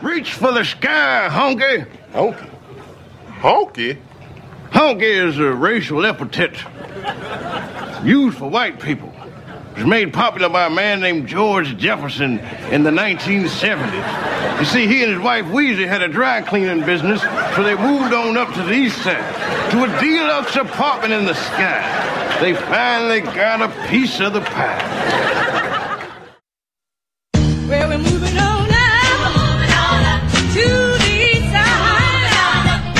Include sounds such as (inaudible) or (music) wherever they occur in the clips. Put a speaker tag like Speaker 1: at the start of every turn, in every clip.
Speaker 1: Reach for the sky, honky.
Speaker 2: Honky? Honky?
Speaker 1: Honky is a racial epithet used for white people. It was made popular by a man named George Jefferson in the 1970s. You see, he and his wife Weezy had a dry cleaning business, so they moved on up to the east side to a deluxe apartment in the sky. They finally got a piece of the pie.
Speaker 3: Well, we're moving on up. To the east side.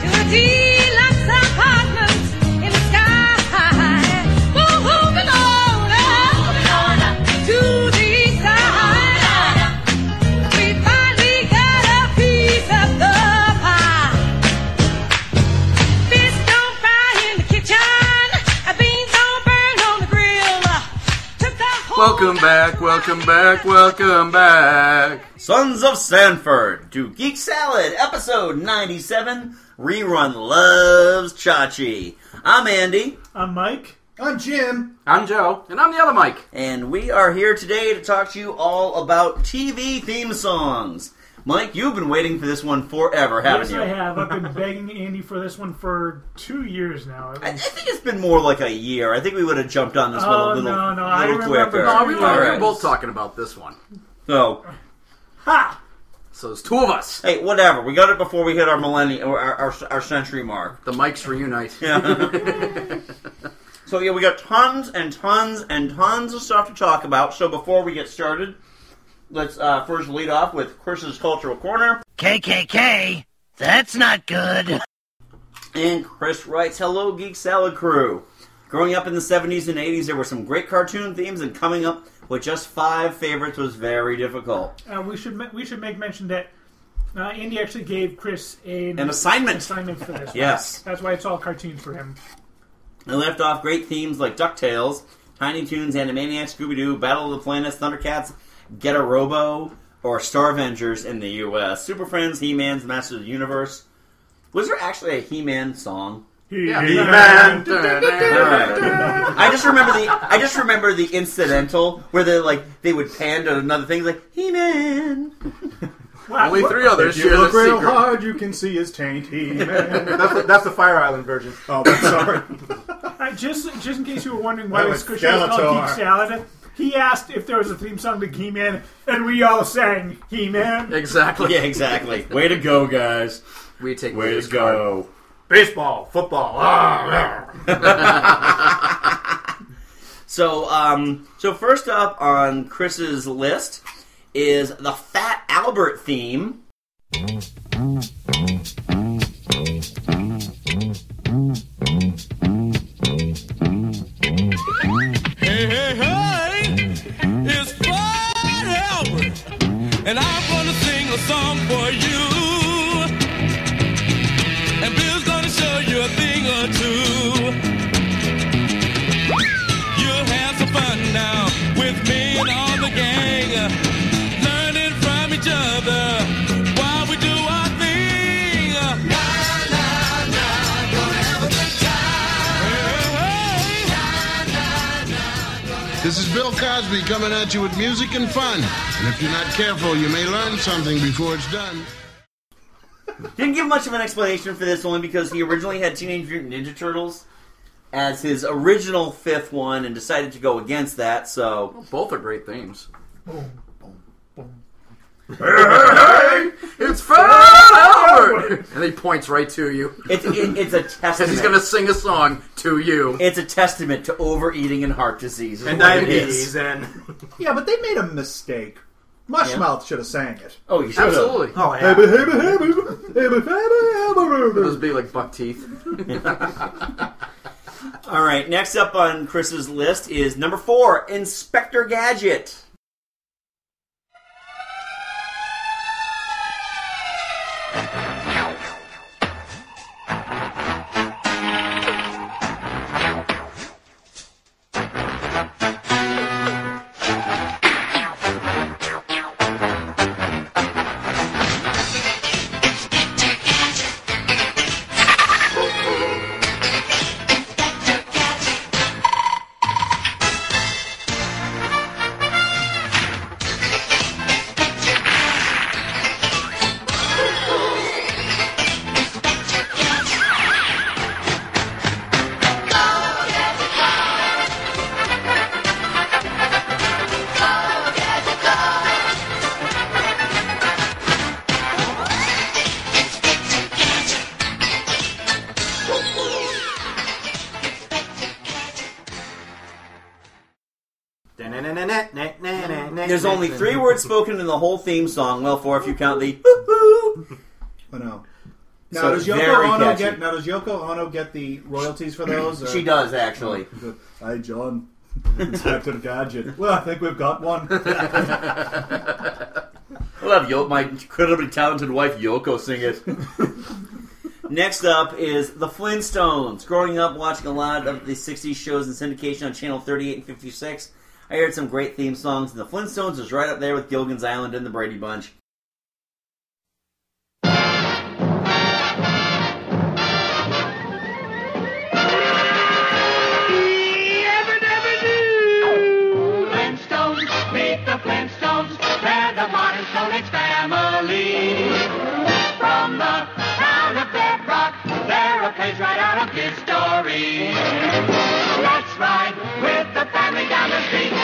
Speaker 3: To a deluxe apartment in the sky. We're moving on up. To the east side. We finally got a piece of the pie. Fish don't fry in the kitchen. Beans don't burn on the grill. Took the whole
Speaker 4: Welcome back, welcome back, welcome back.
Speaker 5: Sons of Sanford to Geek Salad, episode 97, rerun Loves Chachi. I'm Andy,
Speaker 6: I'm Mike.
Speaker 7: I'm Jim.
Speaker 4: I'm Joe, and I'm the other Mike.
Speaker 5: and we are here today to talk to you all about TV theme songs. Mike, you've been waiting for this one forever, haven't
Speaker 6: Yes,
Speaker 5: you?
Speaker 6: I have. I've been begging Andy for this one for two years now. At
Speaker 5: I, I
Speaker 6: least.
Speaker 5: think it's been more like a year. I think we would have jumped on this one
Speaker 6: Oh,
Speaker 5: a little,
Speaker 6: no, no, I
Speaker 5: little
Speaker 6: remember-
Speaker 5: quicker.
Speaker 6: no,
Speaker 4: Oh, we were, we were
Speaker 5: Alright.
Speaker 4: both talking about this one.
Speaker 5: So,
Speaker 6: Ha!
Speaker 4: So there's two of us.
Speaker 5: hey, whatever. We got it before we hit our millennium, or our, our, our century mark.
Speaker 4: The mics reunite. (laughs)
Speaker 5: So yeah, we got tons and tons and tons of stuff to talk about. So before we get started, let's uh, first lead off with Chris's cultural corner.
Speaker 8: KKK? That's not good.
Speaker 5: And Chris writes, "Hello, Geek Salad Crew. Growing up in the '70s and '80s, there were some great cartoon themes, and coming up with just five favorites was very difficult.
Speaker 6: Uh, we should ma- we should make mention that uh, Andy actually gave Chris an,
Speaker 5: An assignment.
Speaker 6: assignment
Speaker 5: (laughs)
Speaker 6: for this. one.
Speaker 5: Yes.
Speaker 6: that's why it's all cartoons for him.
Speaker 5: They left off great themes like DuckTales, Tiny Toons, Animaniacs, Scooby Doo, Battle of the Planets, Thundercats, Get a Robo, or Star Avengers in the US. Super Friends, He Man's Masters of the Universe. Was there actually a He Man song?
Speaker 4: He-Man.
Speaker 5: I just remember the I just remember the incidental where they like they would pan to another thing like He Man.
Speaker 6: Wow,
Speaker 4: Only
Speaker 6: what-
Speaker 4: three others
Speaker 7: If you
Speaker 4: share the
Speaker 7: look real
Speaker 4: secret.
Speaker 7: hard, you can see his taint. He
Speaker 4: (laughs)
Speaker 7: man.
Speaker 9: That's the, that's the Fire Island version.
Speaker 7: Oh, I'm sorry.
Speaker 6: Uh, just just in case you were wondering why
Speaker 7: That
Speaker 6: this
Speaker 7: was
Speaker 6: show was called
Speaker 7: Skeletor.
Speaker 6: Geek Salad, he asked if there was a theme song to He Man, and we all sang He Man.
Speaker 4: Exactly.
Speaker 5: Yeah, exactly. Way to go, guys.
Speaker 4: We take
Speaker 7: Way to
Speaker 4: Leader's card.
Speaker 7: go.
Speaker 9: Baseball, football. Ah, ah.
Speaker 5: (laughs) So, um, so first up on Chris's list is the Fat Albert theme.
Speaker 10: Hey, hey, hey, it's Fred Albert, and I'm gonna sing a song for you. And Bill's gonna show you a thing or two. You'll have some fun now with me and all the gang, learning from each other while we do our thing. Na, na, na, gonna have a good time. Hey, hey.
Speaker 11: This is Bill Cosby coming at you with music and fun. And if you're not careful, you may learn something before it's done.
Speaker 5: Didn't give much of an explanation for this one because he originally had Teenage Mutant Ninja Turtles as his original fifth one and decided to go against that. So
Speaker 4: Both are great themes.
Speaker 7: It's fun.
Speaker 4: And he points right to you
Speaker 5: it's it,
Speaker 4: (laughs)
Speaker 5: it's a
Speaker 4: because
Speaker 5: testament.
Speaker 4: he's going to sing a song to you.
Speaker 5: It's a testament to overeating and heart disease is
Speaker 9: and
Speaker 5: what it
Speaker 9: diabetes
Speaker 5: is.
Speaker 9: and
Speaker 7: (laughs) Yeah, but they made a mistake. Mushmouth should have sang it.
Speaker 5: Oh, you should have.
Speaker 4: Absolutely.
Speaker 9: oh
Speaker 7: Hey,
Speaker 9: yeah.
Speaker 7: but- hey, but- hey, but- hey, but- hey, but-
Speaker 4: Those big like buck teeth.
Speaker 5: (laughs) All right, next up on Chris's list is number four, Inspector Gadget. there's only three words spoken in the whole theme song. Well, four if you count the.
Speaker 7: Oh no. Now
Speaker 5: So
Speaker 7: does
Speaker 5: it's very
Speaker 7: Yoko Ono
Speaker 5: catchy.
Speaker 7: get now does Yoko Ono get the royalties for those? or-
Speaker 5: She does, actually.
Speaker 7: Hi
Speaker 5: (laughs)
Speaker 7: John. Inspector Gadget. Well, I think we've got one.
Speaker 5: I love Yo- my incredibly talented wife Yoko sing it. (laughs) Next up is the Flintstones. Growing up watching a lot of the 60s shows in syndication on Channel 38 and 56, I heard some great theme songs, and the Flintstones was right up there with Gilligan's Island and the Brady Bunch.
Speaker 10: Flintstones, meet the Flintstones. They're the modern Stone Age family. From the town of Bedrock, they're a place right out of his story. Let's ride with the family down the street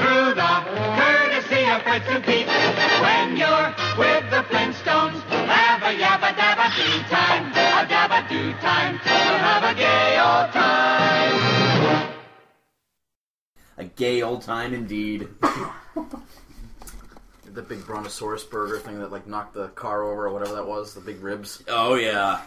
Speaker 10: through the courtesy of Fritz and Pete. When you're with the Flintstones, have a yabba dabba do time, a dabba do time. We'll have a gay old time.
Speaker 5: A gay old time indeed.
Speaker 4: The big brontosaurus burger thing that like knocked the car over or whatever that was. The big ribs.
Speaker 5: Oh yeah.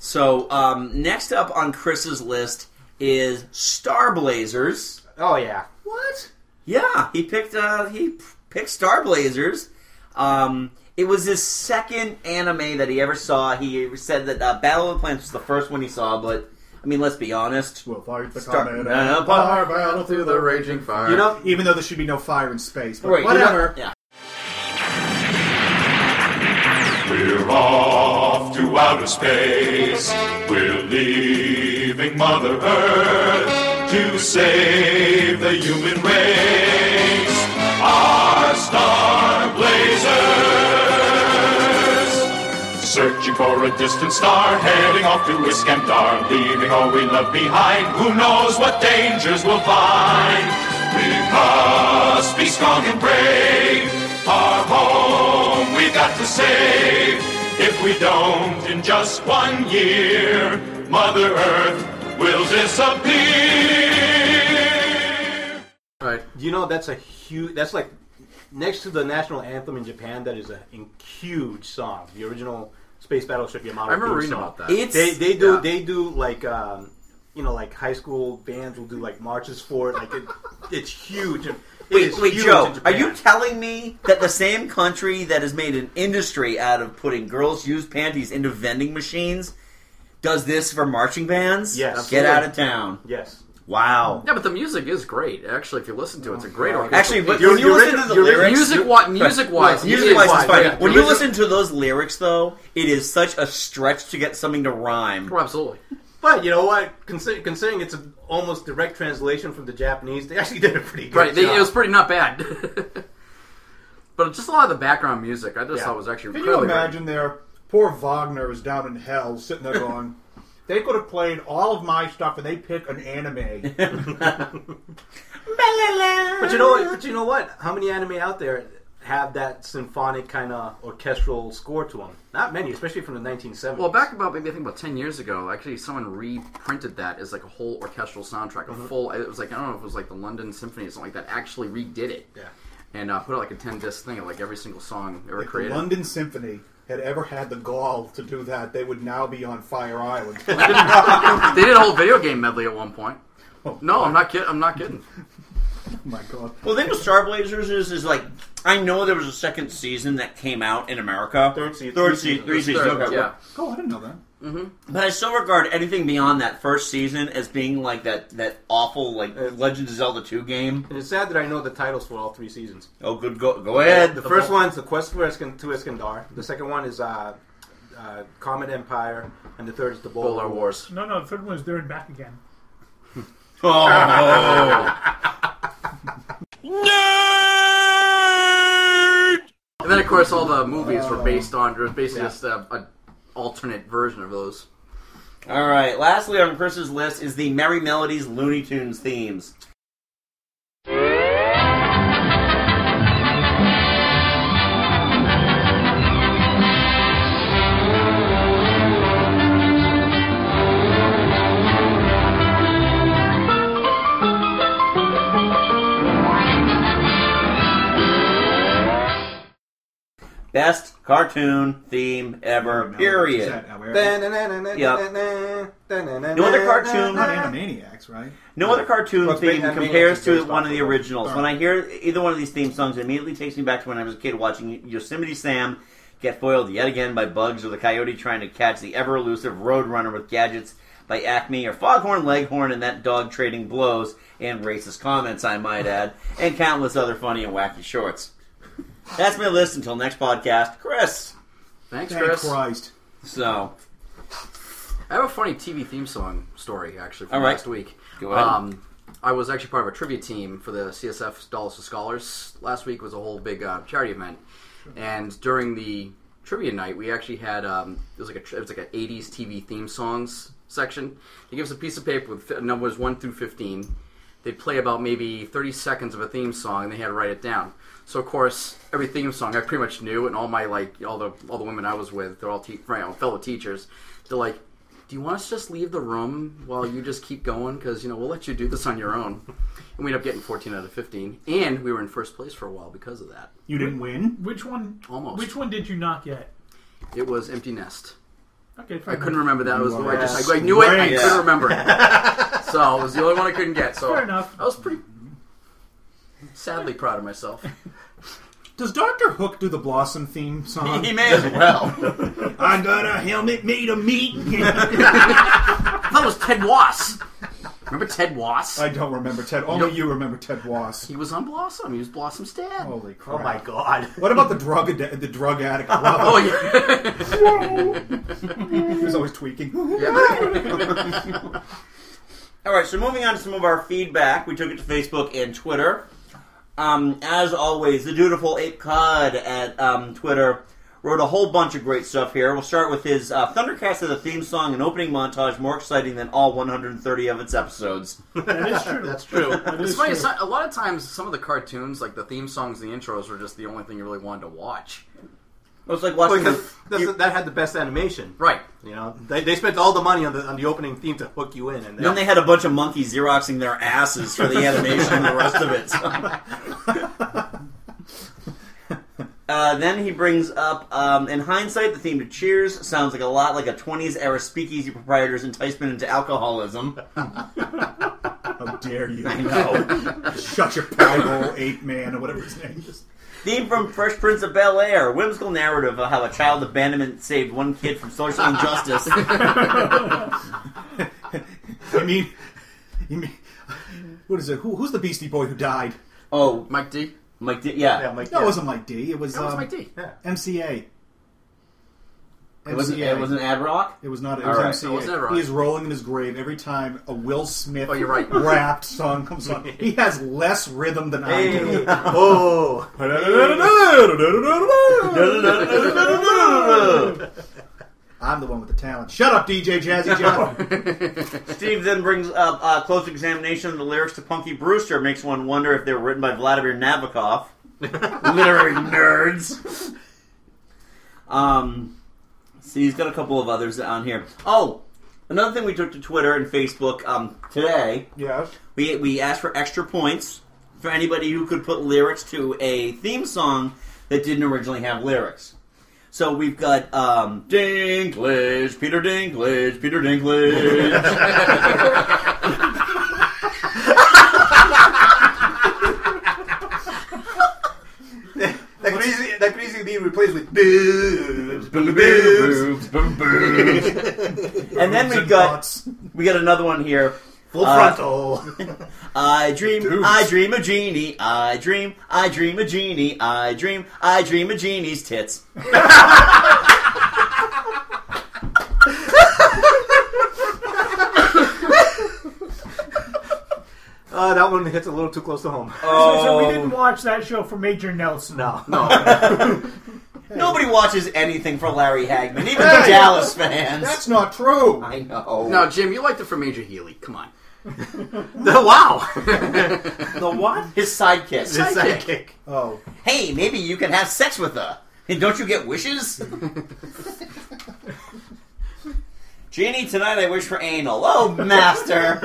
Speaker 5: So um, next up on Chris's list is Star Blazers.
Speaker 12: Oh yeah.
Speaker 5: What? Yeah, he picked uh, he p- picked Star Blazers. Um, it was his second anime that he ever saw. He said that uh, Battle of the Planets was the first one he saw, but I mean, let's be honest.
Speaker 7: We'll fight the
Speaker 5: Star- Uh,
Speaker 7: comet
Speaker 5: No, no,
Speaker 7: and
Speaker 5: but-
Speaker 7: fire battle through the raging fire.
Speaker 5: You know-
Speaker 7: even though there should be no fire in space, but
Speaker 5: Right, you know-
Speaker 7: whatever.
Speaker 5: yeah.
Speaker 8: We're off to outer space. We're leaving Mother Earth to save the human race. Our star blazers. Searching for a distant star, heading off to Iskandar, leaving all we love behind. Who knows what dangers we'll find? We must be strong and brave. Our home we've got to save. If we don't, in just one year, Mother Earth will disappear.
Speaker 12: All right. You know that's a huge. That's like next to the national anthem in Japan. That is a huge song. The original Space Battleship Yamato.
Speaker 4: I remember
Speaker 12: theme
Speaker 4: reading
Speaker 12: song.
Speaker 4: about that.
Speaker 12: It's,
Speaker 4: It's-
Speaker 12: they they do
Speaker 4: yeah.
Speaker 12: they do like um, you know like high school bands will do like marches for it. Like it, it's huge. It
Speaker 5: Wait,
Speaker 12: is
Speaker 5: wait,
Speaker 12: huge in
Speaker 5: Joe, are
Speaker 12: Japan.
Speaker 5: you telling me that the same country that has made an industry out of putting girls' used panties into vending machines does this for marching bands?
Speaker 4: Yes.
Speaker 5: Get out
Speaker 4: Absolutely.
Speaker 5: of town.
Speaker 12: Yes.
Speaker 5: Wow.
Speaker 4: Yeah, but the music is great. Actually, if you listen to it, it's a great orchestral.
Speaker 5: Actually, but
Speaker 4: piece.
Speaker 5: when Oh, you listen to the lyrics,
Speaker 4: music wise, music wise,
Speaker 5: music wise, it's fine.
Speaker 4: yeah.
Speaker 5: When you listen to those lyrics, though, it is such a stretch to get something to rhyme.
Speaker 4: Oh, absolutely.
Speaker 12: But you know what? Consider, considering it's an almost direct translation from the Japanese, they actually did a pretty good
Speaker 4: Right, they,
Speaker 12: job.
Speaker 4: it was pretty not bad. (laughs) but just a lot of the background music, I just thought was actually
Speaker 7: Can you
Speaker 4: incredibly great.
Speaker 7: imagine there? Poor Wagner is down in hell, sitting there going,
Speaker 4: (laughs)
Speaker 7: "They could have played all of my stuff, and they pick an
Speaker 4: (laughs)
Speaker 7: anime."
Speaker 12: But you know what? But you know what? How many anime out there have that symphonic kind of orchestral score to them? Not many, especially from the 1970s.
Speaker 4: Well, back about maybe I think about ten years ago, actually, someone reprinted that as like a whole orchestral soundtrack,
Speaker 5: Mm-hmm.
Speaker 4: a
Speaker 12: Mhm.
Speaker 4: full. It was like I don't know if it was like the London Symphony or something like that. Actually, redid it.
Speaker 12: Yeah.
Speaker 4: And uh, put out like a ten disc thing of like every single song ever
Speaker 7: If the
Speaker 4: created. (laughs)
Speaker 7: London Symphony had ever had the gall to do that, they would now be on Fire
Speaker 4: (laughs)
Speaker 7: Island.
Speaker 5: (laughs)
Speaker 4: they did a whole video game medley at one point.
Speaker 5: Oh,
Speaker 4: no, I'm not kidding. I'm
Speaker 5: (laughs)
Speaker 4: not kidding.
Speaker 7: my God.
Speaker 5: Well, the thing with Star Blazers is, is like I know there was a second season that came out in America. Third season, third season, three seasons.
Speaker 4: Third,
Speaker 5: okay.
Speaker 4: yeah.
Speaker 7: Oh, I didn't know that.
Speaker 4: Mm-hmm.
Speaker 5: But I still regard anything beyond that first season as being like that that awful like Legend of Zelda two game.
Speaker 12: And it's sad that I know the titles for all three seasons.
Speaker 5: Oh, good. Go, go ahead.
Speaker 12: The, first one's The Quest for Eskin- to Iskandar. The second one is uh, uh, Comet Empire, and the third is The Bolar,
Speaker 4: Bolar Wars.
Speaker 6: No, no, the third one is there and back again.
Speaker 4: And then of course all the movies were based on. It was basically just a, a alternate version of those.
Speaker 5: All right. Lastly on Chris's list is the Merry Melodies Looney Tunes themes.
Speaker 10: Thank
Speaker 5: Best cartoon theme ever. Period. Yep.
Speaker 12: No
Speaker 5: No other cartoon-
Speaker 13: Not Animaniacs, right?
Speaker 5: No other cartoon
Speaker 13: Well, it's
Speaker 5: theme
Speaker 13: based-
Speaker 5: compares
Speaker 13: Animaniacs is
Speaker 5: to
Speaker 13: based
Speaker 5: one of
Speaker 13: off
Speaker 5: the
Speaker 13: of-
Speaker 5: originals.
Speaker 13: Alright.
Speaker 5: When I hear either one of these theme songs, it immediately takes me back to when I was a kid watching Yosemite Sam get foiled yet again by bugs or the coyote trying to catch the ever elusive Roadrunner with gadgets by Acme or Foghorn Leghorn and that dog trading blows and racist comments, I might add, and countless other funny and wacky shorts. That's my list until next podcast. Chris!
Speaker 4: Thanks, Thank Chris. Christ. (laughs)
Speaker 5: So,
Speaker 4: I have a funny TV theme song story actually from
Speaker 5: All right.
Speaker 4: last week.
Speaker 5: Go ahead.
Speaker 4: Um, I was actually part of a trivia team for the CSF Dollars to Scholars. Last week was a whole big uh, charity event, and during the trivia night, we actually had um, it was like a tr- it was like an '80s TV theme songs section. They give us a piece of paper with fi- numbers one through fifteen. They play about maybe 30 seconds of a theme song, and they had to write it down. So of course, every theme song I pretty much knew, and all my like all the all the women I was with, they're all te- right, all fellow teachers. They're like, do you want us to just leave the room while you just keep going? Because, you know, we'll let you do this on your own. And we ended up getting 14 out of 15. And we were in first place for a while because of that.
Speaker 6: You didn't win. Which one?
Speaker 4: Almost.
Speaker 6: Which one did you not get?
Speaker 4: It was Empty Nest.
Speaker 6: Okay, fair
Speaker 4: I
Speaker 6: enough.
Speaker 4: couldn't remember that. It was the
Speaker 6: You
Speaker 4: I
Speaker 6: are
Speaker 4: just I, I knew it. I
Speaker 6: strange.
Speaker 4: couldn't remember
Speaker 13: (laughs)
Speaker 4: it. so it was the only one I couldn't get. So
Speaker 6: Fair enough.
Speaker 4: I was pretty sadly proud of myself.
Speaker 13: Does Doctor Hook do the Blossom theme song?
Speaker 4: (laughs) He may as well.
Speaker 5: (laughs)
Speaker 13: I got a helmet made of
Speaker 4: (laughs)
Speaker 13: meat.
Speaker 4: I thought it was Ted Wass. Remember Ted Wass?
Speaker 13: I don't remember Ted.
Speaker 4: You
Speaker 13: Only
Speaker 4: don't-
Speaker 13: you, remember Ted Wass.
Speaker 4: He was on Blossom. He was Blossom's dad.
Speaker 13: Holy crap!
Speaker 4: Oh my God.
Speaker 13: What about the drug ad- the drug
Speaker 4: (laughs)
Speaker 13: addict?
Speaker 4: Oh, yeah.
Speaker 13: he was always tweaking.
Speaker 5: All right, so moving on to some of our feedback. We took it to Facebook and Twitter. Um, as always, the dutiful Ape Cod at um, Twitter wrote a whole bunch of great stuff here. We'll start with his uh, Thundercats as a theme song and opening montage more exciting than all 130 of its episodes.
Speaker 4: That is true. That's true.
Speaker 5: That
Speaker 4: it's
Speaker 5: is
Speaker 4: funny.
Speaker 5: true.
Speaker 4: so- A lot of times, some of the cartoons, like the theme songs, and the intros, were just the only thing you really wanted to watch.
Speaker 5: It was like
Speaker 4: watching
Speaker 12: Well, 'cause that's- that had the best animation,
Speaker 4: right?
Speaker 12: You know, they, they spent all the money on the on the opening theme to hook you in, and
Speaker 5: Then they had a bunch of monkeys xeroxing their asses for the animation and the rest of it. (laughs) Uh, then he brings up, um, in hindsight, the theme to Cheers sounds like a lot like a 20s era speakeasy proprietor's enticement into alcoholism.
Speaker 13: How dare you?
Speaker 5: I know.
Speaker 13: Shut your pie hole, ape man, or whatever his name is.
Speaker 5: Theme from Fresh Prince of Bel Air, whimsical narrative of how a child abandonment saved one kid from social
Speaker 13: (laughs)
Speaker 5: injustice.
Speaker 13: I mean, you mean, what is it? Who, who's the Beastie Boy who died?
Speaker 5: Oh,
Speaker 4: Mike D.
Speaker 5: Mike D. Yeah,
Speaker 13: yeah Mike. No, it wasn't Mike D. It was.
Speaker 4: That was
Speaker 13: um,
Speaker 4: Mike D, yeah.
Speaker 13: MCA.
Speaker 5: It wasn't- it wasn't Ad Rock?
Speaker 13: It was not. It
Speaker 5: All
Speaker 13: was
Speaker 5: right.
Speaker 13: MCA.
Speaker 5: It wasn't Ad Rock.
Speaker 13: He is rolling in his grave every time a Will Smith
Speaker 4: Oh, you're
Speaker 13: (laughs)
Speaker 4: right.
Speaker 13: rapped song comes on. He has less rhythm than I do. (laughs)
Speaker 4: Hey. Oh.
Speaker 13: Oh. I'm the one with the talent. Shut up, DJ Jazzy
Speaker 5: (laughs)
Speaker 13: Jeff.
Speaker 5: Steve then brings up uh, close examination of the lyrics to Punky Brewster, makes one wonder if they were written by Vladimir Nabokov. (laughs) Literary nerds. Um, see, he's got a couple of others on here. Oh, another thing we took to Twitter and Facebook um, today.
Speaker 13: Yes.
Speaker 5: We we asked for extra points for anybody who could put lyrics to a theme song that didn't originally have lyrics. So we've got um, Dinklage, Peter Dinklage, Peter
Speaker 12: (laughs)
Speaker 5: Dinklage.
Speaker 12: (laughs) that could easily that could easily be replaced with boobs,
Speaker 5: boobs, and then we've got we got another one here.
Speaker 12: full
Speaker 5: Uh,
Speaker 12: frontal.
Speaker 5: I dream, I dream a genie. I dream, I dream a genie. I dream, I dream a genie's
Speaker 4: (laughs)
Speaker 5: tits.
Speaker 12: (laughs) Uh, that one hits a little too close to home.
Speaker 6: (laughs) So, so
Speaker 5: Oh.
Speaker 6: we didn't watch that show for Major Nelson. (laughs)
Speaker 12: No.
Speaker 5: Nobody watches anything for Larry Hagman, even the
Speaker 4: Hey!
Speaker 5: Dallas fans.
Speaker 4: That's
Speaker 13: not true.
Speaker 5: I know.
Speaker 4: No, Jim, you liked it for Major Healy. Come on. (laughs)
Speaker 5: wow. the what? His sidekick.
Speaker 4: His sidekick.
Speaker 13: Oh.
Speaker 5: Hey, maybe you can have sex with her. And don't you get wishes? Jeannie, tonight I wish for anal. Oh, master.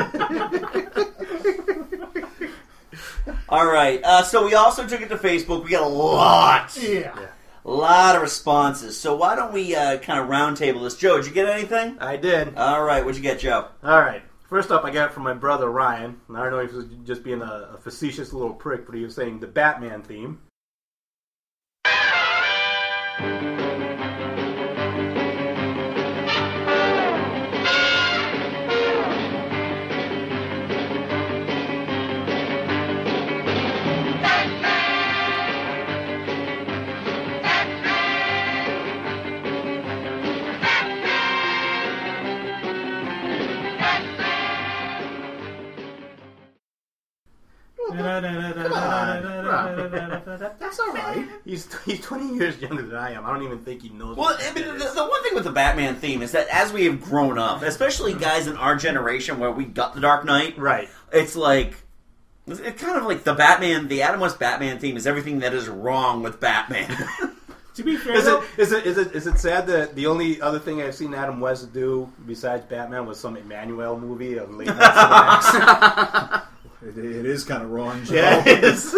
Speaker 5: All right. Uh, so we also took it to Facebook. We got a lot.
Speaker 6: Yeah.
Speaker 5: A lot of responses. So why don't we uh, kind of roundtable this? Joe, did you get anything?
Speaker 12: I did.
Speaker 5: All right, what'd you get, Joe?
Speaker 12: All right. First up, I got it from my brother Ryan. And I don't know if he was just being a, a facetious little prick, but he was saying the Batman theme.
Speaker 6: That's all right.
Speaker 12: He's he's 20 years younger than I am. I don't even think he knows.
Speaker 5: Well, I mean, the, the one thing with the Batman theme is that as we have grown up, especially guys in our generation where we got the Dark Knight,
Speaker 12: right?
Speaker 5: It's like it's it's kind of like the Batman, the Adam West Batman theme is everything that is wrong with Batman.
Speaker 6: To be fair,
Speaker 12: Is it,
Speaker 6: though,
Speaker 12: is it is it is it sad that the only other thing I've seen Adam West do besides Batman was some Emmanuel movie of late night
Speaker 7: It, it is kind of wrong. Joe.
Speaker 12: Yeah, it
Speaker 7: (laughs)
Speaker 12: is.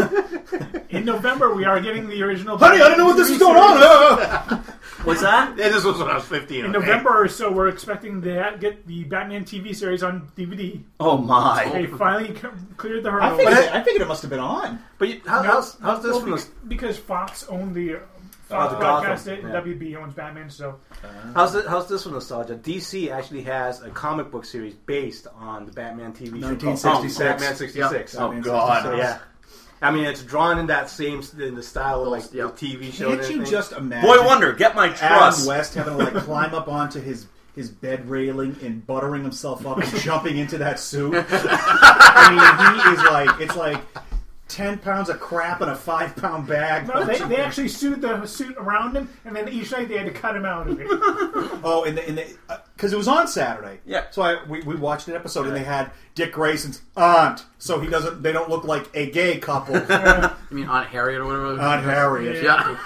Speaker 6: in November we are getting the original.
Speaker 7: Honey, I don't know what this is going on.
Speaker 5: What's that?
Speaker 12: Yeah, this was when I was 15.
Speaker 6: In
Speaker 12: okay?
Speaker 6: November or so, we're expecting to get the Batman TV series on DVD.
Speaker 5: Oh my.
Speaker 6: They finally c- cleared the hurdle.
Speaker 7: I think I think it must have been on.
Speaker 12: But you- how,
Speaker 6: No,
Speaker 12: how's, how's this
Speaker 6: well,
Speaker 12: from
Speaker 6: bec-
Speaker 12: the,
Speaker 6: Because Fox owned the uh, Fox
Speaker 12: the Gotham,
Speaker 6: broadcast it, and
Speaker 12: yeah.
Speaker 6: WB owns Batman, so
Speaker 4: Uh-huh.
Speaker 12: how's this, how's this from nostalgia? DC actually has a comic book series based on the Batman TV show. called
Speaker 7: 1966.
Speaker 12: Batman 66.
Speaker 7: Yep. Oh, Batman God. 66.
Speaker 12: Yeah. I mean, it's drawn in that same in the style of like the TV show. and
Speaker 7: Can't you
Speaker 12: everything.
Speaker 7: just imagine? Adam West having to
Speaker 12: (laughs)
Speaker 7: like climb up onto his his bed railing and buttering himself up and jumping into that suit. (laughs) I mean, he is like it's like ten pounds of crap in a five pound bag.
Speaker 6: No, they, they actually suited the suit around him, and then each night they had to cut him out of it.
Speaker 7: Oh, and the, and the, uh 'cause it was on Saturday.
Speaker 5: Yeah.
Speaker 7: So I we, we watched an episode and they had Dick Grayson's aunt, so he doesn't. They don't look like a
Speaker 6: (laughs)
Speaker 7: gay couple.
Speaker 4: You mean Aunt Harriet or whatever?
Speaker 7: Aunt
Speaker 6: (laughs)
Speaker 7: Harriet.
Speaker 4: Yeah.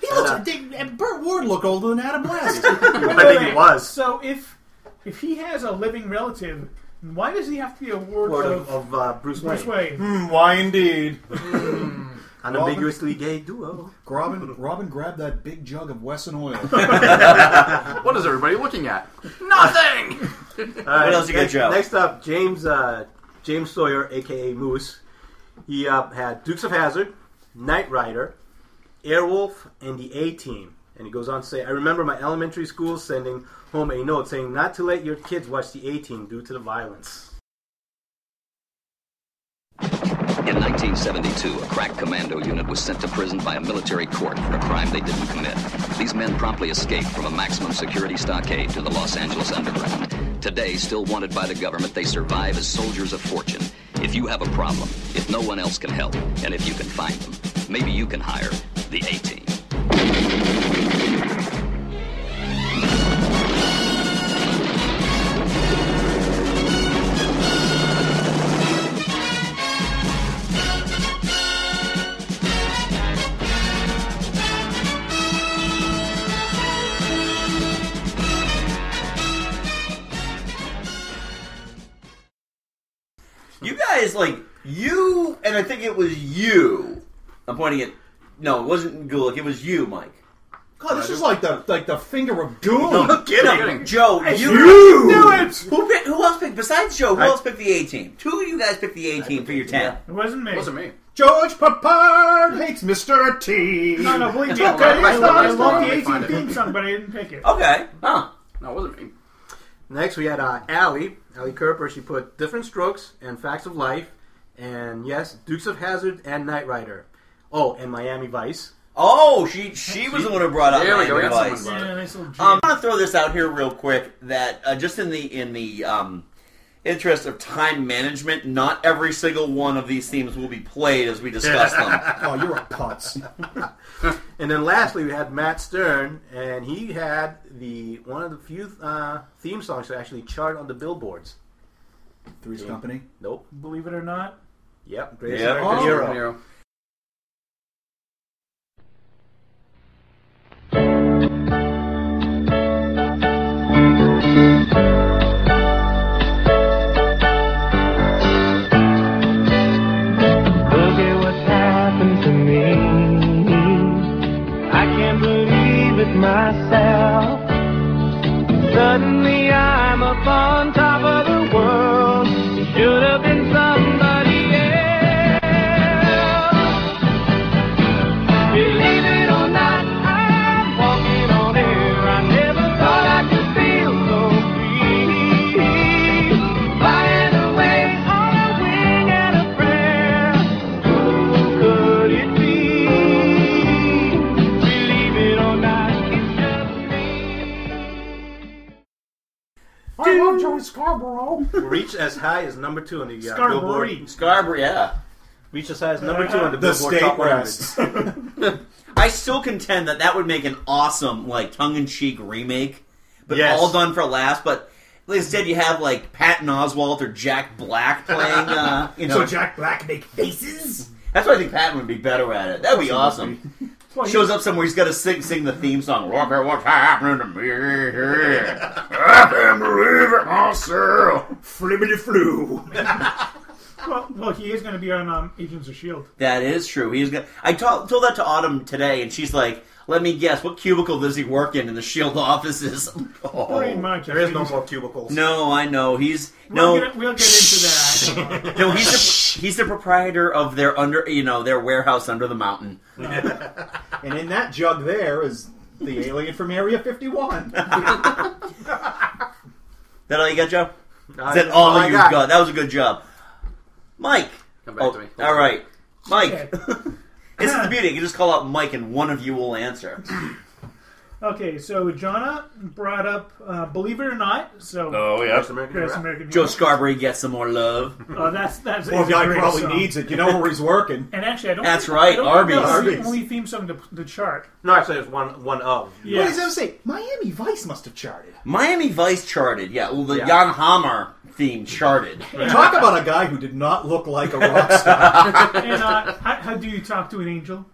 Speaker 7: he looks. They, Burt Ward looked older than Adam West.
Speaker 6: Wait, wait,
Speaker 12: (laughs) I think
Speaker 6: wait.
Speaker 12: it was.
Speaker 6: So if if he has a living relative, why does he have to be a ward
Speaker 12: Word of,
Speaker 6: of,
Speaker 12: of uh, Bruce Wayne.
Speaker 6: Bruce Wayne?
Speaker 7: Hmm, why (laughs) indeed?
Speaker 12: Unambiguously gay duo.
Speaker 7: Hmm. Robin, Robin, grab that big jug of
Speaker 5: (laughs)
Speaker 7: Wesson oil.
Speaker 4: what is everybody looking at? Nothing.
Speaker 12: Alright,
Speaker 5: got,
Speaker 12: next,
Speaker 5: Joe?
Speaker 12: Next up, James uh, James Sawyer, aka Moose. He uh, had Dukes of Hazard, Knight Rider, Airwolf, and the A Team. And he goes on to say, "I remember my elementary school sending home a note saying not to let your kids watch the A Team due to the violence."
Speaker 14: In 1972, a crack commando unit was sent to prison by a military court for a crime they didn't commit. These men promptly escaped from a maximum security stockade to the Los Angeles underground. Today, still wanted by the government, they survive as soldiers of fortune. If you have a problem, if no one else can help, and if you can find them, maybe you can hire the A Team.
Speaker 5: You guys, like, you, and I think it was you. I'm pointing at, no, it wasn't Gulick, it was you, Mike.
Speaker 7: God, this is like the like the finger of doom.
Speaker 5: No, no kidding. Joe,
Speaker 7: It's
Speaker 5: you,
Speaker 7: you!
Speaker 6: Knew it!
Speaker 5: Who, picked, who else picked, besides Joe, who
Speaker 7: I-
Speaker 5: else picked the A team? Two of you guys picked the A team for your town.
Speaker 6: It wasn't me. It wasn't
Speaker 4: me.
Speaker 7: George Papard hates Mr. T.
Speaker 6: No, no, believe me,
Speaker 7: Okay,
Speaker 6: I,
Speaker 7: it's
Speaker 6: love, I
Speaker 7: fine.
Speaker 6: love the
Speaker 7: It's
Speaker 6: 18
Speaker 7: fine.
Speaker 6: theme song, but I didn't pick it.
Speaker 5: Okay. Huh.
Speaker 4: No, it wasn't me.
Speaker 12: Next, we had uh, Allie, Allie Kerper. She put Different Strokes and Facts of Life, and yes, Dukes of Hazard and Knight Rider. Oh, and Miami Vice.
Speaker 5: Oh, she she was the one who brought up
Speaker 12: There we
Speaker 5: my
Speaker 12: go, we got
Speaker 5: advice.
Speaker 12: someone brought it. Yeah,
Speaker 6: nice little
Speaker 5: Um, I'm gonna throw this out here real quick that uh, just in the in the um, interest of time management, not every single one of these themes will be played as we
Speaker 12: (laughs)
Speaker 5: discuss them.
Speaker 7: oh, you're a putz.
Speaker 12: And then lastly, we had Matt Stern, and he had the one of the few uh, theme songs to actually chart on the billboards.
Speaker 7: Three's Company?
Speaker 12: Nope.
Speaker 6: Believe it or not.
Speaker 12: Yep. Greatest
Speaker 6: Yep.
Speaker 12: American
Speaker 6: Oh.
Speaker 12: Hero.
Speaker 10: Look at what's happened to me. I can't
Speaker 15: myself. Suddenly I'm up on top of the world. Should have been somebody else. Believe it or not, I'm walking on air. I never thought I could feel so free. Flying away on a wing and a prayer. Who could it be? Believe it or not, it's just
Speaker 6: I love Joey Scarborough.
Speaker 12: Reach as high as number two on the uh,
Speaker 6: Scarborough.
Speaker 12: Billboard.
Speaker 5: Scarborough, yeah.
Speaker 12: Reach as high as number two on the,
Speaker 5: The
Speaker 12: Billboard
Speaker 5: state
Speaker 12: Top 100.
Speaker 5: rests. I still contend that that would make an awesome, like, tongue-in-cheek remake, but
Speaker 12: Yes.
Speaker 5: all done for laughs. But instead, you have like Patton Oswalt or Jack Black playing.
Speaker 8: (laughs)
Speaker 5: Uh, you know,
Speaker 6: So Jack Black make faces?
Speaker 5: That's why I think Patton would be better at it. That'd be
Speaker 6: Absolutely.
Speaker 5: awesome.
Speaker 6: Well,
Speaker 5: Shows up somewhere, he's got to sing sing the theme song. Rocker, what's happening to me here? I can't believe it myself.
Speaker 6: Flibbity flu. well, well, he is going to be on um, Agents of S.H.I.E.L.D.
Speaker 5: That is true. He's got. I told, told that to Autumn today, and she's like, "Let me guess, what cubicle does he work in in the Shield E offices?" (laughs)
Speaker 6: Pretty
Speaker 5: Oh.
Speaker 6: much.
Speaker 12: There is no more cubicles.
Speaker 5: No, I know. He's
Speaker 6: We'll,
Speaker 5: no,
Speaker 6: get, we'll get into that.
Speaker 5: (laughs) no. He's the, he's the proprietor of their under, you know, their warehouse under the
Speaker 6: (laughs)
Speaker 5: mountain.
Speaker 7: And in that jug there is the alien from Area (laughs) 51.
Speaker 5: That all you got, Joe?
Speaker 7: Uh,
Speaker 5: Is that all,
Speaker 7: all I
Speaker 5: you
Speaker 7: got.
Speaker 5: got? That was a good job, Mike. Come back to me. All right, Mike. this
Speaker 6: (laughs)
Speaker 5: is the beauty. You can just call out Mike, and one of you will answer.
Speaker 6: Okay, so Jonna brought up uh, Believe It or Not. So
Speaker 12: Oh,
Speaker 5: Greatest
Speaker 6: Greatest American
Speaker 5: Joe
Speaker 6: Hero.
Speaker 5: Scarborough gets some more love.
Speaker 6: Oh, that's that's.
Speaker 5: Poor
Speaker 6: it's a
Speaker 5: guy
Speaker 6: great
Speaker 5: probably
Speaker 6: song.
Speaker 5: needs it. You know where he's working.
Speaker 6: And actually, I don't.
Speaker 5: That's
Speaker 6: think-
Speaker 5: right,
Speaker 6: I don't think
Speaker 5: Arby's.
Speaker 6: That's the
Speaker 5: Arby's.
Speaker 6: only theme song to the chart.
Speaker 12: No, actually, there's one one O.
Speaker 6: Yeah.
Speaker 7: What does that say? Miami Vice must have charted.
Speaker 5: Miami Vice charted. Yeah, well, the Jan Hammer theme charted.
Speaker 7: (laughs) Talk about a guy who did not look like a rock star.
Speaker 6: (laughs) and uh, how, how do you talk to an angel?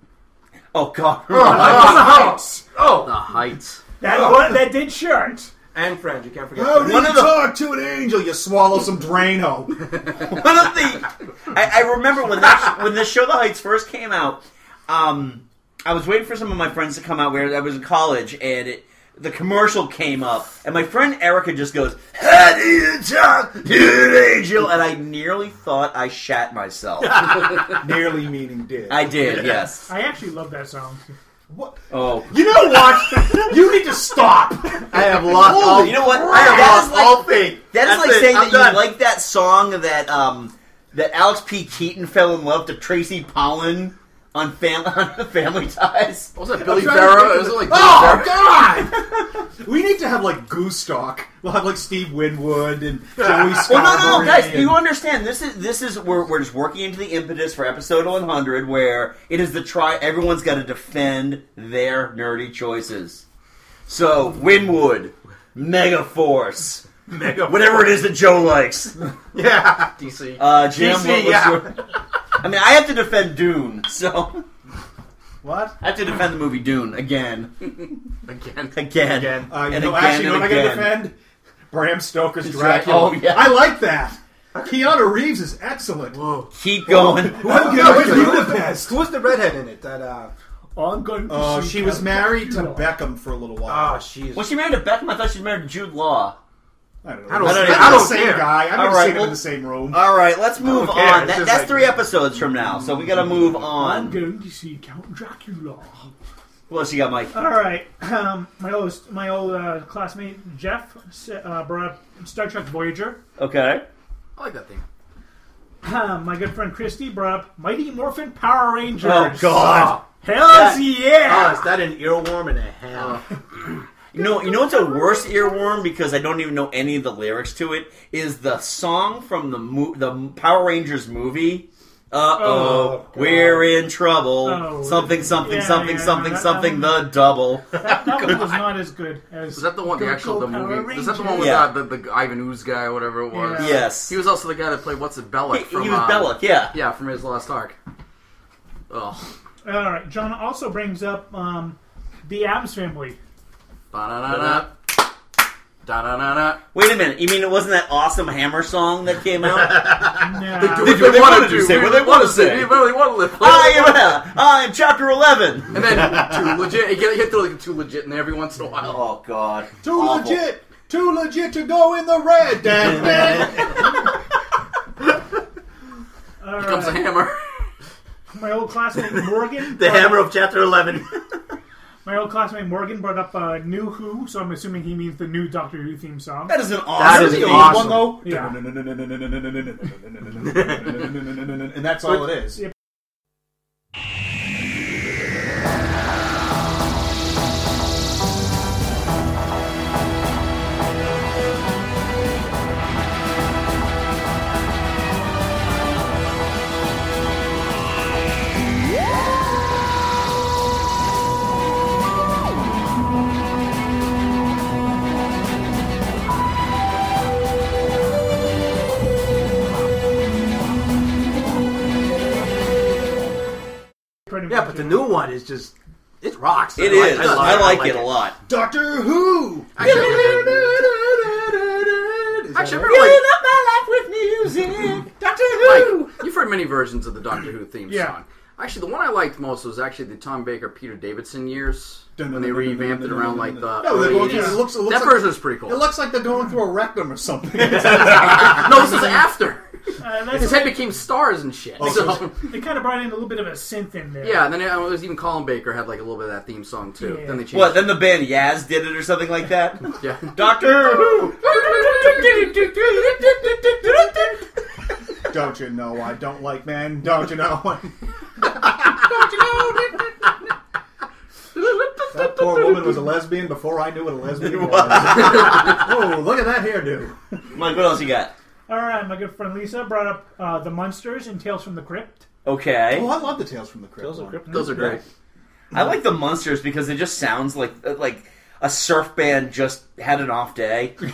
Speaker 5: Oh
Speaker 7: (laughs)
Speaker 5: God!
Speaker 12: Oh,
Speaker 4: the heights.
Speaker 6: That one that did chart.
Speaker 12: And friends, you can't forget.
Speaker 7: How
Speaker 12: friends.
Speaker 7: do you talk to an angel? You swallow
Speaker 5: (laughs)
Speaker 7: some Drano.
Speaker 5: One of the I, I remember when that when the show The Heights first came out. Um, I was waiting for some of my friends to come out. Where I was in college, and it, the commercial came up, and my friend Erica just goes, "How do you talk to an angel?" And I nearly thought I shat myself.
Speaker 7: (laughs) Nearly meaning did.
Speaker 5: I did,
Speaker 7: (laughs)
Speaker 5: yes.
Speaker 6: I actually love that song.
Speaker 5: Oh,
Speaker 7: You know what? you need to stop.
Speaker 12: I have lost
Speaker 5: Holy
Speaker 12: all.
Speaker 5: You know what?
Speaker 12: I have
Speaker 5: That
Speaker 12: lost
Speaker 5: is like-
Speaker 12: all faith.
Speaker 5: That is
Speaker 12: That's
Speaker 5: like
Speaker 12: it.
Speaker 5: saying
Speaker 12: I'm
Speaker 5: that
Speaker 12: done.
Speaker 5: you like that song that um that Alex P. Keaton fell in love to Tracy Pollan on Family (laughs) on Family Ties.
Speaker 4: What was that
Speaker 7: I'm trying to think of the- oh
Speaker 5: (laughs)
Speaker 7: God! we need to have like Goose Talk. We'll have like Steve Winwood and Joey Scarborough.
Speaker 5: (laughs) Well, no, no, guys,
Speaker 7: and-
Speaker 5: you understand. This is this is we're, we're just working into the impetus for episode 100, where it is the try. Everyone's got to defend their nerdy choices. So Winwood, Megaforce,
Speaker 12: Mega,
Speaker 5: whatever it is that Joe
Speaker 7: (laughs)
Speaker 5: likes.
Speaker 12: Yeah,
Speaker 4: DC.
Speaker 5: Uh, Jim,
Speaker 12: DC,
Speaker 5: what was
Speaker 12: yeah.
Speaker 5: your? I mean, I have to defend Dune, so
Speaker 7: what?
Speaker 5: I have to defend the movie Dune
Speaker 7: (laughs)
Speaker 5: again,
Speaker 4: Again.
Speaker 5: again,
Speaker 7: Uh, you
Speaker 5: and again,
Speaker 7: know, actually, you know
Speaker 5: and
Speaker 7: what I gotta
Speaker 5: again.
Speaker 7: defend? Bram Stoker's
Speaker 5: He's
Speaker 7: Dracula.
Speaker 5: like, oh, yeah.
Speaker 7: I like that. Keanu Reeves is excellent. Whoa.
Speaker 5: Keep going.
Speaker 7: (laughs) Who
Speaker 12: No,
Speaker 7: could do the
Speaker 12: who's,
Speaker 7: best?
Speaker 12: who's the redhead in it? That uh,
Speaker 6: I'm going to
Speaker 7: Oh,
Speaker 6: see
Speaker 7: she was
Speaker 6: Count
Speaker 7: married to
Speaker 6: Dracula.
Speaker 7: Beckham for a little while.
Speaker 12: oh, she's.
Speaker 5: Was Ah, she married to Beckham? I thought she was married to Jude Law.
Speaker 7: I don't know.
Speaker 12: I don't-
Speaker 7: It's
Speaker 5: I
Speaker 7: not
Speaker 5: don't
Speaker 7: the same
Speaker 12: care.
Speaker 7: guy. I've
Speaker 5: All
Speaker 7: never
Speaker 5: right,
Speaker 7: seen him
Speaker 5: well-
Speaker 7: in the same room.
Speaker 5: All right, let's move
Speaker 12: care.
Speaker 5: on.
Speaker 12: It's
Speaker 5: That,
Speaker 12: just
Speaker 5: that's
Speaker 12: like-
Speaker 5: three episodes from now, so we got to move
Speaker 6: I'm
Speaker 5: on.
Speaker 6: going to see Count Dracula.
Speaker 5: What else you got, Mike?
Speaker 6: All right, um, my old my old uh, classmate Jeff sa- uh, brought up Star Trek Voyager.
Speaker 5: Okay.
Speaker 4: I like that thing.
Speaker 6: Um, my good friend Christy brought up Mighty Morphin Power Rangers.
Speaker 5: Oh, God.
Speaker 6: Hell's
Speaker 12: Oh,
Speaker 6: yeah!
Speaker 12: is that an earworm and a half?
Speaker 5: You know, you know what's a worse earworm because I don't even know any of the lyrics to it is the song from the mo- the Power Rangers movie. Uh
Speaker 6: Oh,
Speaker 5: oh, we're in trouble.
Speaker 6: Oh,
Speaker 5: something, something,
Speaker 6: yeah,
Speaker 5: something,
Speaker 6: yeah,
Speaker 5: something,
Speaker 6: that- that
Speaker 5: something.
Speaker 6: one-
Speaker 5: The double.
Speaker 6: That, that one was not as good as.
Speaker 4: Is that the one, the
Speaker 6: Go,
Speaker 4: actual
Speaker 6: go,
Speaker 4: the
Speaker 6: Power
Speaker 4: movie? Is that the one with
Speaker 6: Rangers.
Speaker 5: Yeah.
Speaker 4: uh, the, the Ivan Ooze guy, or whatever it was?
Speaker 6: Yeah.
Speaker 5: Yes.
Speaker 4: He was also the guy that played what's it, Belloc
Speaker 5: He- he
Speaker 4: from
Speaker 5: was
Speaker 4: uh,
Speaker 5: Belloc, yeah.
Speaker 4: yeah, from his Lost Ark. Oh,
Speaker 6: All right, John also brings up um, the Adams Family.
Speaker 4: Ba-da-da-da. Da da da da.
Speaker 5: Wait a minute. You mean it wasn't that awesome Hammer song that came out?
Speaker 4: They
Speaker 5: Did what they wanted to say. What they want to say.
Speaker 4: They want to live.
Speaker 5: I
Speaker 4: (laughs)
Speaker 5: am. uh, I am chapter eleven.
Speaker 4: And then too legit. You get, you get through like too legit in there every once in a while.
Speaker 5: Oh god.
Speaker 7: Too legit. Too legit to go in the
Speaker 5: (laughs)
Speaker 7: red, damn it.
Speaker 6: Here
Speaker 4: comes a hammer.
Speaker 6: My old classmate
Speaker 12: (laughs)
Speaker 6: Morgan.
Speaker 12: The hammer of chapter 11.
Speaker 6: My old classmate Morgan brought up uh, New Who, so I'm assuming he means the new Doctor Who theme song.
Speaker 5: That is an
Speaker 7: That is the old one though.
Speaker 6: Yeah.
Speaker 7: And that's all it is.
Speaker 12: Yeah, but the new one is just it rocks.
Speaker 5: It
Speaker 12: I
Speaker 5: is.
Speaker 12: Like, I, love
Speaker 5: I like it a lot.
Speaker 7: Doctor Who.
Speaker 4: Actually,
Speaker 12: it?
Speaker 4: I've heard, like,
Speaker 12: my life with music. Doctor
Speaker 4: Like, you've heard many versions of the Doctor Who theme
Speaker 12: Yeah.
Speaker 4: song. Actually, the one I liked most was actually the Tom Baker Peter Davidson years when they revamped it around like the.
Speaker 7: No, they're
Speaker 4: early
Speaker 7: going through-
Speaker 4: 80s.
Speaker 7: it looks- it looks
Speaker 4: that
Speaker 7: like-
Speaker 4: version was pretty cool.
Speaker 7: It looks like they're going through a rectum or something.
Speaker 4: (laughs) no,
Speaker 7: (laughs)
Speaker 4: this is after.
Speaker 6: Uh, that's
Speaker 4: His head became stars and
Speaker 6: (laughs)
Speaker 7: Oh,
Speaker 4: shit. so-
Speaker 6: They kind of brought in a little bit of a synth in there.
Speaker 4: (laughs) yeah, and then I was even Colin Baker had like a little bit of that theme song too. Then they changed.
Speaker 5: What? Then the band Yaz did it or something like that.
Speaker 4: (laughs) yeah.
Speaker 5: Doctor Who.
Speaker 7: Don't you know I don't like men? Don't you know?
Speaker 4: (laughs)
Speaker 7: don't you know? that poor woman was a lesbian before I knew what a lesbian was. (laughs) Whoa, look at that hairdo.
Speaker 5: Mike, what else you got?
Speaker 6: All right, my good friend Lisa brought up uh, the Munsters and Tales from the Crypt.
Speaker 5: Okay.
Speaker 7: Oh, I love the Tales from the Crypt. Tales of Crypt.
Speaker 4: Those are great.
Speaker 5: I like the monsters because it just sounds like uh, like a surf band just had an off
Speaker 7: (laughs)
Speaker 5: day. (laughs)
Speaker 7: Dick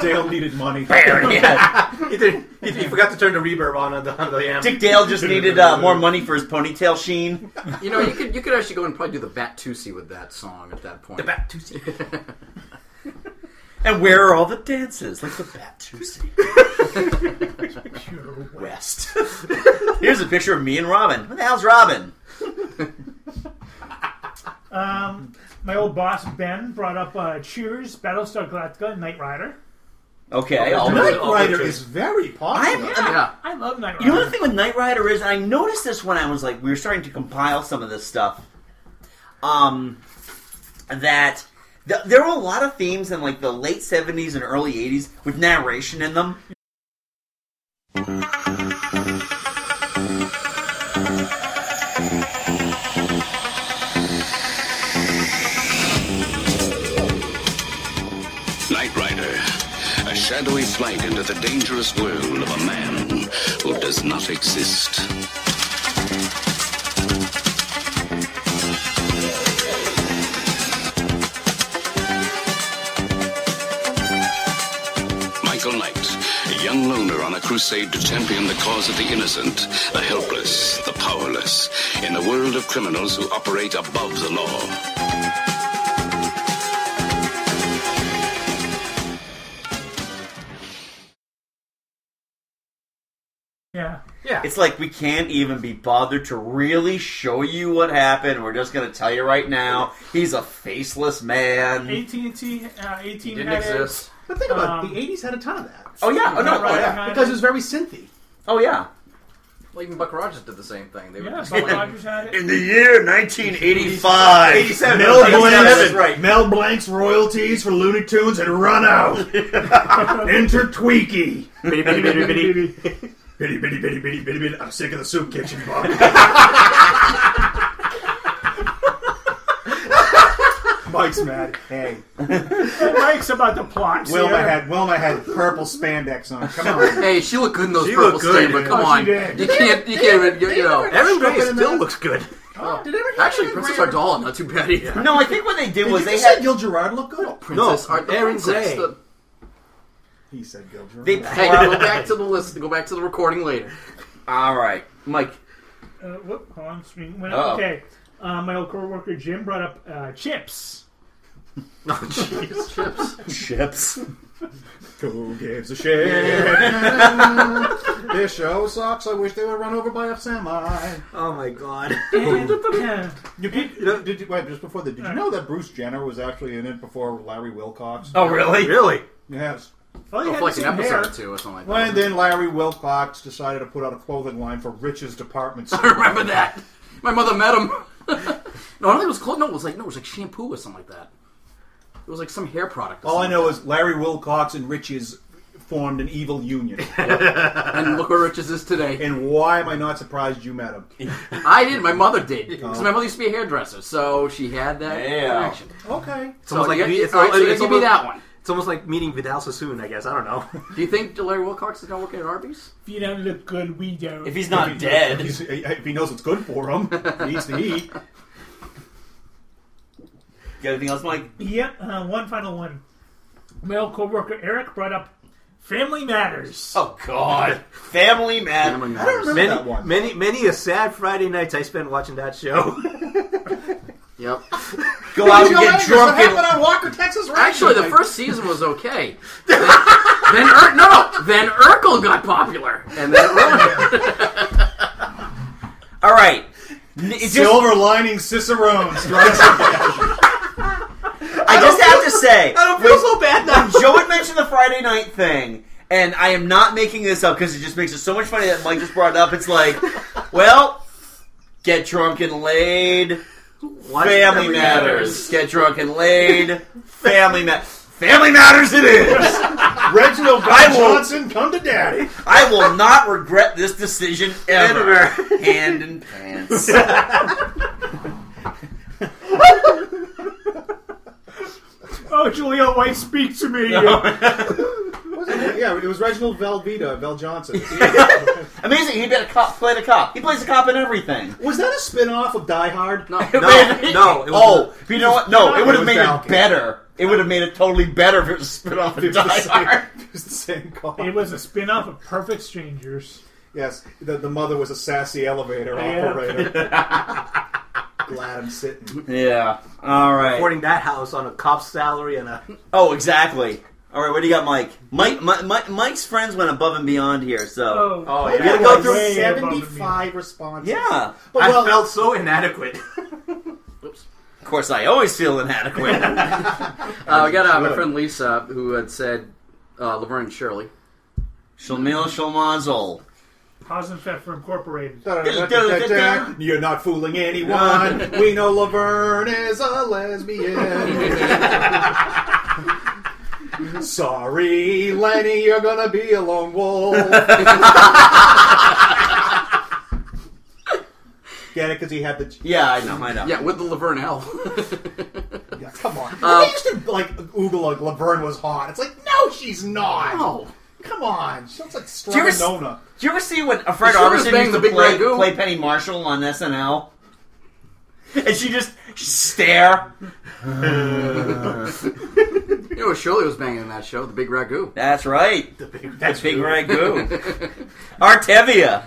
Speaker 7: Dale needed money.
Speaker 12: he, did, he, he forgot to turn the reverb on on the, on the um, amp.
Speaker 5: Dick Dale just needed uh, more money for his ponytail sheen.
Speaker 4: (laughs) You know, you could you could actually go and probably do the Batusi with that song at that point. The
Speaker 5: Batusi.
Speaker 4: (laughs)
Speaker 5: And where are all the dances? Like the Batusi. West. (laughs) Here's a picture of me and Robin. Where the hell's Robin?
Speaker 6: Um, my old boss Ben brought up uh, Cheers, Battlestar Galactica, and Knight Rider.
Speaker 5: Okay.
Speaker 6: Oh,
Speaker 5: all
Speaker 6: Knight
Speaker 5: good, all
Speaker 6: Rider
Speaker 5: good.
Speaker 6: is
Speaker 7: very
Speaker 5: I'm- I'm-
Speaker 6: I love Knight Rider.
Speaker 5: You know the thing with Knight Rider is, and I noticed this when I was like, we were starting to compile some of this stuff. Um, that th- there were a lot of themes in like the late '70s and early '80s with narration in them.
Speaker 16: Knight Rider, a shadowy flight into the dangerous world of a man who does not exist. Michael Knight, a young loner on a crusade to champion the cause of the innocent, the helpless, the powerless, in a world of criminals who operate above the law.
Speaker 6: Yeah.
Speaker 12: Yeah.
Speaker 5: It's like we can't even be bothered to really show you what happened. We're just gonna tell you right now. He's a faceless man.
Speaker 6: AT and T, uh, eighteen
Speaker 5: didn't
Speaker 6: had it.
Speaker 5: exist.
Speaker 7: But think about it,
Speaker 6: Um,
Speaker 7: the 80s had a ton of that.
Speaker 5: Oh yeah. Oh no.
Speaker 6: Knight
Speaker 5: Oh,
Speaker 6: Rider
Speaker 5: yeah.
Speaker 6: had
Speaker 7: Because it was very synthy.
Speaker 5: Oh yeah.
Speaker 4: Well, even Buck Rogers did the same thing. They
Speaker 6: Yeah,
Speaker 4: were just
Speaker 6: Buck
Speaker 4: like,
Speaker 6: Rogers had it.
Speaker 5: In the year 1985.
Speaker 4: 87.
Speaker 7: Mel Blanc's,
Speaker 4: That's right.
Speaker 7: Mel Blanc's royalties for Looney Tunes had run out. Enter Tweaky.
Speaker 12: Bitty, bitty, bitty, bitty.
Speaker 7: (laughs) Bitty, bitty, bitty, bitty, bitty, bitty. I'm sick of the soup kitchen, Bob. Mike's mad. Hey,
Speaker 6: Mike's about the plot.
Speaker 7: Wilma
Speaker 6: yeah.
Speaker 7: had Wilma had purple spandex on.
Speaker 4: (laughs)
Speaker 7: Come on.
Speaker 4: Hey, she looked good in those
Speaker 7: She
Speaker 4: purple
Speaker 7: looked good,
Speaker 4: stains, but
Speaker 7: dude.
Speaker 4: come
Speaker 7: Oh,
Speaker 4: on,
Speaker 7: she did.
Speaker 4: you can't, you can't even, you know. Oh.
Speaker 12: Evan Gray still looks good.
Speaker 4: Actually, Princess Ardala, not too bad either.
Speaker 5: No, I think what they did
Speaker 7: Did
Speaker 5: was
Speaker 7: you
Speaker 5: they
Speaker 7: just say
Speaker 5: had
Speaker 7: Gil Gerard look good?
Speaker 4: Princess
Speaker 12: No,
Speaker 4: Ar- the
Speaker 12: Aaron
Speaker 4: princess,
Speaker 12: Gray.
Speaker 4: the-
Speaker 7: He said Gil Gerard.
Speaker 5: They
Speaker 4: Hey, go (laughs)
Speaker 5: (laughs)
Speaker 4: back to the list. Go back to the recording later.
Speaker 5: All right, Mike.
Speaker 6: Uh, whoop, hold on, screen went
Speaker 5: Uh-oh.
Speaker 6: up. Okay. Uh, my old coworker Jim brought up uh, Chips.
Speaker 12: No, jeez.
Speaker 4: Chips.
Speaker 7: Chips. Who gives a
Speaker 12: shit?
Speaker 7: this show sucks. I wish they were run over by a semi.
Speaker 12: Oh my god.
Speaker 7: (laughs) you did, did you, wait, just before that, did you know that Bruce Jenner was actually in it before Larry Wilcox?
Speaker 4: Oh, really? Really?
Speaker 7: Yes.
Speaker 4: Well, he Oh, had for like the an same episode hair. or two or something like that.
Speaker 7: Well, and then Larry Wilcox decided to put out a clothing line for
Speaker 4: (laughs)
Speaker 7: Rich's department store.
Speaker 4: I remember that. My mother met him. (laughs) no, I don't think it was clothes. No, it was like no, it was like shampoo or something like that. It was like some hair product. or
Speaker 7: All I
Speaker 4: something.
Speaker 7: know is Larry Wilcox and Rich's formed an evil union.
Speaker 4: (laughs) and look where Rich's is today.
Speaker 7: And why am I not surprised you met him?
Speaker 4: (laughs)
Speaker 7: Oh.
Speaker 4: I did. My mother did because my mother used to be a hairdresser, so she had that
Speaker 12: Yeah.
Speaker 4: connection.
Speaker 7: Okay.
Speaker 12: It's almost like
Speaker 4: you-
Speaker 12: it's,
Speaker 4: all right, so you
Speaker 12: it's
Speaker 4: give me
Speaker 12: almost-
Speaker 4: that one.
Speaker 12: It's almost like meeting Vidal Sassoon, I guess. I don't know.
Speaker 4: (laughs) Do you think Larry Wilcox is going to work at Arby's?
Speaker 6: If you don't look good, we don't.
Speaker 7: If he- if he's- if he knows what's good for him, he needs
Speaker 4: (laughs)
Speaker 7: to eat.
Speaker 5: got anything else, Mike?
Speaker 6: Yep, uh, one final one. Male coworker Eric brought up Family Matters.
Speaker 5: Oh God, Family Matters.
Speaker 6: I don't remember
Speaker 12: many,
Speaker 6: that one.
Speaker 12: Many, many a sad Friday nights I spent watching that show.
Speaker 4: yep.
Speaker 12: (laughs) Go out and get drunk. and-
Speaker 7: on Walker, Texas?
Speaker 4: Actually, the first season
Speaker 12: (laughs)
Speaker 4: was okay. then, then Ur- no, no, then Urkel got popular, and then
Speaker 5: all right.
Speaker 7: Silver lining Cicerone strikes
Speaker 5: I just have to say,
Speaker 12: I don't feel so bad now.
Speaker 5: when Joe had mentioned the Friday night thing, and I am not making this up because it just makes it so much funny that Mike just brought it up. It's
Speaker 12: (laughs)
Speaker 5: like, well, get drunk and laid. family
Speaker 4: Family
Speaker 5: matters.
Speaker 4: Matters.
Speaker 5: Get drunk and laid. family matters. Family matters. It
Speaker 4: (laughs)
Speaker 5: is.
Speaker 7: (laughs) Reginald
Speaker 5: I will-
Speaker 7: Johnson, come to daddy.
Speaker 5: I will not regret this decision ever. Hand in pants.
Speaker 6: Oh, Julia White, speak to me. (laughs)
Speaker 7: Wasn't it? Yeah, it was Reginald Velveeta,
Speaker 6: (laughs)
Speaker 7: Vel Johnson.
Speaker 5: Amazing. He been a cop, played a cop. He plays a cop in everything.
Speaker 7: Was that a spin off of Die Hard?
Speaker 4: No,
Speaker 5: no. oh, but you know what? No, it would have made
Speaker 7: Val
Speaker 5: it better. It would have made it totally better if it was spit off
Speaker 7: It
Speaker 5: of (laughs)
Speaker 7: was the
Speaker 5: (laughs) Die
Speaker 7: same-
Speaker 5: Hard.
Speaker 7: (laughs) It was the same call.
Speaker 6: It was a spin off of Perfect Strangers.
Speaker 7: Yes, the, the mother was a sassy elevator
Speaker 5: (laughs)
Speaker 6: Yeah.
Speaker 7: operator. Glad
Speaker 12: (laughs)
Speaker 7: I'm sitting.
Speaker 5: Yeah. All right.
Speaker 12: Boarding that house on a cop's salary and a.
Speaker 5: Oh, exactly. All right, what do you got, Mike? Mike, Mi- Mi- Mike's friends went above and beyond here, so
Speaker 12: Oh,
Speaker 5: we
Speaker 12: yeah.
Speaker 5: gotta go through.
Speaker 7: seventy-five responses.
Speaker 5: Yeah,
Speaker 7: but well,
Speaker 12: I felt so inadequate.
Speaker 5: Of course, I always feel inadequate. (laughs)
Speaker 4: uh, we got uh, my friend Lisa who had said uh, Laverne and Shirley.
Speaker 5: Shalmil Shalmazel.
Speaker 6: Haas and Pfeffer Incorporated.
Speaker 7: You're not
Speaker 5: (laughs)
Speaker 7: fooling anyone. we know Laverne is a lesbian. Sorry, Lenny, you're gonna be a lone wolf. Get it? Because he had the
Speaker 5: Yeah, I know, I know.
Speaker 4: Yeah, with the Laverne L. (laughs)
Speaker 7: Yeah, come on. they used to like oogle like Laverne was hot. It's like no, she's not.
Speaker 4: No.
Speaker 7: Come on, she looks like
Speaker 5: Do you,
Speaker 7: Straminona.
Speaker 5: ever, do you ever see when Fred
Speaker 7: Sure as
Speaker 5: Armisen
Speaker 7: bang
Speaker 5: used
Speaker 7: the
Speaker 5: to
Speaker 7: big
Speaker 5: play,
Speaker 7: ragu.
Speaker 5: play Penny Marshall on SNL? And she just stare. (laughs)
Speaker 4: You know, Shirley was banging in that show, The Big Ragu.
Speaker 5: That's right. The
Speaker 4: Big
Speaker 5: That's Big Ragu.
Speaker 4: (laughs)
Speaker 5: Artevia.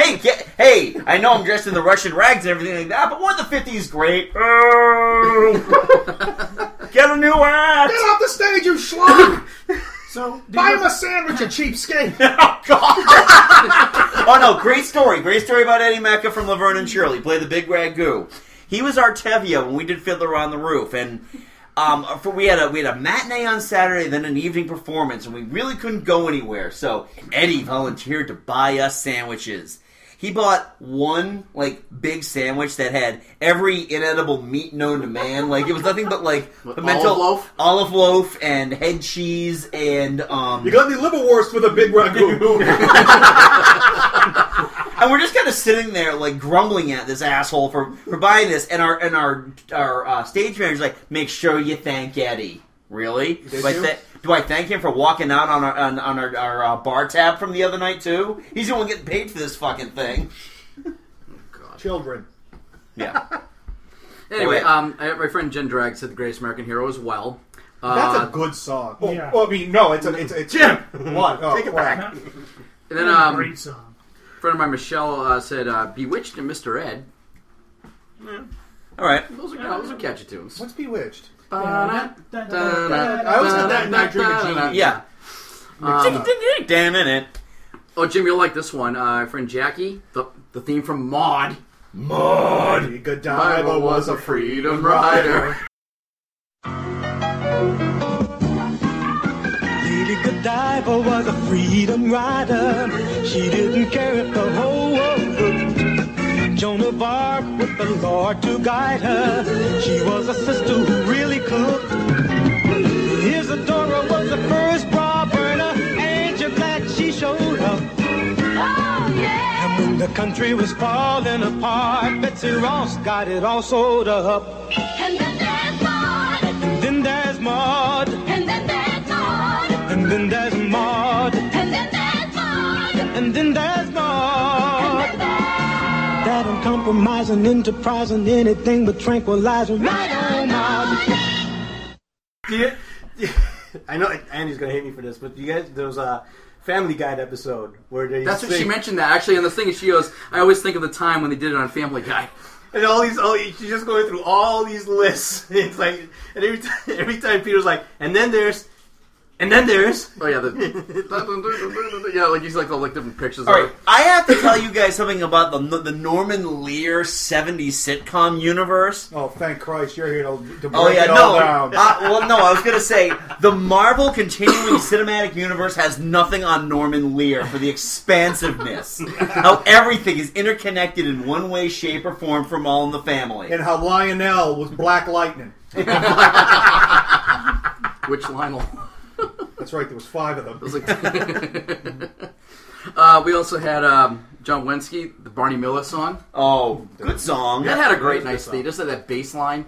Speaker 5: hey, get, hey, I know I'm dressed in the Russian rags and everything like that, but weren't the 50s great? get a new ass! Get
Speaker 7: off the stage, you schlong!
Speaker 6: so,
Speaker 7: Buy him a sandwich, you cheapskate!
Speaker 5: (laughs) oh no, great story. Great story about Eddie Mecca from Laverne and Shirley. Play the big ragu. He was Artevia when we did Fiddler on the Roof, and um, for, we had a we had a matinee on Saturday, then an evening performance, and we really couldn't go anywhere. So Eddie volunteered to buy us sandwiches. He bought one like big sandwich that had every inedible meat known to man. Like it was nothing but like pimento
Speaker 4: olive loaf?
Speaker 5: olive loaf, and head cheese, and um,
Speaker 7: You got the liverwurst with a big
Speaker 5: (laughs)
Speaker 7: ragu.
Speaker 5: and we're just kind of sitting there like grumbling at this asshole for, for buying this and our and our our uh, stage manager's like make sure you thank eddie really do I,
Speaker 7: you?
Speaker 5: tha- do I thank him for walking out on our on, on our, our uh, bar tab from the other night too he's the one getting paid for this fucking thing
Speaker 7: Children.
Speaker 5: yeah
Speaker 4: (laughs) Anyway,
Speaker 5: Okay.
Speaker 4: um, I- my friend Jen Drag said The Greatest American Hero as well.
Speaker 7: That's
Speaker 4: Uh,
Speaker 7: a good song. Oh, well, I mean, no, it's a it's it's Jim. (laughs) What? Oh,
Speaker 4: Take it
Speaker 7: crap.
Speaker 4: back. And then, um,
Speaker 6: Great song.
Speaker 4: friend of mine, Michelle, uh, said uh, Bewitched and Mr. Ed.
Speaker 5: All right.
Speaker 4: Those are, those are catchy tunes.
Speaker 7: What's Bewitched?
Speaker 4: I
Speaker 7: always did that in I Dream of Jeannie.
Speaker 4: Yeah.
Speaker 7: Um,
Speaker 5: Damn it.
Speaker 4: Oh, Jim, you'll like this one. Uh, friend Jackie, the, the theme from Maud.
Speaker 7: Maud!
Speaker 4: Godiva was a freedom rider.
Speaker 3: Lady Godiva was a freedom rider. She didn't care if the whole world looked. Joan of Arc with the Lord to guide her. She was a sister who really cooked. Isadora was the first bra burner, and you're glad she showed up. Oh, yeah. And when the country was falling apart, Betsy Ross got it all sold up.
Speaker 17: And then there's Maud.
Speaker 3: And then there's Maud.
Speaker 17: And then there's Maud.
Speaker 3: And then there's Maud.
Speaker 17: And then there's Maud.
Speaker 3: And then there's Maud. That uncompromising, enterprising, anything but tranquilizing. Right on, Maud.
Speaker 12: Yeah. (laughs) I know Andy's gonna hate me for this, but you guys, there was a Family Guide episode where they.
Speaker 4: That's what she
Speaker 12: sing-
Speaker 4: mentioned that actually on the thing. She goes, "I always think of the time when they did it on Family Guy." (laughs)
Speaker 12: And all these, all she's just going through all these lists. (laughs) It's like, and every time, (laughs) every time Peter's like, and then there's, and then there's.
Speaker 4: Oh yeah, the,
Speaker 12: (laughs)
Speaker 4: yeah, like he's like the like different pictures.
Speaker 5: All
Speaker 4: of
Speaker 5: right, I have to
Speaker 7: (coughs)
Speaker 5: tell you guys something about the the Norman Lear '70s sitcom universe.
Speaker 7: Oh, thank Christ, you're here to, to break
Speaker 5: Oh yeah,
Speaker 7: it all
Speaker 5: no.
Speaker 7: down.
Speaker 5: Uh, well, no, I was gonna say the Marvel
Speaker 7: (coughs)
Speaker 5: continuing cinematic universe has nothing on Norman Lear for the
Speaker 7: (laughs)
Speaker 5: expansiveness. how everything is interconnected in one way, shape, or form from all in the family.
Speaker 7: and how Lionel was Black Lightning.
Speaker 4: Which Lionel?
Speaker 7: That's right, there was five of them.
Speaker 4: Uh, we also had um, John Wensky, the Barney Miller song.
Speaker 5: Oh, good song.
Speaker 4: That had a
Speaker 5: Good
Speaker 4: great, nice
Speaker 5: song.
Speaker 4: thing. Just like that bass line.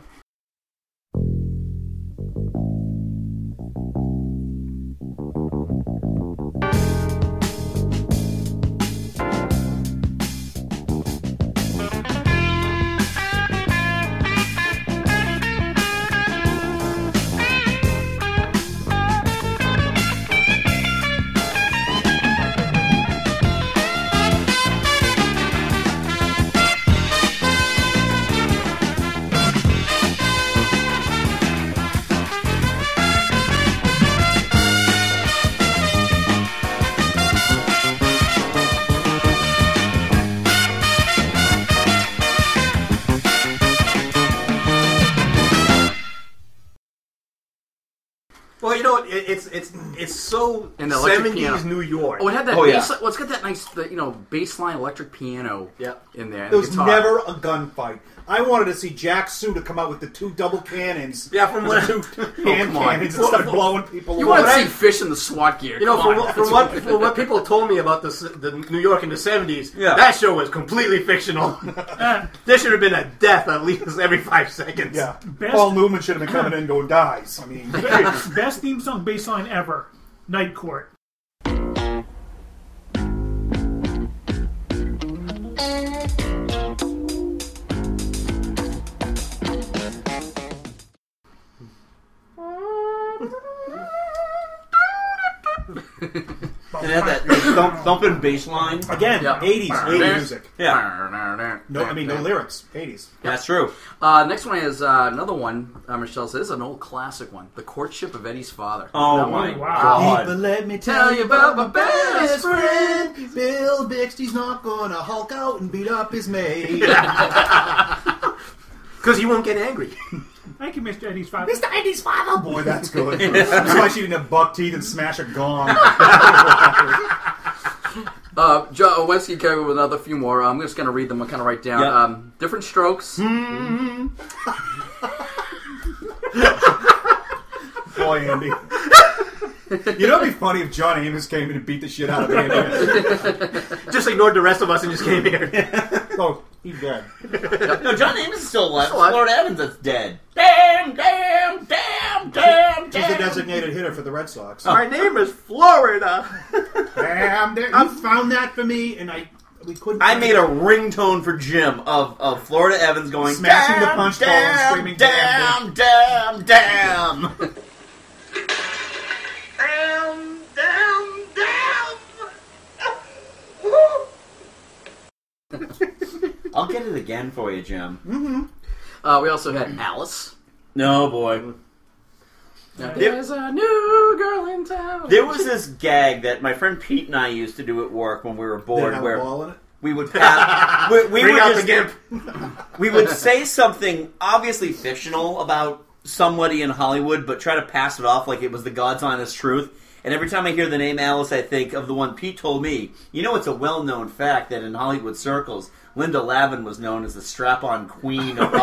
Speaker 12: Well, you know, what, it, it's it's it's so
Speaker 4: And the electric
Speaker 12: seventies
Speaker 4: piano.
Speaker 12: New York.
Speaker 4: Oh, it had that. bass, Well, it's got that nice, the, you know, bass line electric piano. in there. and
Speaker 7: There was
Speaker 4: guitar.
Speaker 7: never a gunfight. I wanted to see Jack Suda come out with the two double cannons.
Speaker 12: Yeah, from
Speaker 7: the
Speaker 12: what-
Speaker 7: two
Speaker 12: (laughs) Oh,
Speaker 7: hand
Speaker 12: come on.
Speaker 7: cannons
Speaker 12: Well,
Speaker 7: and start
Speaker 12: well,
Speaker 7: blowing people.
Speaker 4: You
Speaker 7: away.
Speaker 4: want to see fish in the SWAT gear?
Speaker 12: You know,
Speaker 4: Come
Speaker 12: from,
Speaker 4: on,
Speaker 12: what from
Speaker 4: that's
Speaker 12: what from what people told me about the s- the New York in the seventies,
Speaker 4: Yeah.
Speaker 12: that show was completely (laughs) fictional. there should have been a death at least (laughs) every five seconds.
Speaker 7: Yeah. Paul Newman should have been coming in going, dies.
Speaker 12: (laughs)
Speaker 7: I mean,
Speaker 6: Best theme song baseline ever. Night Court.
Speaker 5: It had that thump, thumping bass line.
Speaker 7: Again,
Speaker 5: Yeah.
Speaker 7: 80s, 80s music.
Speaker 5: Yeah.
Speaker 7: No, I mean, no lyrics. 80s.
Speaker 5: That's true.
Speaker 4: Uh, next one is uh, another one. Uh, Michelle says this is an old classic one, "The Courtship of Eddie's Father."
Speaker 5: Oh,
Speaker 4: That
Speaker 5: my
Speaker 4: one-
Speaker 5: God.
Speaker 4: People,
Speaker 7: let me
Speaker 4: tell you about my best
Speaker 7: friend, Bill Bixby's not gonna hulk out and beat up his mate.
Speaker 12: (laughs) Because he won't get angry.
Speaker 6: Thank you, Mr. Eddie's father.
Speaker 7: Mr. Eddie's father. Boy, that's good.
Speaker 6: Yeah.
Speaker 7: That's why she didn't have buck teeth and smash a gong.
Speaker 4: Uh, John Wesky came up with another few more. I'm just going to read them and kind of write down
Speaker 5: Yeah.
Speaker 4: um, different strokes.
Speaker 7: Hmm. Boy, Andy. You know, it'd be funny if John Amos came in and beat the shit out of Andy.
Speaker 12: just ignored the rest of us and just came here.
Speaker 7: (laughs) oh, he's dead.
Speaker 5: No, John Amos is still alive.
Speaker 7: Still alive.
Speaker 5: Lord Evans is dead.
Speaker 15: Damn, damn, damn, damn,
Speaker 7: He's the
Speaker 15: damn.
Speaker 7: designated hitter for the Red Sox.
Speaker 5: Oh.
Speaker 12: My name is Florida.
Speaker 7: Damn, there, you found that for me, and I we couldn't.
Speaker 5: I made a ringtone for Jim of, of Florida Evans going
Speaker 7: Smashing the
Speaker 5: "Damn,
Speaker 7: punch bowl and
Speaker 5: damn,
Speaker 7: screaming,
Speaker 5: (laughs) damn, damn, damn,
Speaker 15: Damn, damn, damn.
Speaker 5: I'll get it again for you, Jim.
Speaker 15: Mm-hmm.
Speaker 4: Uh, we also had Alice.
Speaker 5: No boy.
Speaker 4: There's a new girl in town.
Speaker 5: There was this gag that my friend Pete and I used to do at work when we were bored,
Speaker 4: have a
Speaker 5: where
Speaker 4: ball in
Speaker 5: we would pass, we, we
Speaker 4: Bring
Speaker 5: would
Speaker 4: out
Speaker 5: just-
Speaker 4: the
Speaker 5: we would say something obviously fictional about somebody in Hollywood, but try to pass it off like it was the God's honest truth. And every time I hear the name Alice, I think of the one Pete told me. You know, it's a well-known fact that in Hollywood circles, Linda Lavin was known as the strap-on queen of
Speaker 7: (laughs) Oh.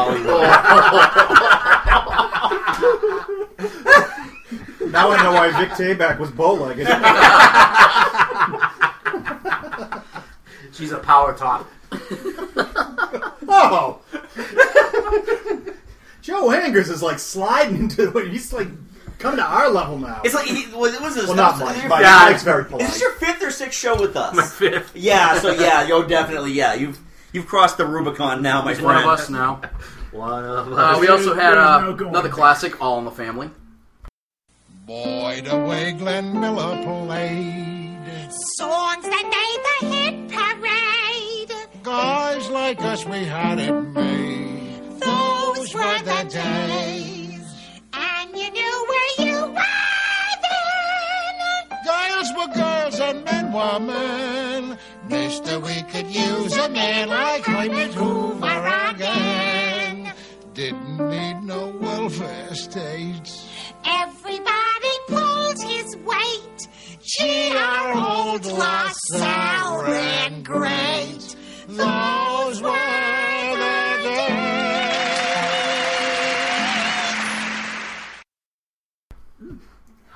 Speaker 5: Hollywood.
Speaker 7: Now I know why Vic Tayback was bow-legged.
Speaker 12: (laughs) She's a power top.
Speaker 7: (laughs) oh, (laughs) Joe Hangers is like sliding into it. He's like come to our level now.
Speaker 5: It's like he, well, it was his
Speaker 7: Well, not Mike,
Speaker 5: your-
Speaker 7: but Yeah. Mike's very polite.
Speaker 5: Is this your fifth or sixth show with us?
Speaker 7: My fifth.
Speaker 5: Yeah. So yeah, you're definitely yeah. You've you've crossed the Rubicon now, my
Speaker 4: He's one
Speaker 5: friend.
Speaker 4: of us now.
Speaker 5: One of
Speaker 4: Uh, we also had uh, another classic, All in the Family.
Speaker 1: Boy, the way Glenn Miller played.
Speaker 15: Songs that made the hit parade.
Speaker 1: Guys like us, we had it made.
Speaker 15: Those were the days. And you knew where you were then.
Speaker 1: Girls were girls and men were men. Mister, we could use a man like Herbert Hoover again. Didn't need no welfare states.
Speaker 15: Everybody pulled his weight. G.R. Old LaSalle ran great. Those were the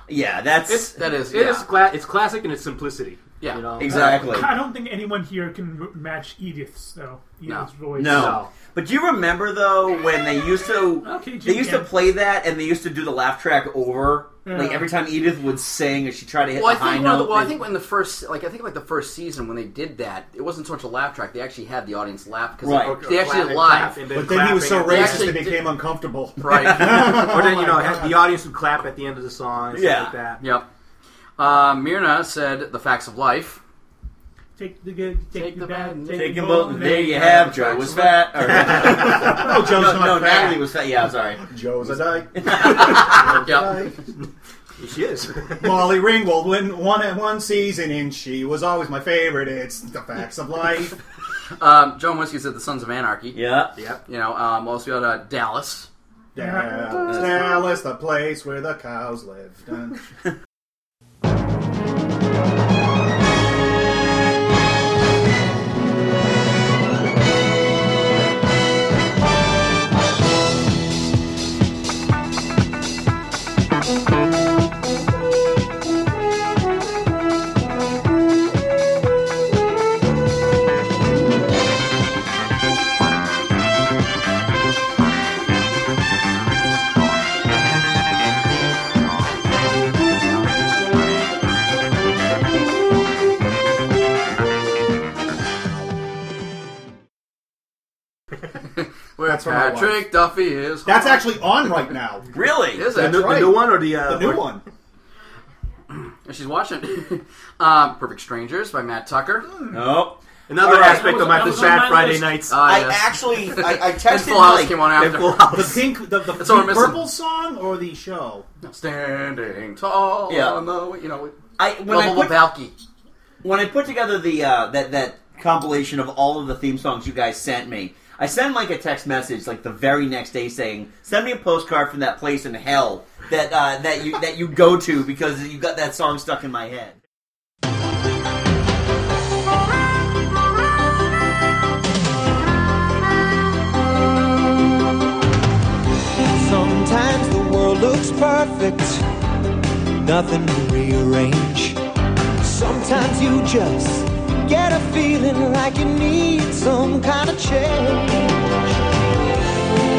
Speaker 5: Yeah, that's
Speaker 12: it's,
Speaker 5: that is-
Speaker 12: it
Speaker 5: yeah.
Speaker 12: is cla- it's classic in its simplicity. Yeah,
Speaker 5: exactly.
Speaker 6: (laughs) I don't think anyone here can r- match Edith's though.
Speaker 5: No.
Speaker 6: Edith's voice.
Speaker 5: No. But do you remember though when they used to
Speaker 6: Okay,
Speaker 5: they used to
Speaker 6: yeah.
Speaker 5: play that and they used to do the laugh track over like
Speaker 4: Yeah.
Speaker 5: every time Edith would sing and she tried to hit
Speaker 4: Well, I
Speaker 5: the high
Speaker 4: think one
Speaker 5: note.
Speaker 4: of the, well, I
Speaker 5: they-
Speaker 4: think when the first like I think like the first season when they did that, it wasn't so much a laugh track. They actually had the audience laugh because
Speaker 5: Right.
Speaker 4: they, they actually did
Speaker 12: Clapping,
Speaker 4: live.
Speaker 12: clapping,
Speaker 7: But then he was so
Speaker 4: They
Speaker 7: racist
Speaker 4: actually
Speaker 7: it
Speaker 4: did-
Speaker 7: became uncomfortable.
Speaker 4: (laughs)
Speaker 7: (laughs)
Speaker 4: Right.
Speaker 12: or then you know had the audience would clap at the end of the song. And
Speaker 4: yeah.
Speaker 12: stuff like that.
Speaker 4: Yep. Uh, Myrna said the facts of life.
Speaker 6: Take the good, take, the, bad, take,
Speaker 5: Take
Speaker 6: the
Speaker 5: him
Speaker 6: bold,
Speaker 5: up, and there you have Joe was
Speaker 6: (laughs)
Speaker 5: fat. Or,
Speaker 7: No, Joe's
Speaker 5: no,
Speaker 7: not
Speaker 5: no,
Speaker 7: fat.
Speaker 5: Natalie was fat. Yeah, I'm sorry. (laughs)
Speaker 7: Joe's a dyke.
Speaker 4: Yeah.
Speaker 12: She
Speaker 7: (laughs)
Speaker 12: is.
Speaker 7: (laughs) Molly Ringwald went one at one season, and she was always my favorite. It's the facts of life.
Speaker 4: Um, John Whiskey said the Sons of Anarchy.
Speaker 5: Yeah.
Speaker 4: Yep. You know, um, also got uh, Dallas.
Speaker 7: Dallas, Dallas, the place where the cows live. Dun.
Speaker 4: Where
Speaker 7: That's from my wife.
Speaker 4: Patrick Duffy is.
Speaker 7: That's actually on right now.
Speaker 5: Really?
Speaker 4: Is it?
Speaker 7: That's right. the new
Speaker 4: or-
Speaker 7: one?
Speaker 4: She's watching. (laughs) um, Perfect Strangers by Matt Tucker.
Speaker 5: Nope.
Speaker 12: Another
Speaker 4: All right.
Speaker 12: aspect of my sad Friday nights.
Speaker 4: Ah,
Speaker 12: I
Speaker 4: yes. (laughs)
Speaker 5: actually- I- I
Speaker 4: And
Speaker 5: texted
Speaker 4: Full House
Speaker 5: Mike.
Speaker 4: came on after.
Speaker 7: The pink, the, the
Speaker 4: That's all we're
Speaker 7: pink
Speaker 4: missing.
Speaker 7: purple song or the show?
Speaker 4: Standing tall
Speaker 5: Yeah.
Speaker 4: on the you know.
Speaker 5: I when I
Speaker 4: Gullible
Speaker 5: put, When I put together the uh, that that compilation of all of the theme songs you guys sent me, I sent Mike a text message like the very next day saying, "Send me a postcard from that place in hell that uh, that you that you go to because you got that song stuck in my head."
Speaker 3: Sometimes the world looks perfect, nothing to rearrange. Sometimes you just get a feeling like you need some kind of change.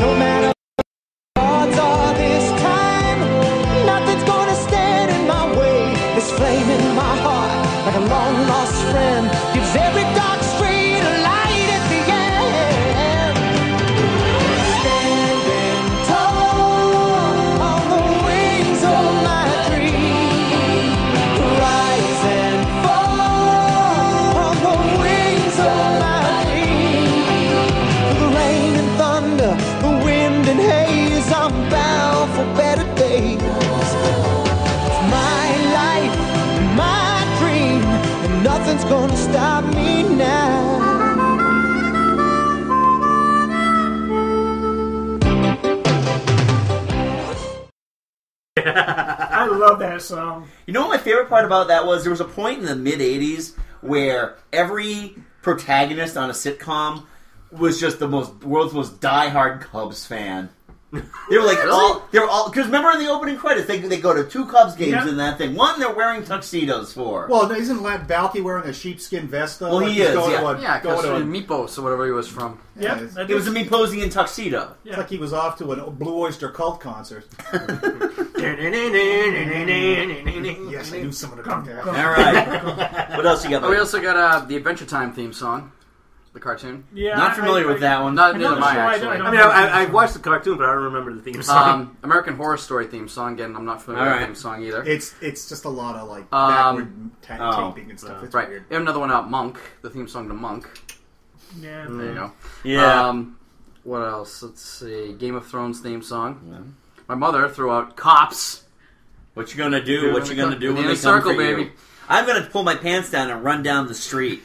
Speaker 3: No matter what odds are this time, nothing's gonna stand in my way. This flame in my heart, like a long lost friend, gives every dark street a light at the end. Standing tall on the wings of my dream, rise and fall on the wings of my dream. Through the rain and thunder, the wind.
Speaker 6: I love that song.
Speaker 5: You know what my favorite part about that was? There was a point in the mid 80s where every protagonist on a sitcom was just the most world's most diehard Cubs fan. They were
Speaker 4: (laughs)
Speaker 5: like all they were all because remember in the opening credits they, they go to two Cubs games
Speaker 7: Yeah.
Speaker 5: in that thing. One they're wearing tuxedos for.
Speaker 7: Well, isn't Lad Balky wearing a sheepskin vest though?
Speaker 5: Well,
Speaker 7: Like,
Speaker 5: he
Speaker 7: he's
Speaker 5: is,
Speaker 7: going
Speaker 5: yeah.
Speaker 7: to a-
Speaker 5: Yeah, 'cause
Speaker 7: going to a-
Speaker 5: he-
Speaker 4: Meatballs or whatever he was from.
Speaker 7: Yeah,
Speaker 5: it was a me posing in tuxedo.
Speaker 7: It's like he was off to a Blue Oyster Cult concert. (laughs)
Speaker 4: (laughs)
Speaker 7: yes, I knew someone would come there.
Speaker 4: All
Speaker 5: right. What else you got, buddy?
Speaker 4: we also got uh, the Adventure Time theme song, the cartoon.
Speaker 5: Yeah, Not I- familiar I- with that one. I
Speaker 4: Not
Speaker 5: know
Speaker 4: neither
Speaker 5: the
Speaker 4: am I,
Speaker 5: show, I
Speaker 4: actually.
Speaker 5: don't- I don't
Speaker 12: I mean, I, I, I watched the cartoon, but I don't remember the theme song.
Speaker 4: Um, American Horror Story theme song. Again, I'm not familiar
Speaker 12: All
Speaker 4: with
Speaker 12: right.
Speaker 4: the theme song either.
Speaker 7: It's it's just a lot of like backward
Speaker 4: um,
Speaker 7: ta-
Speaker 4: oh.
Speaker 7: taping and stuff. It's
Speaker 4: right.
Speaker 7: weird.
Speaker 4: We have another one out, Monk. The theme song to Monk.
Speaker 6: Yeah.
Speaker 4: There you go.
Speaker 5: Yeah.
Speaker 4: Um, what else? Let's see. Game of Thrones theme song. My mother threw out Cops.
Speaker 5: What you gonna do? What you gonna do when
Speaker 4: Banana
Speaker 5: they come
Speaker 4: circle,
Speaker 5: for
Speaker 4: baby.
Speaker 5: you? I'm gonna pull my pants down and run down the
Speaker 4: (laughs)
Speaker 5: street.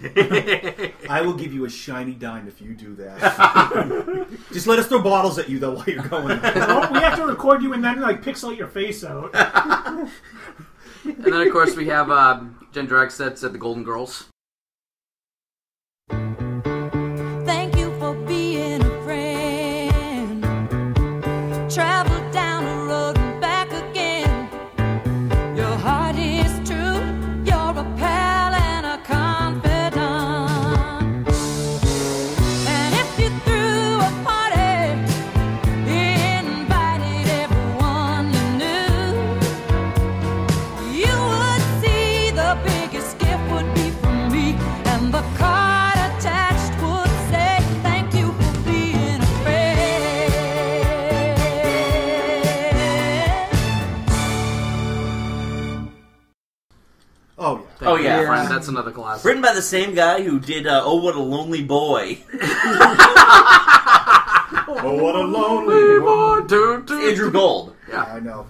Speaker 7: I will give you a shiny dime if you
Speaker 4: (laughs)
Speaker 7: do that. Just let us throw bottles at you though while you're going.
Speaker 6: (laughs) Oh, we have to record you and then like pixelate your face out.
Speaker 4: And then of course we have uh, Jen Dragset's at the Golden Girls.
Speaker 18: Thank you for being a friend. Travel down the road and back again. Your heart is true. You're a pal and a confidant. And if you threw a party, invited everyone you knew, you would see the biggest gift would be from me, and the card attached would say, Thank you for being a friend.
Speaker 7: Oh yeah.
Speaker 5: oh yeah,
Speaker 4: Friend, that's another classic.
Speaker 5: Written by the same guy who did uh, "Oh What a Lonely Boy."
Speaker 7: (laughs) oh
Speaker 5: (laughs)
Speaker 7: what a lonely
Speaker 4: boy.
Speaker 5: Andrew Gold.
Speaker 7: Yeah, I know.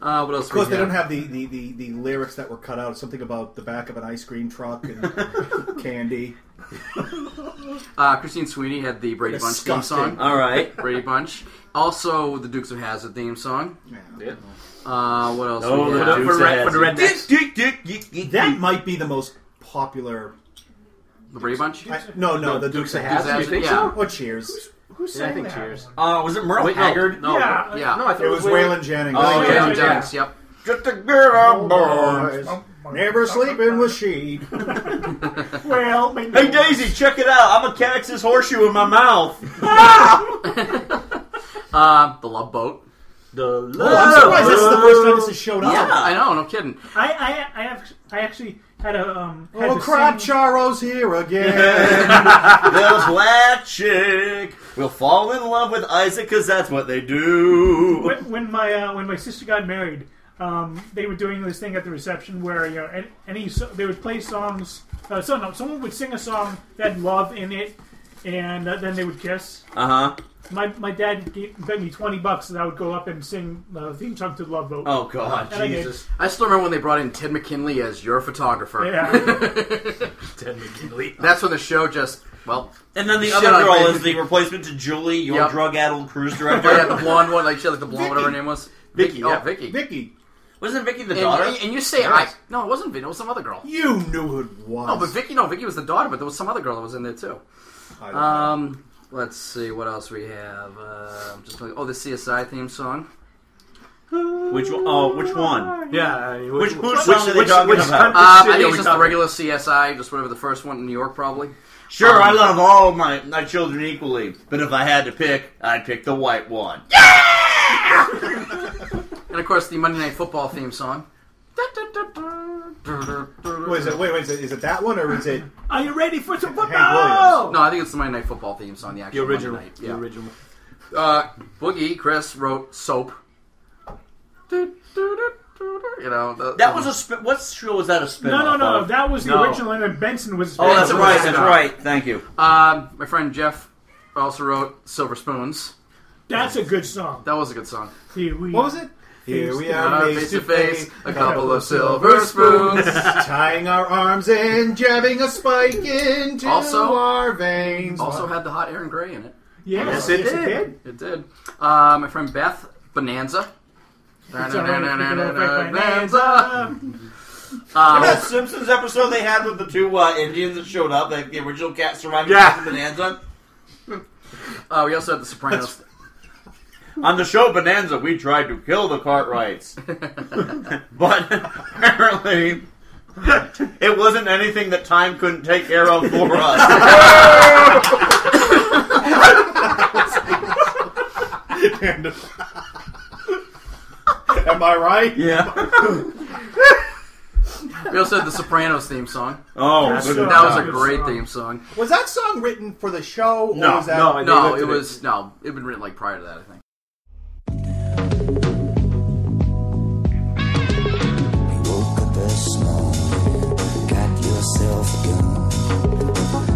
Speaker 4: Uh, what else?
Speaker 7: Of course,
Speaker 4: we
Speaker 7: they
Speaker 4: have?
Speaker 7: don't have the, the, the, the lyrics that were cut out. Something about the back of an ice cream
Speaker 4: (laughs)
Speaker 7: truck and candy.
Speaker 4: Uh, Christine Sweeney had the Brady Bunch theme
Speaker 7: Disgusting.
Speaker 4: song.
Speaker 7: All right.
Speaker 4: Brady Bunch. Also, the Dukes of Hazard theme song.
Speaker 7: Yeah.
Speaker 4: Uh, what else?
Speaker 7: Oh,
Speaker 4: we
Speaker 7: the
Speaker 4: have?
Speaker 7: Dukes of Hazzard.
Speaker 4: That
Speaker 7: That might be the most popular.
Speaker 4: The Brady Bunch?
Speaker 7: I- no, no, the Dukes of Hazzard.
Speaker 4: You think so?
Speaker 7: Or Cheers.
Speaker 6: Who
Speaker 4: Yeah, I
Speaker 6: sang
Speaker 4: think
Speaker 6: that?
Speaker 4: Cheers.
Speaker 5: Uh, was it Merle
Speaker 4: Wait, no,
Speaker 5: Haggard?
Speaker 4: no, Yeah. yeah. No, I thought
Speaker 7: it was Waylon Jennings.
Speaker 4: Oh,
Speaker 7: Yeah.
Speaker 4: Waylon Jennings, yep.
Speaker 5: Just a girl
Speaker 7: Oh,
Speaker 5: boys.
Speaker 7: boys. Never sleeping with sheep.
Speaker 6: well,
Speaker 5: (laughs) hey Daisy, check it out. I'm a Texas horseshoe in my
Speaker 7: (laughs)
Speaker 5: mouth.
Speaker 4: Uh, the Love Boat. The
Speaker 6: Love I'm surprised this is the first time this
Speaker 4: is
Speaker 6: has shown up.
Speaker 4: Yeah, I know. No kidding.
Speaker 6: I I I, have, I actually had a um. Had
Speaker 7: Oh
Speaker 6: to
Speaker 7: crap,
Speaker 6: sing-
Speaker 7: Charo's here again.
Speaker 5: Those black chick will fall in love with Isaac because that's what they do.
Speaker 6: when, when my uh, when my sister got married, um, they were doing this thing at the reception where you know an- any so, they would play songs. Uh, so no, someone would sing a song that had love in it, and uh, then they would kiss.
Speaker 5: Uh huh.
Speaker 6: My my dad gave, bet me twenty bucks that I would go up and sing the theme song to Love Boat.
Speaker 5: Oh God,
Speaker 6: And I did.
Speaker 4: I still remember when they brought in Ted McKinley as your photographer. (laughs)
Speaker 6: Yeah.
Speaker 4: Ted McKinley. That's when the show just well.
Speaker 5: And then the
Speaker 4: shit
Speaker 5: other
Speaker 4: on
Speaker 5: girl
Speaker 4: Brady.
Speaker 5: is the replacement to Julie, your
Speaker 4: Yep.
Speaker 5: drug-addled cruise director.
Speaker 4: (laughs) yeah, the blonde one, like she had like the blonde, whatever her name was.
Speaker 5: Vicky,
Speaker 4: oh,
Speaker 5: yeah.
Speaker 4: Vicky.
Speaker 7: Vicky.
Speaker 5: Wasn't Vicky the
Speaker 4: and,
Speaker 5: daughter?
Speaker 4: And you say I? No, it wasn't Vicky. It was some other girl.
Speaker 7: You knew who it
Speaker 4: (laughs)
Speaker 7: was.
Speaker 4: No, but Vicky. No, Vicky was the daughter, but there was some other girl that was in there too.
Speaker 7: I don't know.
Speaker 4: Um, let's see what else we have. Uh, I'm just like, oh, the CSI theme song.
Speaker 5: Which one- oh, which one?
Speaker 12: Yeah, I mean, which- Which-
Speaker 5: which- song are they which- talking which about?
Speaker 4: Um,
Speaker 5: country
Speaker 4: I
Speaker 5: city are
Speaker 4: think it's
Speaker 5: we
Speaker 4: just
Speaker 5: talking-
Speaker 4: the regular CSI, just whatever the first one in New York, probably.
Speaker 5: Sure,
Speaker 4: Um,
Speaker 5: I love all my, my children equally, but if I had to pick, I'd pick the white one.
Speaker 4: And of course, the Monday Night Football theme song.
Speaker 7: Wait, is it, wait, wait, is it, is it that one or is it?
Speaker 6: Are you ready for some
Speaker 4: (laughs)
Speaker 5: Oh!
Speaker 4: No, I think it's the Monday Night Football theme song. The actual
Speaker 12: The original.
Speaker 4: Monday Night.
Speaker 12: The
Speaker 4: Yeah.
Speaker 12: original.
Speaker 4: Uh, Boogie Chris wrote "Soap." You know the,
Speaker 5: That was a spin. What show was that a spin?
Speaker 6: No, no, no, that was the
Speaker 4: No.
Speaker 6: original, and then Benson was.
Speaker 5: Oh, that's right. That's right. Thank you.
Speaker 4: Um, my friend Jeff also wrote "Silver Spoons."
Speaker 6: That's a good song.
Speaker 4: That was a good song. Uh,
Speaker 6: Here we
Speaker 7: What was it? Here we are, face to face,
Speaker 4: a couple of silver spoons.
Speaker 7: (laughs)
Speaker 4: (laughs)
Speaker 7: tying our arms and jabbing a spike into
Speaker 4: Also-
Speaker 7: our veins.
Speaker 4: Also had the hot Aaron Gray in it.
Speaker 7: Yes, Yes, it yes, it did. (laughs)
Speaker 4: It did. Uh, my friend Beth Bonanza.
Speaker 6: It's all right if we can affect
Speaker 5: Bonanza.
Speaker 4: Um,
Speaker 5: Remember that Simpsons episode they had with the two uh, Indians that showed up, like the original cat surviving
Speaker 4: Yeah.
Speaker 5: the
Speaker 4: (laughs)
Speaker 5: Bonanza?
Speaker 4: Uh, we also have the Sopranos.
Speaker 5: On the show Bonanza, we tried to kill the
Speaker 4: (laughs)
Speaker 5: Cartwrights. but apparently, it wasn't anything that time couldn't take care of for us.
Speaker 4: (laughs)
Speaker 7: Am I right?
Speaker 4: Yeah. we also had the Sopranos theme song.
Speaker 5: Oh,
Speaker 4: that
Speaker 5: good
Speaker 4: was a
Speaker 5: God.
Speaker 4: great
Speaker 5: Good song.
Speaker 4: theme song.
Speaker 7: Was that song written for the show? Or
Speaker 4: No,
Speaker 7: was that,
Speaker 4: no, no, it was no. It had been written like prior to that, I think.
Speaker 3: woke up this morning, got yourself a gun.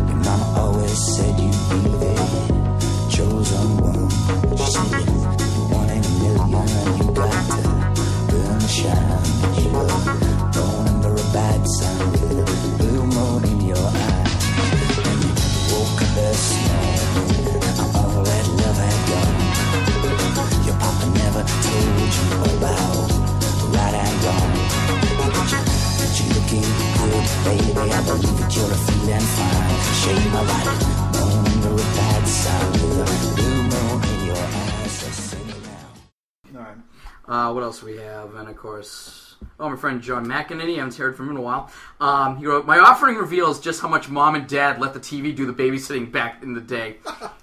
Speaker 3: Your mama always said you'd be the chosen one. She said, one in a million, and you got to burn the shine that you love. Born under a bad sun with a blue moon in your eye. And you woke up this morning, and all that love had gone. Your papa never told you about right and wrong. But you're looking good, baby. I believe that you're feeling fine. Shave my body, born under a bad side with a blue moon in your eyes. So sing it now.
Speaker 4: Uh, what else we have? And of course, oh, my friend John McEnany. I haven't heard from him in a while. Um, he wrote, "My offering reveals just how much mom and dad let the TV do the babysitting back in the (laughs) day."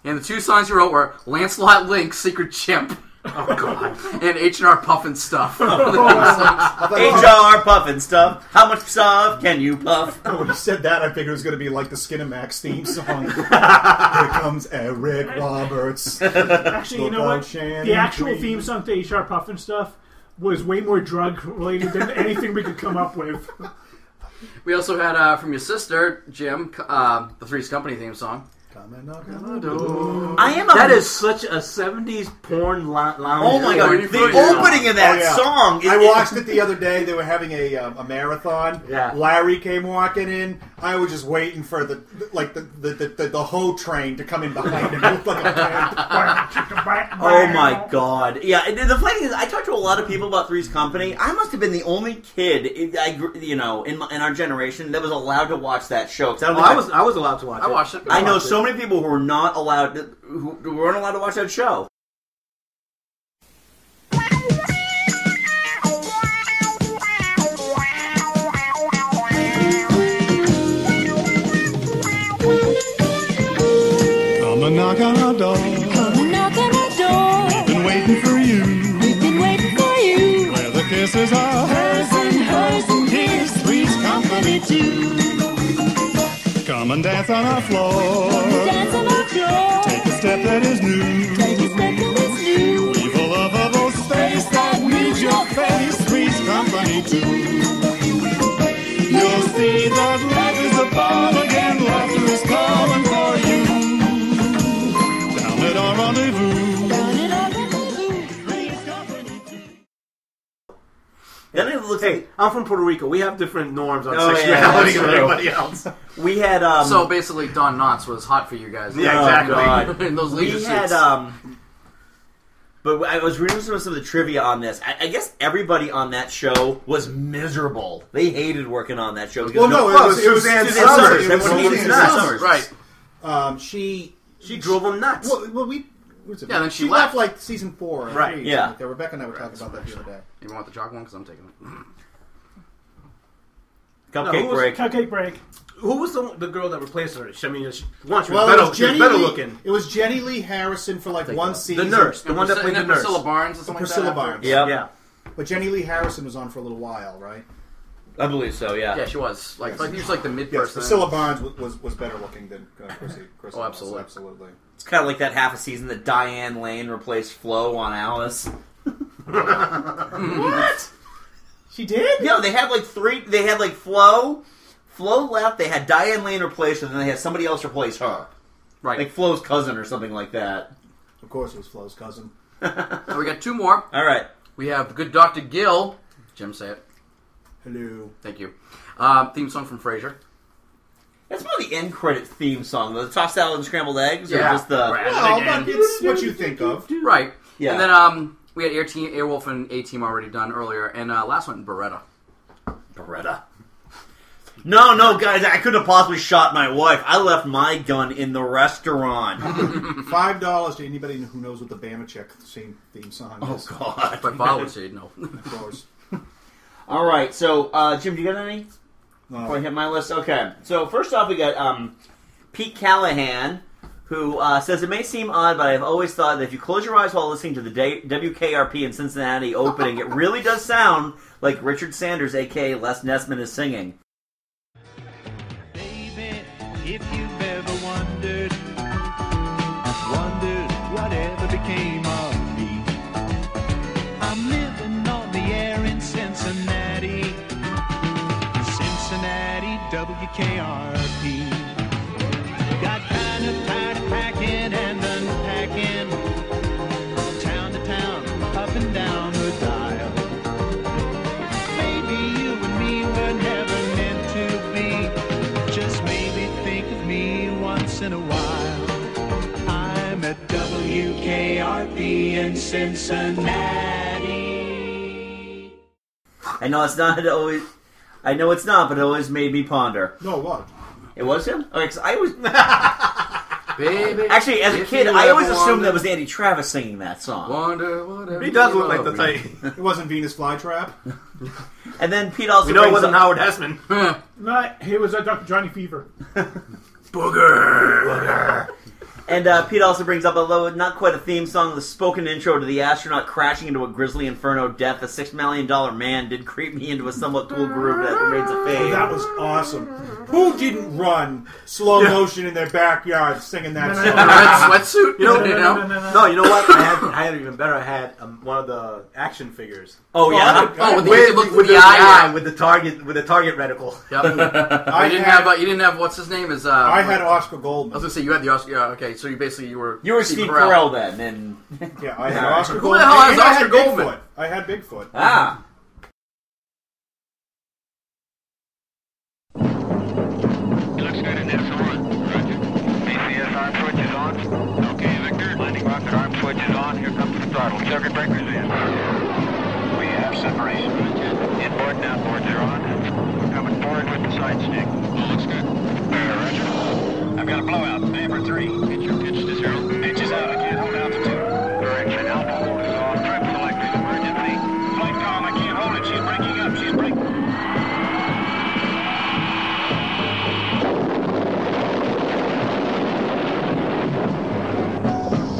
Speaker 4: and the two songs he wrote were "Lancelot Link," "Secret Chimp." Oh God! (laughs) and H and R Puffin stuff. (laughs) Um,
Speaker 5: HR puffin stuff. How much stuff can you puff?
Speaker 7: (laughs) when you said that, I figured it was going to be like the Skinemax theme song. Here comes Eric Roberts.
Speaker 6: Actually, you know
Speaker 7: Look
Speaker 6: what?
Speaker 7: out, Shannon
Speaker 6: The actual
Speaker 7: Tweed.
Speaker 6: theme song to HR Puffin stuff was way more drug related
Speaker 7: (laughs)
Speaker 6: than anything we could come up with.
Speaker 4: We also had uh, from your sister Jim uh, the Three's Company theme song.
Speaker 12: I am.
Speaker 4: a-
Speaker 12: that is such a '70s porn lo- lounge.
Speaker 4: Oh my God, the
Speaker 12: opening of that
Speaker 7: Oh, yeah.
Speaker 12: song is-
Speaker 7: I watched it the other day. They were having a, um, a marathon.
Speaker 12: Yeah.
Speaker 7: Larry came walking in. I was just waiting for the like the the, the, the, the hoe train to come in behind him. It looked like a-
Speaker 5: Oh my god! Yeah, and the funny thing is, I talked to a lot of people about Three's Company. I must have been the only kid, in, I, gr- you know, in, my, in our generation that was allowed to watch that show. 'Cause I, don't
Speaker 12: Oh,
Speaker 5: think
Speaker 12: I was I was allowed to watch.
Speaker 5: I
Speaker 12: it.
Speaker 5: watched
Speaker 12: it.
Speaker 5: I, know so many people who were not allowed, to, who who weren't allowed to watch that show.
Speaker 8: Come a knock on our door. Come
Speaker 16: a knock on our door.
Speaker 8: We've been waiting for you.
Speaker 16: We've been waiting for you.
Speaker 8: Where the kisses are hers and hers and his. Three's company too. Come and dance on our floor.
Speaker 16: Dance on our floor.
Speaker 8: Take a step that is new. Take a step that is new. Leave a lovable space that meets your face. Three's company too. You'll see that love is above again. Laughter is calling for you. Down at our rendezvous. Down at our rendezvous. Three's company.
Speaker 5: Then it looks
Speaker 12: hey, I'm from Puerto Rico. We have different norms on
Speaker 5: Oh, yeah,
Speaker 12: sexuality
Speaker 5: that's
Speaker 12: than
Speaker 5: true.
Speaker 12: everybody else.
Speaker 5: We had um,
Speaker 4: so basically, Don Knotts was hot for you guys.
Speaker 5: Oh, God.
Speaker 4: (laughs) In those
Speaker 5: we
Speaker 4: leisure
Speaker 5: had
Speaker 4: suits.
Speaker 5: um, but I was reading some of the trivia on this. I, I guess everybody on that show was miserable. They hated working on that show.
Speaker 7: Well, no, it was Suzanne Summers. It was
Speaker 5: Everyone hated
Speaker 7: Suzanne
Speaker 5: Suzanne
Speaker 7: Summers.
Speaker 5: Summers.
Speaker 7: Um, she she
Speaker 12: drove him nuts.
Speaker 7: Well, well we. was it-
Speaker 4: Yeah, then she
Speaker 7: left.
Speaker 4: left.
Speaker 7: like season four, or
Speaker 4: Right,
Speaker 7: three or
Speaker 4: yeah.
Speaker 7: something like that. Rebecca and I were talking about that the other day.
Speaker 4: You want the chalk one? Because I'm taking
Speaker 7: (clears throat)
Speaker 4: it.
Speaker 12: No, who was-
Speaker 6: Cupcake break.
Speaker 12: Who was the, the girl that replaced her? I mean, she, one, she was
Speaker 7: Well,
Speaker 12: better,
Speaker 7: it was
Speaker 12: she was
Speaker 7: Jenny
Speaker 12: better
Speaker 7: Lee,
Speaker 12: looking.
Speaker 7: It was Jenny Lee Harrison for like
Speaker 12: Take
Speaker 7: one
Speaker 12: that. The
Speaker 7: season.
Speaker 12: nurse, the And one that Priscilla- played the and nurse. Priscilla Barnes or
Speaker 7: Oh,
Speaker 12: something like
Speaker 7: Priscilla
Speaker 12: that
Speaker 7: Barnes.
Speaker 12: afterwards? Yep. Yeah.
Speaker 7: But Jenny Lee Harrison was on for a little while, right?
Speaker 5: I believe so. Yeah.
Speaker 4: Yeah, she was. Like, like, he was like the mid
Speaker 7: Yes,
Speaker 4: person.
Speaker 7: Priscilla Barnes was, was, was better looking than uh, Chrissy. Chrissy
Speaker 4: Oh,
Speaker 7: Walken,
Speaker 4: absolutely.
Speaker 7: absolutely. (laughs)
Speaker 5: It's kind of like that half a season that Diane Lane replaced Flo on Alice. what?
Speaker 7: (laughs) She did?
Speaker 5: No, they had like three. They had like Flo. Flo left. They had Diane Lane replace her, then they had somebody else replace her.
Speaker 4: Right.
Speaker 5: Like Flo's cousin or something like that.
Speaker 7: Of course, it was Flo's cousin.
Speaker 4: (laughs) So we got two more.
Speaker 5: All right.
Speaker 4: We have Good Dr. Gill. Jim, say it.
Speaker 7: Hello.
Speaker 4: Thank you. Um, theme song from Frasier.
Speaker 5: That's probably the end credit theme song, though. The tossed salad and scrambled eggs, or
Speaker 4: Yeah.
Speaker 5: just the.
Speaker 4: Well, but it's what you
Speaker 7: think of.
Speaker 4: Right.
Speaker 5: Yeah.
Speaker 4: And then um, we we had Air Team, Airwolf and A Team already done earlier, and uh, last one Beretta.
Speaker 5: Beretta. No, no, guys, I couldn't have possibly shot my wife. I left my gun in the restaurant.
Speaker 4: (laughs)
Speaker 7: Five dollars to anybody who knows what the Bama Check same theme song is.
Speaker 5: Oh, God.
Speaker 4: But followers, you know. (laughs)
Speaker 7: Followers.
Speaker 5: (laughs) All right, so uh, Jim, do you got any? Before I hit my list, okay. So first off, we got um, Pete Callahan, who uh, says it may seem odd, but I've always thought that if you close your eyes while listening to the day- WKRP in Cincinnati opening, it really does sound like Richard Sanders, aka Les Nessman, is singing.
Speaker 8: If you've ever wondered, wondered whatever became of me, I'm living on the air in Cincinnati, Cincinnati WKRP. Got kind of tired of packing and unpacking, town to town, up and down the dial. Maybe you and me were never meant to be. Just maybe think of me once in a while. I'm at WKRP in Cincinnati.
Speaker 5: I know it's not it always. I know it's not, but it always made me ponder.
Speaker 7: No, what?
Speaker 5: It was him. Okay, 'cause I
Speaker 7: (laughs)
Speaker 5: was. Actually, as a
Speaker 7: if
Speaker 5: kid,
Speaker 7: you
Speaker 5: I always
Speaker 7: ever
Speaker 5: assumed that
Speaker 7: wondered-
Speaker 5: was Andy Travis singing that song.
Speaker 4: Wonder whatever.
Speaker 5: Oh,
Speaker 7: It wasn't Venus Flytrap.
Speaker 5: (laughs) And then Pete also.
Speaker 7: We know it
Speaker 5: brings
Speaker 7: wasn't
Speaker 5: up-
Speaker 7: Howard (laughs) Hessman.
Speaker 6: No, it was uh, Dr. Johnny Fever.
Speaker 5: Booger. And uh, Pete also brings up, although not quite a theme song, the spoken intro to the astronaut crashing into a grisly inferno death. A six million dollar man did creep me into a somewhat cool groove that remains a fave.
Speaker 7: That was awesome. Who didn't run slow motion in their backyard singing that song?
Speaker 12: You know, no, you know what? I had, I had even better. I had um, one of the action figures.
Speaker 5: Oh, yeah? Oh,
Speaker 12: with,
Speaker 5: with the-
Speaker 12: with,
Speaker 5: with
Speaker 12: with
Speaker 5: the
Speaker 12: the
Speaker 5: eye.
Speaker 12: eye, with the target, with the target reticle. (laughs)
Speaker 4: Yep. I didn't have. Uh, you didn't have. What's his name? Is uh,
Speaker 12: I had
Speaker 7: Oscar Goldman.
Speaker 4: I was gonna say you had the Oscar. Yeah, okay, so you basically you were
Speaker 5: You were Steve Carell then,
Speaker 4: and
Speaker 7: yeah,
Speaker 5: (laughs)
Speaker 7: I had Oscar
Speaker 4: Who the
Speaker 7: Goldman.
Speaker 4: hell has
Speaker 7: And I had
Speaker 4: Oscar Goldman?
Speaker 7: Bigfoot. I had Bigfoot.
Speaker 5: Ah.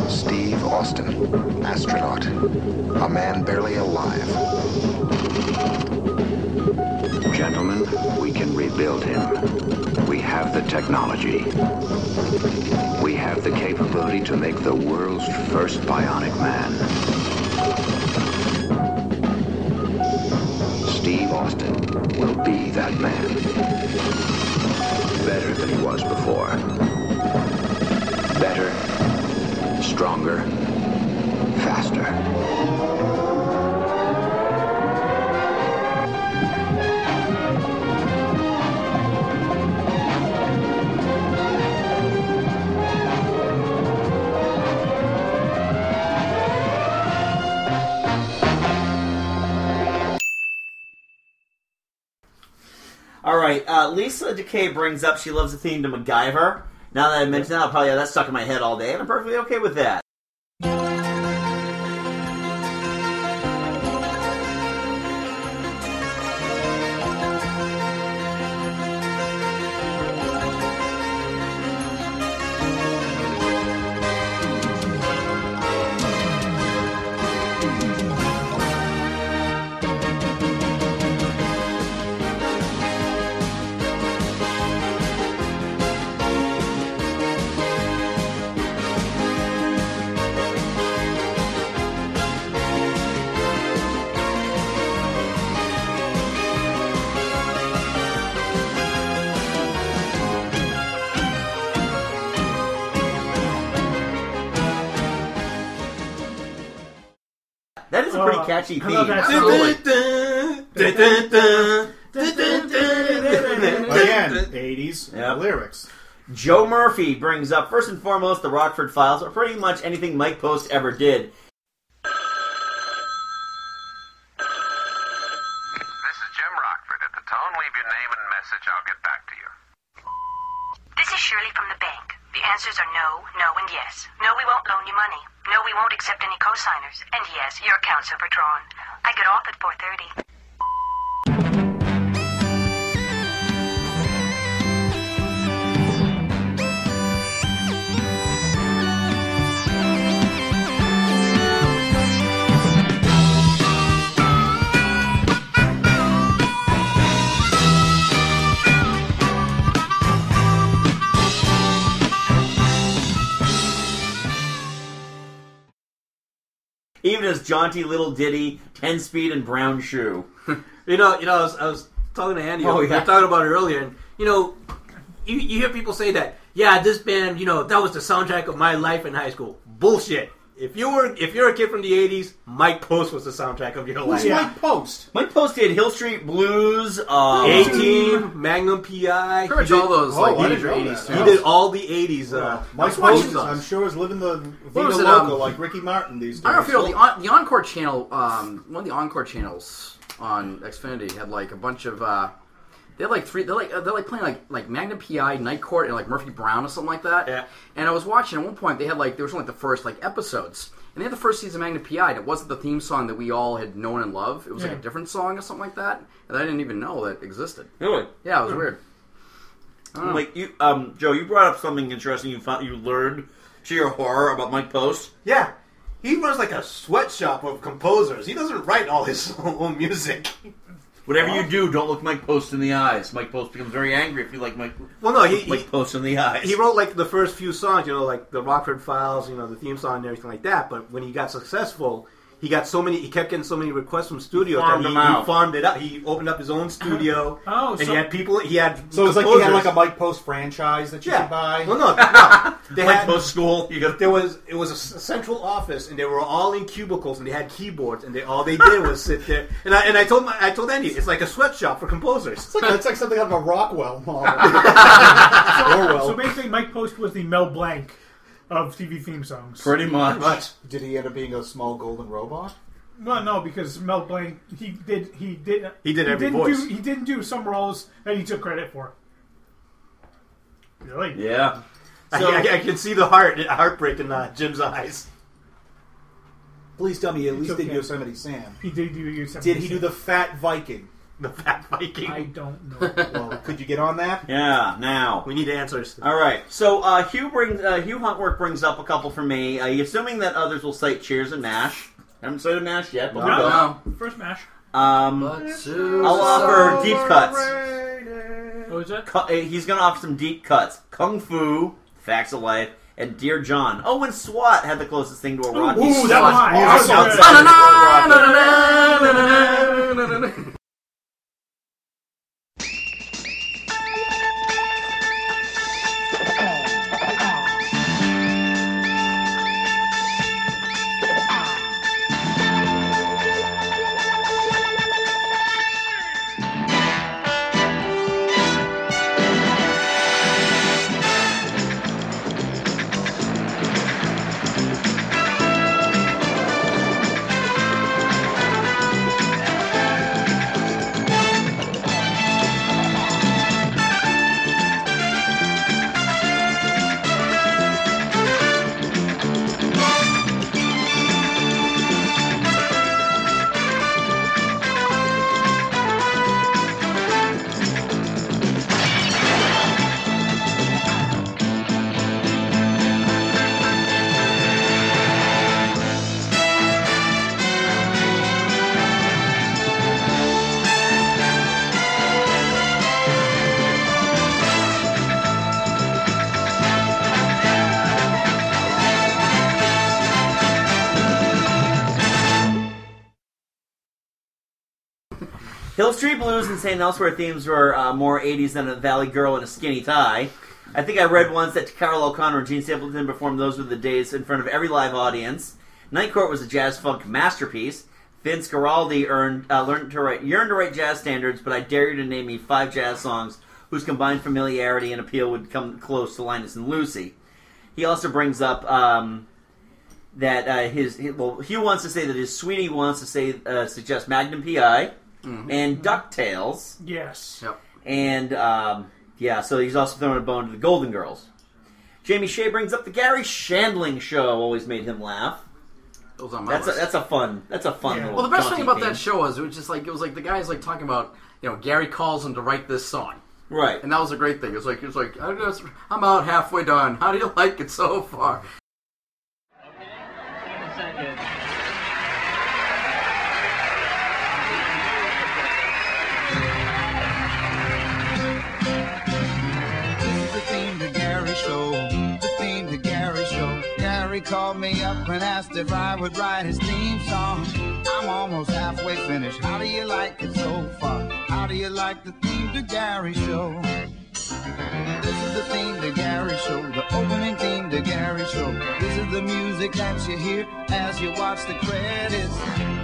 Speaker 19: Steve Austin, astronaut, a man barely alive. Gentlemen, we can rebuild him. We have the technology. We have the capability to make the world's first bionic man. Steve Austin will be that man. Better than he was before. Better stronger, faster.
Speaker 5: All right, uh, Lisa Decay brings up she loves the theme to MacGyver. Now that I mentioned that, I'll probably have that stuck in my head all day, and I'm perfectly okay with that. That is a pretty
Speaker 7: Uh,
Speaker 6: Oh,
Speaker 5: catchy
Speaker 6: I love
Speaker 5: theme.
Speaker 6: that
Speaker 5: Again,
Speaker 7: 80s
Speaker 5: lyrics. Joe Murphy brings up first and foremost the Rockford Files, or pretty much anything Mike Post ever did.
Speaker 2: leave your name and message. I'll get back to you.
Speaker 20: This is Shirley from the bank. The answers are no, no, and yes. No, we won't loan you money. No, we won't accept any cosigners. And yes, your account's overdrawn. I get off at 4.30.
Speaker 5: Even his jaunty little ditty, 10 speed and brown shoe.
Speaker 12: (laughs) You know, you know, I was, I was talking to Andy.
Speaker 5: Oh,
Speaker 12: we
Speaker 5: yeah.
Speaker 12: were talking about it earlier, and you know, you, you hear people say that. Yeah, this band, you know, that was the soundtrack of my life in high school. Bullshit. If you were, if you're a kid from the '80s, Mike Post was the soundtrack of your life.
Speaker 5: Who's Mike
Speaker 12: Post?
Speaker 5: Mike Post did Hill Street Blues, uh,
Speaker 12: Eighteen, Oh. Magnum PI,
Speaker 5: Pretty much all those, like,
Speaker 12: he, did-
Speaker 5: 80s too.
Speaker 12: he did all the '80s. Uh,
Speaker 7: Mike
Speaker 12: Post
Speaker 7: Post,
Speaker 12: songs.
Speaker 7: I'm sure, is living the Vida
Speaker 4: What was it,
Speaker 7: Loca
Speaker 4: um,
Speaker 7: like Ricky Martin these days.
Speaker 4: I don't feel the, on, the Encore channel, um, one of the Encore channels on Xfinity had like a bunch of. Uh, they had like three. They're like uh, they're like playing like like Magnum PI, Night Court, and like Murphy Brown or something like that. Yeah. And I was watching at one point. They had like there was only the first like episodes, and they had the first season of Magnum PI, and it wasn't the theme song that we all had known and loved. It was like
Speaker 5: Yeah.
Speaker 4: a different song or something like that, and I didn't even know that existed.
Speaker 5: Really?
Speaker 4: Yeah, it was
Speaker 5: Hmm.
Speaker 4: weird. I don't know.
Speaker 5: Like you, um, Joe, you brought up something interesting. You found you learned to your horror about Mike Post.
Speaker 12: Yeah, he runs like a sweatshop of composers. He doesn't write all his (laughs) own music.
Speaker 5: Whatever you do, don't look Mike Post in the eyes. Mike Post becomes very angry if you like Mike.
Speaker 12: Well, no, he-
Speaker 5: look Mike
Speaker 12: he-
Speaker 5: Post in the eyes.
Speaker 12: He wrote like the first few songs, you know, like the Rockford Files, you know, the theme song and everything like that. But when he got successful, he got so many, he kept getting so many requests from studios that
Speaker 7: farmed
Speaker 12: he,
Speaker 7: them out.
Speaker 12: he farmed it up. He opened up his own studio,
Speaker 7: (laughs) Oh,
Speaker 12: and
Speaker 7: so-
Speaker 12: he had people. He had
Speaker 7: So it's like he had
Speaker 12: composers.
Speaker 7: like a Mike Post franchise that you
Speaker 12: Yeah.
Speaker 7: could buy.
Speaker 12: Well, no,
Speaker 7: (laughs)
Speaker 12: no. They
Speaker 7: Like
Speaker 12: had
Speaker 7: most
Speaker 5: school.
Speaker 12: there was it was a s- central office, and they were all in cubicles, and they had keyboards, and they all they did was sit there. And I and I told my, I told Andy, it's like a sweatshop for composers. It's
Speaker 7: like, it's like something out of a Rockwell model. Ah, (laughs)
Speaker 12: Orwell.
Speaker 6: So basically, Mike Post was the Mel Blanc of TV theme songs.
Speaker 7: Did he end up being a small golden robot?
Speaker 6: Well, no, because Mel Blanc he did he did
Speaker 7: He did every
Speaker 6: didn't
Speaker 7: voice.
Speaker 6: Do, he didn't do some roles that he took credit for. Really?
Speaker 5: Yeah.
Speaker 6: (laughs)
Speaker 12: (laughs)
Speaker 6: So-
Speaker 12: I, I, I can see the heart heartbreak in uh, Jim's eyes.
Speaker 7: Please tell me he at
Speaker 6: It's
Speaker 7: least did
Speaker 6: okay.
Speaker 7: Yosemite Sam.
Speaker 6: He did do Yosemite.
Speaker 7: Did he do
Speaker 6: Sam.
Speaker 7: the Fat Viking?
Speaker 12: The Fat Viking.
Speaker 6: I don't know.
Speaker 7: (laughs) well, could you get on that?
Speaker 5: Yeah, now
Speaker 12: we need answers.
Speaker 5: All right, so uh, Hugh brings uh, Hugh Huntworth brings up a couple for me. Uh, assuming that others will cite Cheers and Mash. I haven't cited Mash yet, but
Speaker 6: No,
Speaker 5: we'll go.
Speaker 6: no. First mash.
Speaker 5: Um, I'll offer deep cuts.
Speaker 7: Mm-hmm.
Speaker 6: What was that?
Speaker 5: Cu- uh, he's going to offer some deep cuts. Kung Fu, Facts of Life, and Dear John. Oh, and SWAT had the closest thing to a Rocky.
Speaker 15: ooh, that was
Speaker 5: SWAT. Oh,
Speaker 15: awesome.
Speaker 5: Hill Street Blues and St. Elsewhere themes were uh, more 80s than a Valley Girl in a skinny tie. I think I read once that Carol O'Connor and Gene Stapleton performed those with the days in front of every live audience. Night Court was a jazz funk masterpiece. Vince Guaraldi earned, uh, learned to write, yearned to write jazz standards, but I dare you to name me five jazz songs whose combined familiarity and appeal would come close to Linus and Lucy. He also brings up um, that uh, his, he- well, Hugh wants to say that his sweetie wants to say uh, suggest Magnum PI. and DuckTales.
Speaker 6: Yes.
Speaker 4: Yep.
Speaker 5: And um, yeah, so he's also throwing a bone to the Golden Girls. Jamie Shea brings up the Gary Shandling show. Always made him laugh.
Speaker 4: was on my
Speaker 5: that's
Speaker 4: list.
Speaker 5: A, that's a fun. That's a fun. little
Speaker 4: Well, the best
Speaker 5: jaunty
Speaker 4: thing about
Speaker 5: theme.
Speaker 4: that show was it was just like it was like the guys like talking about you know Gary calls him to write this song,
Speaker 5: right?
Speaker 4: And that was a great thing. It was like it was like I just, I'm out halfway done. How do you (laughs) like it so far?
Speaker 21: The theme to Gary Show. The theme to Gary Show. Gary called me up and asked if I would write his theme song. I'm almost halfway finished. How do you like it so far? How do you like the theme to Gary Show? This is the theme to Gary Show. The opening theme to Gary Show. This is the music that you hear as you watch the credits.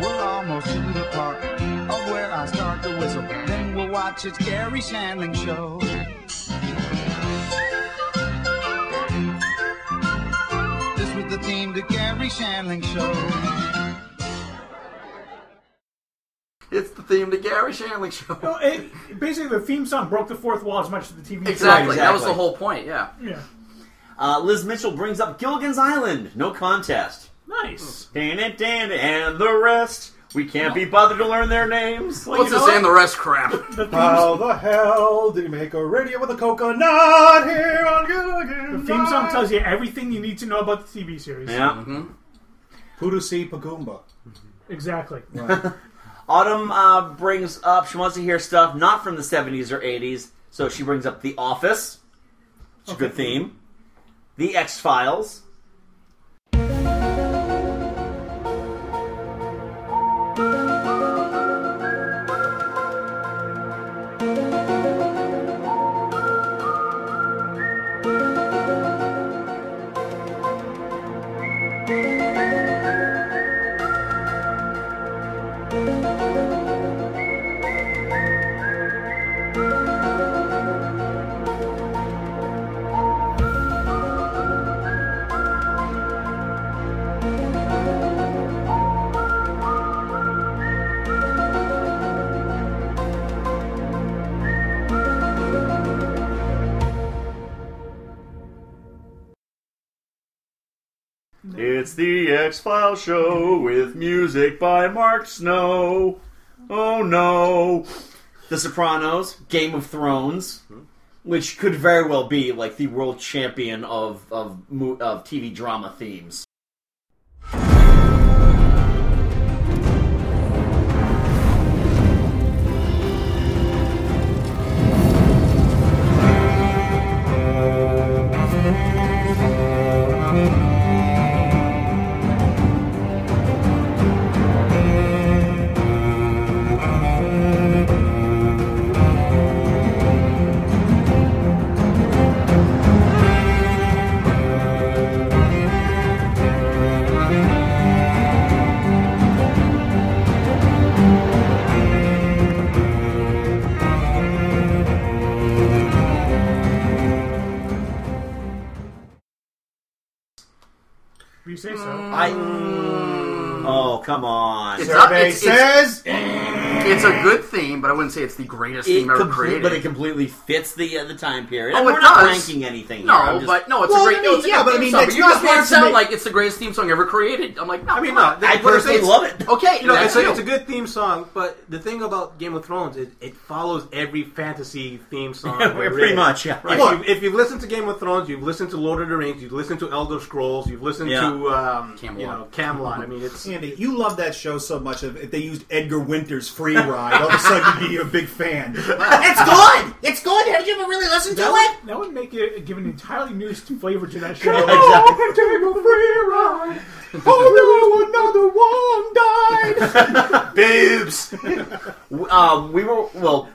Speaker 21: We're almost to the part of where I start to whistle. Then we'll watch it's Gary Shandling Show. This was the theme to Gary Shandling Show.
Speaker 4: It's the theme to Gary Shandling show.
Speaker 6: Well, it, basically, the theme song broke the fourth wall as much as the TV show.
Speaker 5: Exactly, that was the
Speaker 4: whole point. Yeah.
Speaker 6: Yeah.
Speaker 5: Uh, Liz Mitchell brings up Gilligan's Island. No contest.
Speaker 6: Nice.
Speaker 5: Dan it, Dan it, and the rest. We can't be bothered to learn their names.
Speaker 4: What's this and the rest crap?
Speaker 7: How the hell did he make a radio with a coconut here on Gilligan?
Speaker 6: The theme song tells you everything you need to know about the TV series.
Speaker 7: Pudusi Mm-hmm. Pagumba.
Speaker 6: Exactly.
Speaker 5: Autumn uh, brings up, she wants to hear stuff not from the 70s or 80s, so she brings up The Office. It's a good theme. The X Files. It's the X Files show with music by Mark Snow. Oh no. The Sopranos, Game of Thrones, which could very well be like the world champion of of, mo- of TV drama themes.
Speaker 6: If you say so.
Speaker 5: I.
Speaker 7: (laughs)
Speaker 5: Oh come on!
Speaker 4: It's not- it's- it's- it's a good theme, but I wouldn't say it's the greatest
Speaker 5: It
Speaker 4: theme ever
Speaker 5: comple-
Speaker 4: created.
Speaker 5: But it completely fits the uh, the time period.
Speaker 4: Oh,
Speaker 5: And
Speaker 4: it
Speaker 5: we're not
Speaker 4: does.
Speaker 5: ranking anything.
Speaker 4: No,
Speaker 5: here. I'm just-
Speaker 4: but no, it's a great. no, it's a good theme song, but you just made it sound like it's the greatest theme song ever created. I'm like, no, I mean,
Speaker 12: No, (laughs) they-
Speaker 4: I
Speaker 12: what I'm
Speaker 4: personally
Speaker 12: saying is-
Speaker 4: love it. Okay,
Speaker 12: you know, it's
Speaker 4: that's
Speaker 12: a,
Speaker 4: you.
Speaker 12: it's a good theme song, but the thing about Game of Thrones is it follows every fantasy (laughs) theme song.
Speaker 5: Yeah, pretty
Speaker 12: there is.
Speaker 5: much, yeah.
Speaker 12: If,
Speaker 5: Look.
Speaker 12: you, if you've listened to Game of Thrones, you've listened to Lord of the Rings, you've listened to Elder Scrolls, you've listened
Speaker 7: Yeah.
Speaker 12: to um, you know Camelot. I mean, (laughs) it's
Speaker 7: Andy. You love that show so much. If if they used Edgar Winter's Free Ride, all of a sudden you'd be a big fan.
Speaker 6: (laughs) It's
Speaker 7: good!
Speaker 6: It's good. Have you ever really listened
Speaker 7: to
Speaker 6: that Would, that would make it give an entirely new st- flavor to that show. (laughs)
Speaker 7: Come on, take a free ride. Oh no, another one
Speaker 5: (laughs)
Speaker 7: died.
Speaker 5: Boobs. um, we were well.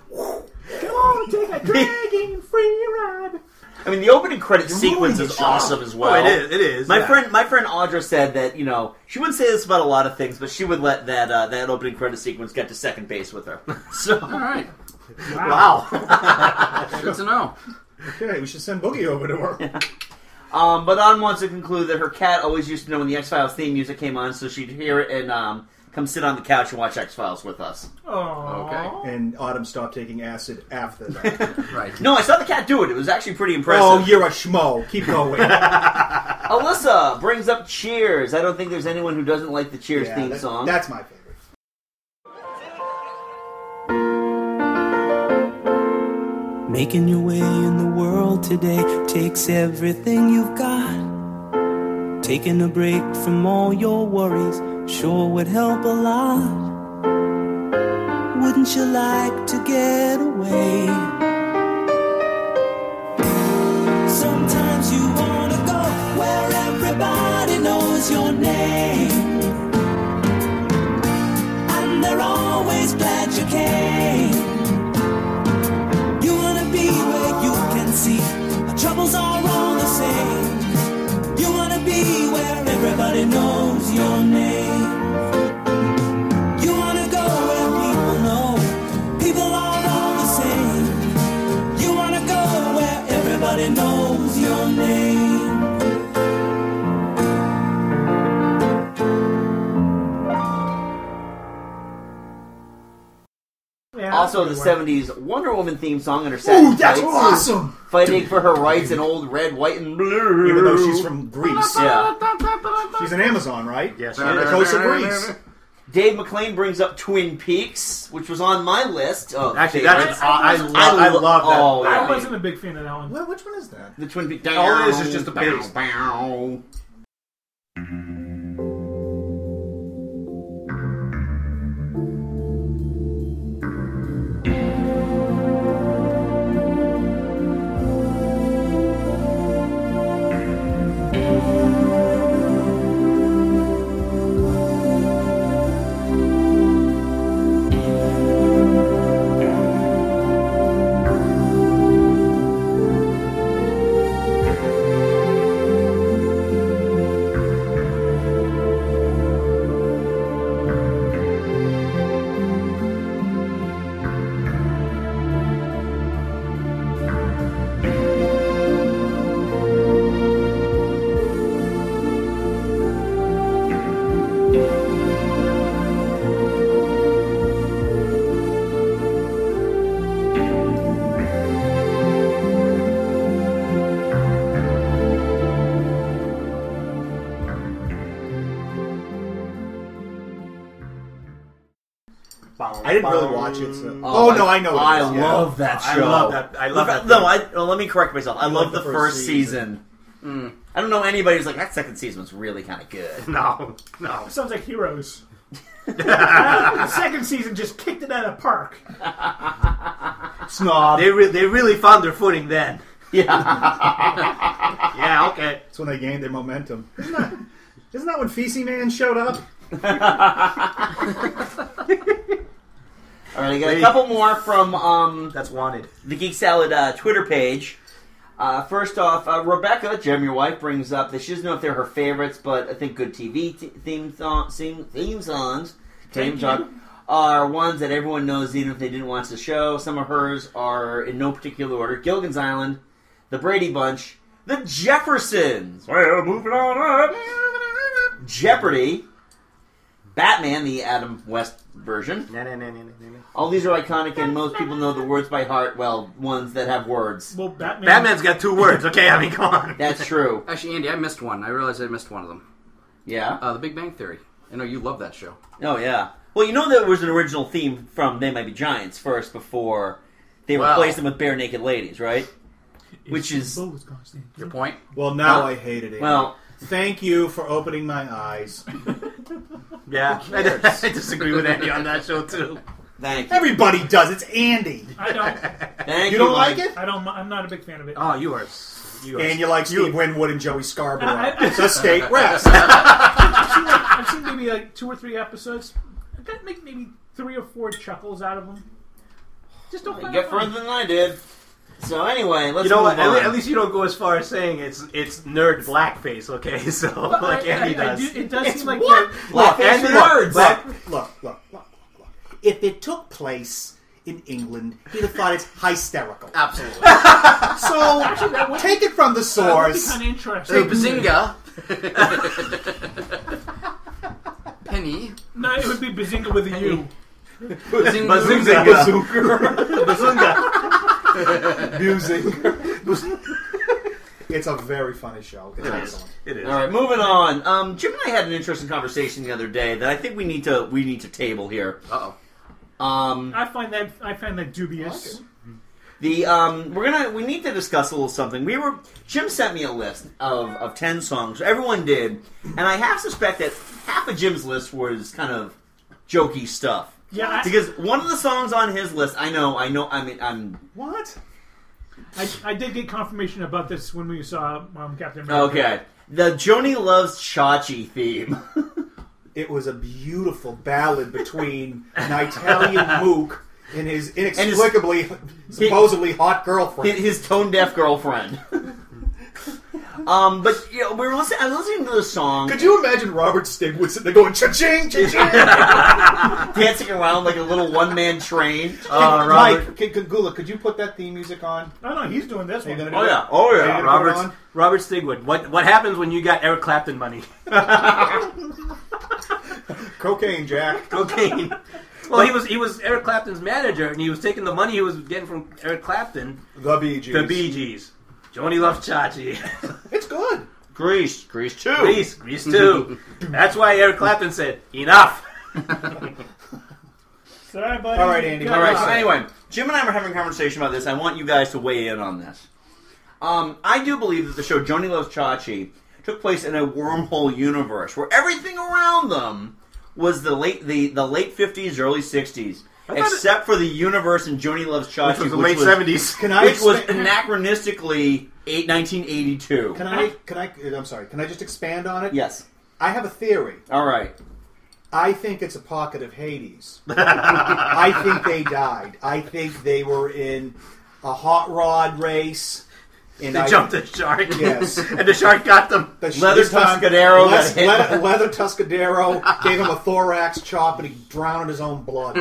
Speaker 6: Come on,
Speaker 19: (laughs)
Speaker 6: take a dragon free ride.
Speaker 5: I mean, the opening credit
Speaker 6: You're
Speaker 5: sequence
Speaker 6: ruining
Speaker 5: is
Speaker 6: the job.
Speaker 5: awesome as well.
Speaker 12: Oh, it is, it is,
Speaker 5: My
Speaker 12: yeah.
Speaker 5: friend, my friend Audra said that you know she wouldn't say this about a lot of things, but she would let that uh, that opening credit sequence get to second base with her. (laughs) So,
Speaker 4: All right.
Speaker 5: (laughs) wow,
Speaker 4: (laughs) Good to know.
Speaker 7: Okay, we should send Boogie over
Speaker 5: (laughs)
Speaker 7: to her.
Speaker 5: Um, but Autumn wants to conclude that her cat always used to know when the X Files theme music came on, so she'd hear it in um, Come sit on the couch and watch X Files with us.
Speaker 6: Aww.
Speaker 7: And Autumn stopped taking acid after
Speaker 5: (laughs)
Speaker 7: that.
Speaker 4: right.
Speaker 5: No, I saw the cat do it. It was actually pretty impressive.
Speaker 7: Oh, you're a schmo. Keep going.
Speaker 5: (laughs) Alyssa brings up Cheers. I don't think there's anyone who doesn't like the Cheers
Speaker 7: Yeah,
Speaker 5: theme
Speaker 7: that-
Speaker 5: song.
Speaker 7: that's my favorite.
Speaker 3: Making your way in the world today takes everything you've got. Taking a break from all your worries sure would help a lot. Wouldn't you like to get away? Sometimes you wanna go where everybody knows your name. And they're always glad you came. You wanna be where you can see our troubles are all the same. You wanna be where everybody knows your name. You wanna go where people know people are all the same. You wanna go where everybody knows your name.
Speaker 5: also, the '70s Wonder Woman theme song and her satin
Speaker 7: Ooh, that's
Speaker 5: tights,
Speaker 7: awesome!
Speaker 5: Fighting for her rights in old red, white, and blue.
Speaker 7: Even though she's from Greece.
Speaker 5: yeah.
Speaker 7: She's an Amazon, right?
Speaker 5: Yes,
Speaker 7: From the coast of Greece.
Speaker 5: Dave McLean brings up Twin Peaks, which was on my list. Of
Speaker 12: Actually, that's-
Speaker 5: favorites.
Speaker 7: uh,
Speaker 12: I- I lo- I
Speaker 5: lo-
Speaker 12: love that.
Speaker 5: Oh, yeah.
Speaker 6: I wasn't a big fan of that one.
Speaker 7: which one is that?
Speaker 5: The Twin Peaks.
Speaker 12: All it is is just a
Speaker 5: Bow,
Speaker 12: bass.
Speaker 5: bow.
Speaker 7: I didn't really watch it. So.
Speaker 5: Oh,
Speaker 7: Oh,
Speaker 5: I-
Speaker 7: no, I know. what
Speaker 5: I
Speaker 7: it is, yeah.
Speaker 5: love that show. Look, No, I, well, let me correct myself. I
Speaker 7: You
Speaker 5: love the, first season. Mm. I don't know anybody who's like that second season was really kind of (laughs) good.
Speaker 12: No, no.
Speaker 6: Sounds like
Speaker 12: (laughs)
Speaker 6: Heroes. the second season just kicked it out of the park.
Speaker 7: Snob.
Speaker 12: They re- they really found their footing (laughs) then.
Speaker 7: Yeah.
Speaker 12: yeah. Okay.
Speaker 7: That's when they gained their momentum. Isn't that, isn't that when Feces Man showed up?
Speaker 5: All right, I got a
Speaker 7: Wait.
Speaker 5: couple more from um, that's wanted the Geek Salad uh, Twitter page. Uh, first off, uh, Rebecca, Jim, your wife, brings up that she doesn't know if they're her favorites, but I think good TV t- theme, song, theme, theme songs
Speaker 6: Thank
Speaker 5: theme
Speaker 6: you.
Speaker 5: song, are ones that everyone knows even if they didn't watch the show. Some of hers are in no particular order Gilligan's Island, The Brady Bunch, The Jeffersons. Well, moving on up. Jeopardy, Batman, the Adam West version. All these are iconic, and most people know the words by heart. Well, ones that have words.
Speaker 6: Well, Batman.
Speaker 4: Batman's got two words, okay? I mean,
Speaker 5: come on. That's true.
Speaker 4: Actually, Andy, I missed one. I realized I missed one of them.
Speaker 5: Yeah?
Speaker 4: Uh, the Big Bang Theory. I know you love that show.
Speaker 5: Oh yeah. Well, you know there was an original theme from They Might Be Giants first before they
Speaker 4: Wow.
Speaker 5: replaced them with bare naked ladies, right? Which is
Speaker 4: Your
Speaker 7: (laughs)
Speaker 4: point?
Speaker 7: Well, now
Speaker 5: Huh?
Speaker 7: I hate it. Andy.
Speaker 5: Well-
Speaker 7: thank you for opening my eyes.
Speaker 12: Yeah,
Speaker 7: Who
Speaker 12: I, (laughs)
Speaker 7: cares?
Speaker 12: I disagree with Andy on that show too.
Speaker 5: (laughs) Thank
Speaker 7: Everybody does. It's Andy.
Speaker 6: I
Speaker 12: (laughs)
Speaker 6: don't.
Speaker 7: you don't like it?
Speaker 6: I don't. I'm not a big fan of it.
Speaker 12: Oh, you are. You are
Speaker 7: and you like Steve Winwood and Joey
Speaker 6: I-
Speaker 7: Scarborough.
Speaker 6: I- (laughs)
Speaker 7: so state rest.
Speaker 6: I've seen, like, I've seen maybe like two or three episodes. I got like maybe three or four chuckles out of them. Just don't.
Speaker 5: You
Speaker 6: find it
Speaker 5: get
Speaker 6: funny.
Speaker 5: further than I did. So anyway, let's
Speaker 12: you know
Speaker 5: move
Speaker 12: what? At
Speaker 5: on.
Speaker 12: le- At least you don't go as far as saying it's it's nerd blackface, okay? (laughs) So
Speaker 6: But
Speaker 12: like
Speaker 6: I-
Speaker 12: Andy
Speaker 6: I- I
Speaker 12: does.
Speaker 6: do- it does
Speaker 7: It's
Speaker 6: seem like
Speaker 7: what?
Speaker 6: they're-
Speaker 7: Look,
Speaker 12: Andy
Speaker 7: look,
Speaker 12: nerds.
Speaker 7: Look, look, look, look, look, look. If it took place in England, he'd have thought it's hysterical.
Speaker 4: Absolutely.
Speaker 7: (laughs) so take it from the source. (laughs)
Speaker 6: That would be kinda interesting.
Speaker 7: Take-
Speaker 4: Bazinga. Penny.
Speaker 6: No, it would be Bazinga with a U.
Speaker 4: Bazing-
Speaker 6: Bazinga. (laughs)
Speaker 7: Bazooka. Music. (laughs) It's a very funny show.
Speaker 5: It
Speaker 7: It's
Speaker 5: is.
Speaker 7: excellent.
Speaker 5: It is. All right, moving on. Um, Jim and I had an interesting conversation the other day that I think we need to we need to table here. Uh oh. Um,
Speaker 6: I find that I find that dubious.
Speaker 5: the um, we're gonna we need to discuss a little something. We were Jim sent me a list of of ten songs. Everyone did, and I half suspect that half of Jim's list was kind of jokey stuff.
Speaker 6: Yeah, I-
Speaker 5: (laughs) because one of the songs on his list, I know, I know, I mean, I'm
Speaker 6: What? I, I did get confirmation about this when we saw um, Captain America.
Speaker 5: okay. The Joni loves Chachi theme.
Speaker 7: It was a beautiful ballad between an Italian mook and his inexplicably, supposedly hot girlfriend.
Speaker 5: His, his tone deaf girlfriend. (laughs) um, but you know, we were listening. I was listening to the song.
Speaker 7: Could you imagine Robert Stigwood sitting there going cha-ching, cha-ching?
Speaker 5: (laughs) dancing around like a little one man train? Uh,
Speaker 7: Can- Mike, can, can- Gula, could you put that theme music on?
Speaker 6: No, no, he's doing this
Speaker 7: one.
Speaker 12: Oh yeah, oh yeah. Robert, Robert Stigwood. What what happens when you got Eric Clapton money? (laughs)
Speaker 7: Cocaine, Jack.
Speaker 12: (laughs) Cocaine. Well, he was he was Eric Clapton's manager, and he was taking the money he was getting from Eric Clapton.
Speaker 7: The Bee Gees.
Speaker 12: The Bee Gees. Joni loves Chachi.
Speaker 7: It's good.
Speaker 5: Grease, Grease too.
Speaker 12: Grease, Grease
Speaker 5: (laughs)
Speaker 7: (laughs)
Speaker 12: too. That's why Eric Clapton said enough.
Speaker 6: Sorry, buddy.
Speaker 5: All right, Andy. All right. So
Speaker 6: Goodbye.
Speaker 5: anyway, Jim and I were having a conversation about this. I want you guys to weigh in on this. Um, I do believe that the show Joni Loves Chachi took place in a wormhole universe where everything around them was the late the, the late fifties, early sixties,
Speaker 12: thought it-
Speaker 5: except for the universe in Joni Loves Chachi,
Speaker 12: Which was the late 70s.
Speaker 5: Can
Speaker 7: Can
Speaker 5: I
Speaker 7: I
Speaker 5: which was
Speaker 7: explain-
Speaker 5: anachronistically eight, 1982.
Speaker 7: Can I? Can I? I'm sorry. Can I just expand on it?
Speaker 5: Yes.
Speaker 7: I have a theory.
Speaker 5: All right.
Speaker 7: I think it's a pocket of Hades. (laughs) I think they died. I think they were in a hot rod race.
Speaker 12: They
Speaker 7: I-
Speaker 12: jumped the shark.
Speaker 7: Yes.
Speaker 12: (laughs) And the shark got them.
Speaker 7: The sh-
Speaker 12: Leather
Speaker 7: this time-
Speaker 12: Tuscadero got
Speaker 7: Les-
Speaker 12: hit.
Speaker 7: leather, leather Tuscadero gave him a thorax chop and he drowned in his own blood.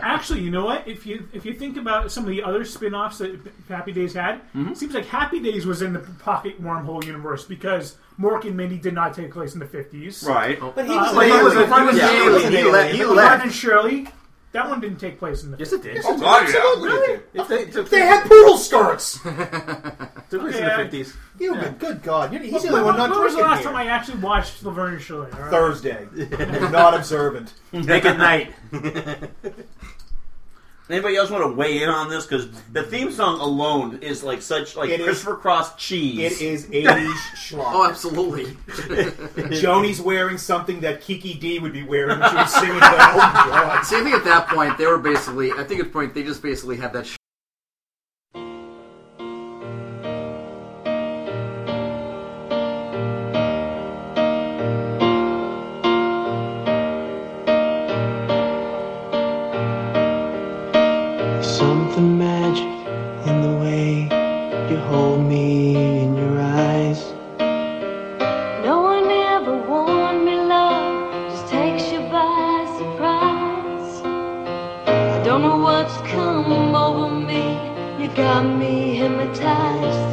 Speaker 6: Actually, you know what? If you if you think about some of the other spin-offs that Happy Days had,
Speaker 12: Mm-hmm.
Speaker 6: it seems like Happy Days was in the pocket wormhole universe because Mork and Mindy did not take place in the fifties, Uh,
Speaker 5: Right.
Speaker 12: But he was an alien. He was an alien. He left- he
Speaker 6: Marvin
Speaker 12: left.
Speaker 6: and Shirley, that one didn't take place in the.
Speaker 12: Yes, it did.
Speaker 6: Yes,
Speaker 12: Oh,
Speaker 6: it did.
Speaker 12: God, yeah. Really? If they took- They had
Speaker 7: poodle (laughs) skirts.
Speaker 12: Took place in the
Speaker 6: Okay.
Speaker 12: fifties.
Speaker 7: You good, good God! You're, he's
Speaker 6: Well,
Speaker 7: the only
Speaker 6: when,
Speaker 7: one not
Speaker 6: when was the
Speaker 7: drinking
Speaker 6: last
Speaker 7: here.
Speaker 6: time I actually watched Laverne and Shirley? All right.
Speaker 7: Thursday.
Speaker 12: (laughs)
Speaker 7: not observant.
Speaker 12: Naked (laughs) night.
Speaker 5: Anybody else want to weigh in on this? Because the theme song alone is like such like
Speaker 7: It is-
Speaker 5: Christopher Cross cheese. (laughs)
Speaker 7: It is 80s schlock.
Speaker 4: Oh,
Speaker 6: (laughs)
Speaker 4: absolutely.
Speaker 7: Joni's wearing something that Kiki D would be wearing when she was singing. about, oh, God.
Speaker 4: See, I think at that point they were basically. I think at the point they just basically had that. Sh-
Speaker 8: There's something magic in the way you hold me in your eyes.
Speaker 3: No one ever warned me love just takes you by surprise. I don't know what's come over me. You got me hypnotized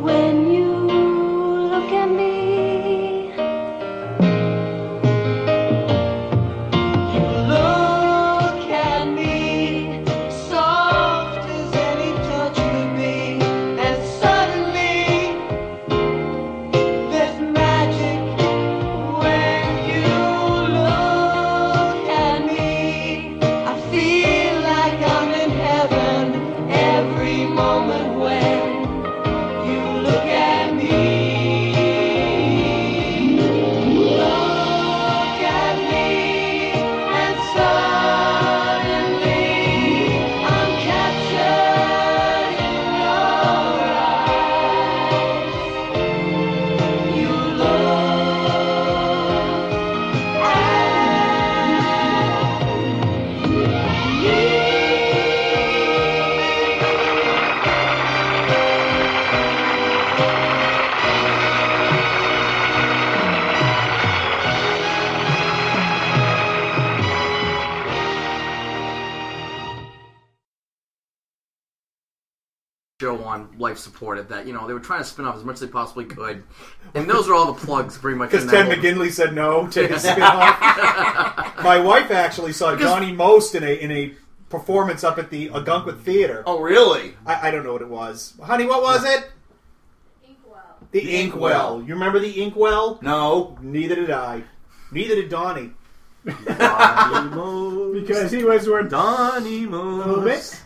Speaker 3: when you look at me. You look at me, soft as any touch would be, and suddenly there's magic when you look at me. I feel like I'm in heaven every moment when you look at me.
Speaker 4: show on life support at that you know they were trying to spin off as much as they possibly could and those are all the plugs pretty much
Speaker 13: Because
Speaker 4: in
Speaker 13: Ted
Speaker 4: that
Speaker 13: McGinley said no to
Speaker 4: (laughs)
Speaker 13: his spin-off. My wife actually saw Donnie Most in a in a performance up at the Agunquit Theater.
Speaker 5: Oh, really?
Speaker 13: I, I don't know what it was. Honey, what was it? The Inkwell. You remember the Inkwell?
Speaker 5: No.
Speaker 13: Neither did I. Neither did Donnie. (laughs)
Speaker 6: because he was wearing
Speaker 12: Donnie
Speaker 6: a little bit.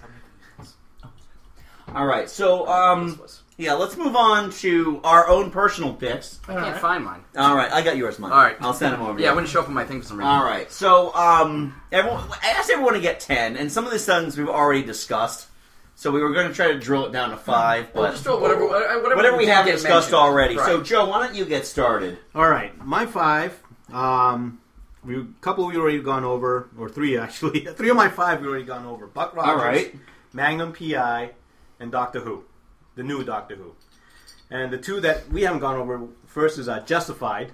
Speaker 5: All right, so um, yeah, let's move on to our own personal picks.
Speaker 4: I can't find mine.
Speaker 5: All right, I got yours, Mike.
Speaker 4: All right.
Speaker 5: I'll send them over. to
Speaker 4: Yeah, I
Speaker 5: you.
Speaker 4: wouldn't show up on my thing for some reason.
Speaker 5: All right, so um, everyone, I asked everyone to get ten, and some of these things we've already discussed. So we were going to try to drill it down to five, but
Speaker 4: Well, just drill whatever- whatever
Speaker 5: we
Speaker 4: did
Speaker 5: have
Speaker 4: get
Speaker 5: discussed
Speaker 4: mentioned.
Speaker 5: already. So
Speaker 4: Right.
Speaker 5: Joe, why don't you get started?
Speaker 12: All right, my five. Um, we a couple we already gone over, or three (laughs) actually. three of my five we already gone over. Buck Rogers,
Speaker 5: All right.
Speaker 12: Magnum PI, and Doctor Who, the new Doctor Who. And the two that we haven't gone over first is uh, Justified.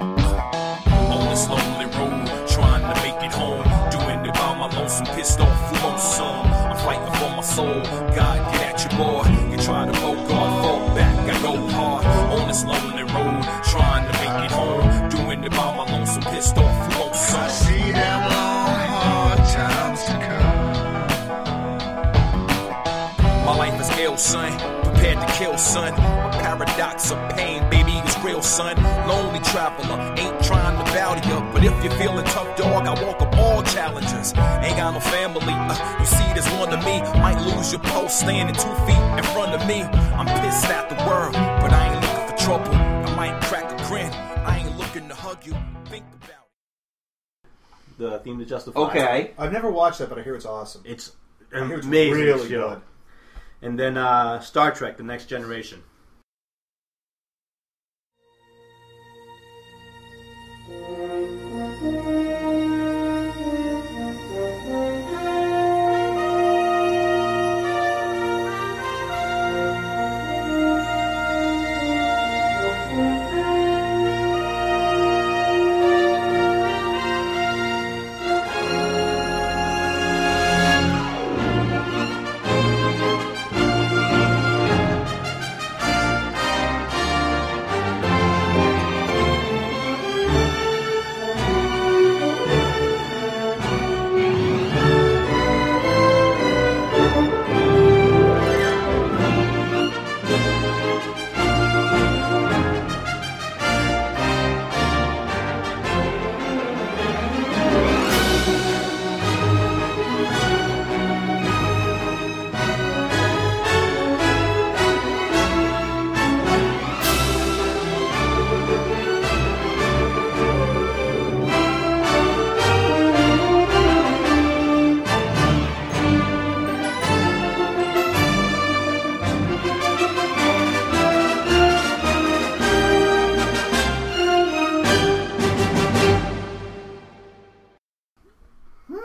Speaker 8: on this lonely road, trying to make it home. Doing it by my lonesome, pissed off, lonesome. I'm fighting for my soul. God, get at your boy. You try to bogart, fall back. I go hard on this lonely road, trying to make it home. Doing it by my lonesome, pissed off, lonesome. I see them long, hard times to come. My life is ill, son. Prepared to kill, son. A paradox of pain, baby, is real, son. Lonely traveler, ain't trying to value you. But if you're feeling tough, dog, I walk up all challenges. Ain't got no family. uh, you see, there's one of me. Might lose your post standing two feet in front of me. I'm pissed at the world, but I ain't looking for trouble. I might crack a grin. I ain't looking to hug you. Think about it.
Speaker 12: The theme to Justified.
Speaker 5: Okay.
Speaker 13: I've never watched that, but I hear it's awesome.
Speaker 12: It's
Speaker 13: I hear it's
Speaker 12: amazing
Speaker 13: really
Speaker 12: show.
Speaker 13: good.
Speaker 12: And then uh, Star Trek: The Next Generation.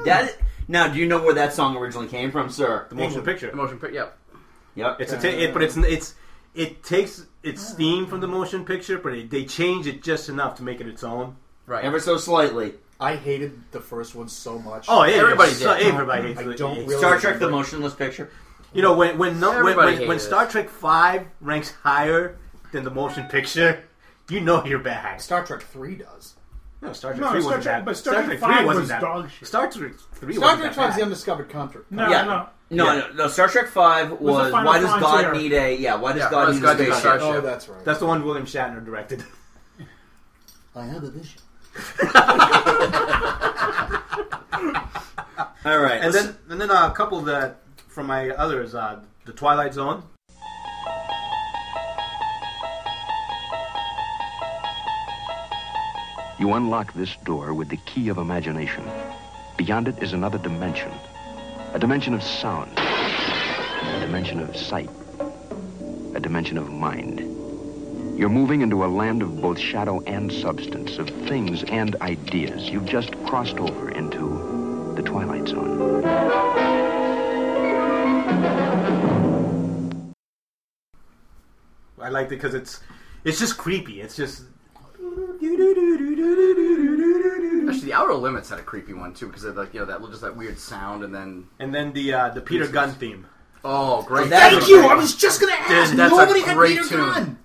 Speaker 5: That now, do you know where that song originally came from, sir? The
Speaker 12: motion picture. The
Speaker 4: motion picture. Yep.
Speaker 5: Yep.
Speaker 12: It's a ta- it, but it's it's it takes its theme from the motion picture, but it, they change it just enough to make it its own.
Speaker 4: Right.
Speaker 5: Ever so slightly.
Speaker 13: I hated the first one so much.
Speaker 12: Oh, yeah,
Speaker 5: Everybody
Speaker 12: it's so-
Speaker 5: did.
Speaker 12: everybody hates
Speaker 13: I
Speaker 12: it.
Speaker 13: don't
Speaker 12: It's-
Speaker 13: really
Speaker 5: Star Trek: The Motionless Picture.
Speaker 12: You know when when no, when,
Speaker 5: Everybody
Speaker 12: when, when
Speaker 5: hated
Speaker 12: Star Trek Five ranks higher than the motion picture, you know you're bad.
Speaker 13: Star Trek Three does.
Speaker 12: No, Star Trek
Speaker 13: No,
Speaker 12: Three
Speaker 13: Star
Speaker 12: wasn't
Speaker 13: Trek-
Speaker 12: that.
Speaker 13: but Star Trek five was
Speaker 12: that.
Speaker 13: dog
Speaker 12: Star Trek Three.
Speaker 13: Star
Speaker 12: wasn't
Speaker 13: Trek
Speaker 12: that
Speaker 13: Five's
Speaker 12: bad.
Speaker 13: the undiscovered country.
Speaker 5: Yeah. No, no, no, Star Trek Five was
Speaker 13: Final
Speaker 5: why does God
Speaker 13: Frontier.
Speaker 5: need a yeah? Why does
Speaker 12: Yeah,
Speaker 5: God
Speaker 12: why does
Speaker 5: need
Speaker 12: God
Speaker 5: a
Speaker 12: need a
Speaker 5: spaceship?
Speaker 12: starship? Oh, that's right. That's the one William Shatner
Speaker 5: (laughs)
Speaker 12: directed.
Speaker 13: I have a vision.
Speaker 5: All right,
Speaker 12: and then and then uh, a couple that from my others, uh, the Twilight Zone.
Speaker 19: You unlock this door with the key of imagination. Beyond it is another dimension a dimension of sound, a dimension of sight, a dimension of mind. You're moving into a land of both shadow and substance, of things and ideas. You've just crossed over into the Twilight Zone.
Speaker 12: I liked it because it's it's just creepy. It's just
Speaker 4: Actually, the The Outer Limits had a creepy one too because of like you know that just that weird sound and then
Speaker 12: and then the uh, the Peter Gunn theme.
Speaker 4: Oh, great!
Speaker 12: Thank you, I was just gonna ask,
Speaker 4: Dude, that's
Speaker 12: nobody
Speaker 4: a
Speaker 12: had
Speaker 4: great
Speaker 12: Peter
Speaker 4: tune.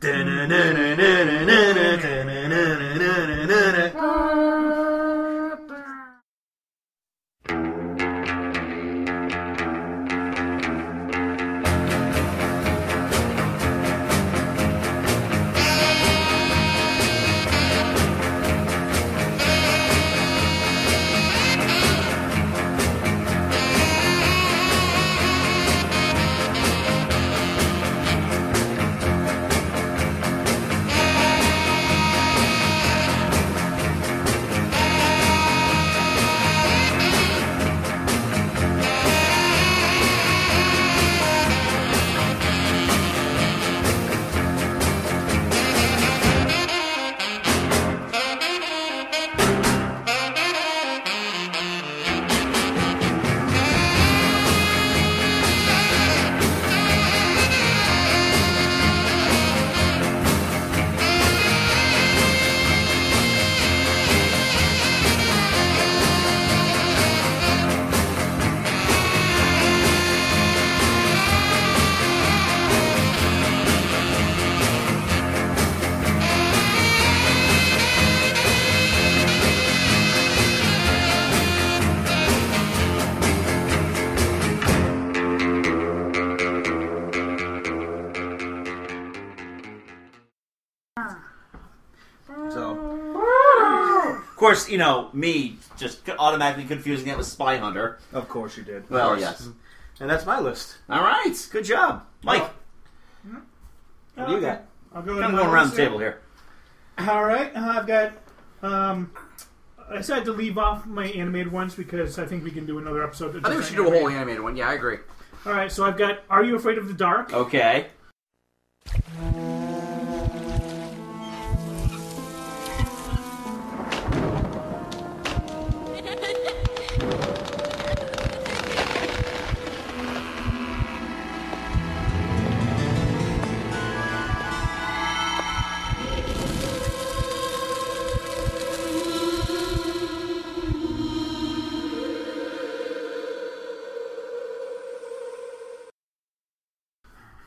Speaker 5: Of course, you know me just automatically confusing it with Spy Hunter.
Speaker 7: Of course you did.
Speaker 5: Well,
Speaker 7: Of course.
Speaker 5: yes.
Speaker 12: Mm-hmm. And that's my list.
Speaker 5: All right, good job, Mike. Hmm?
Speaker 6: What
Speaker 5: do you got?
Speaker 6: I'll go.
Speaker 5: I'm
Speaker 6: with
Speaker 5: going
Speaker 6: my
Speaker 5: around
Speaker 6: list
Speaker 5: the table here.
Speaker 6: All right, uh, I've got. Um, I decided to leave off my animated ones because I think we can do another episode.
Speaker 4: I think we should do a whole animated one. Yeah, I agree.
Speaker 6: All right, so I've got. Are you afraid of the dark?
Speaker 5: Okay.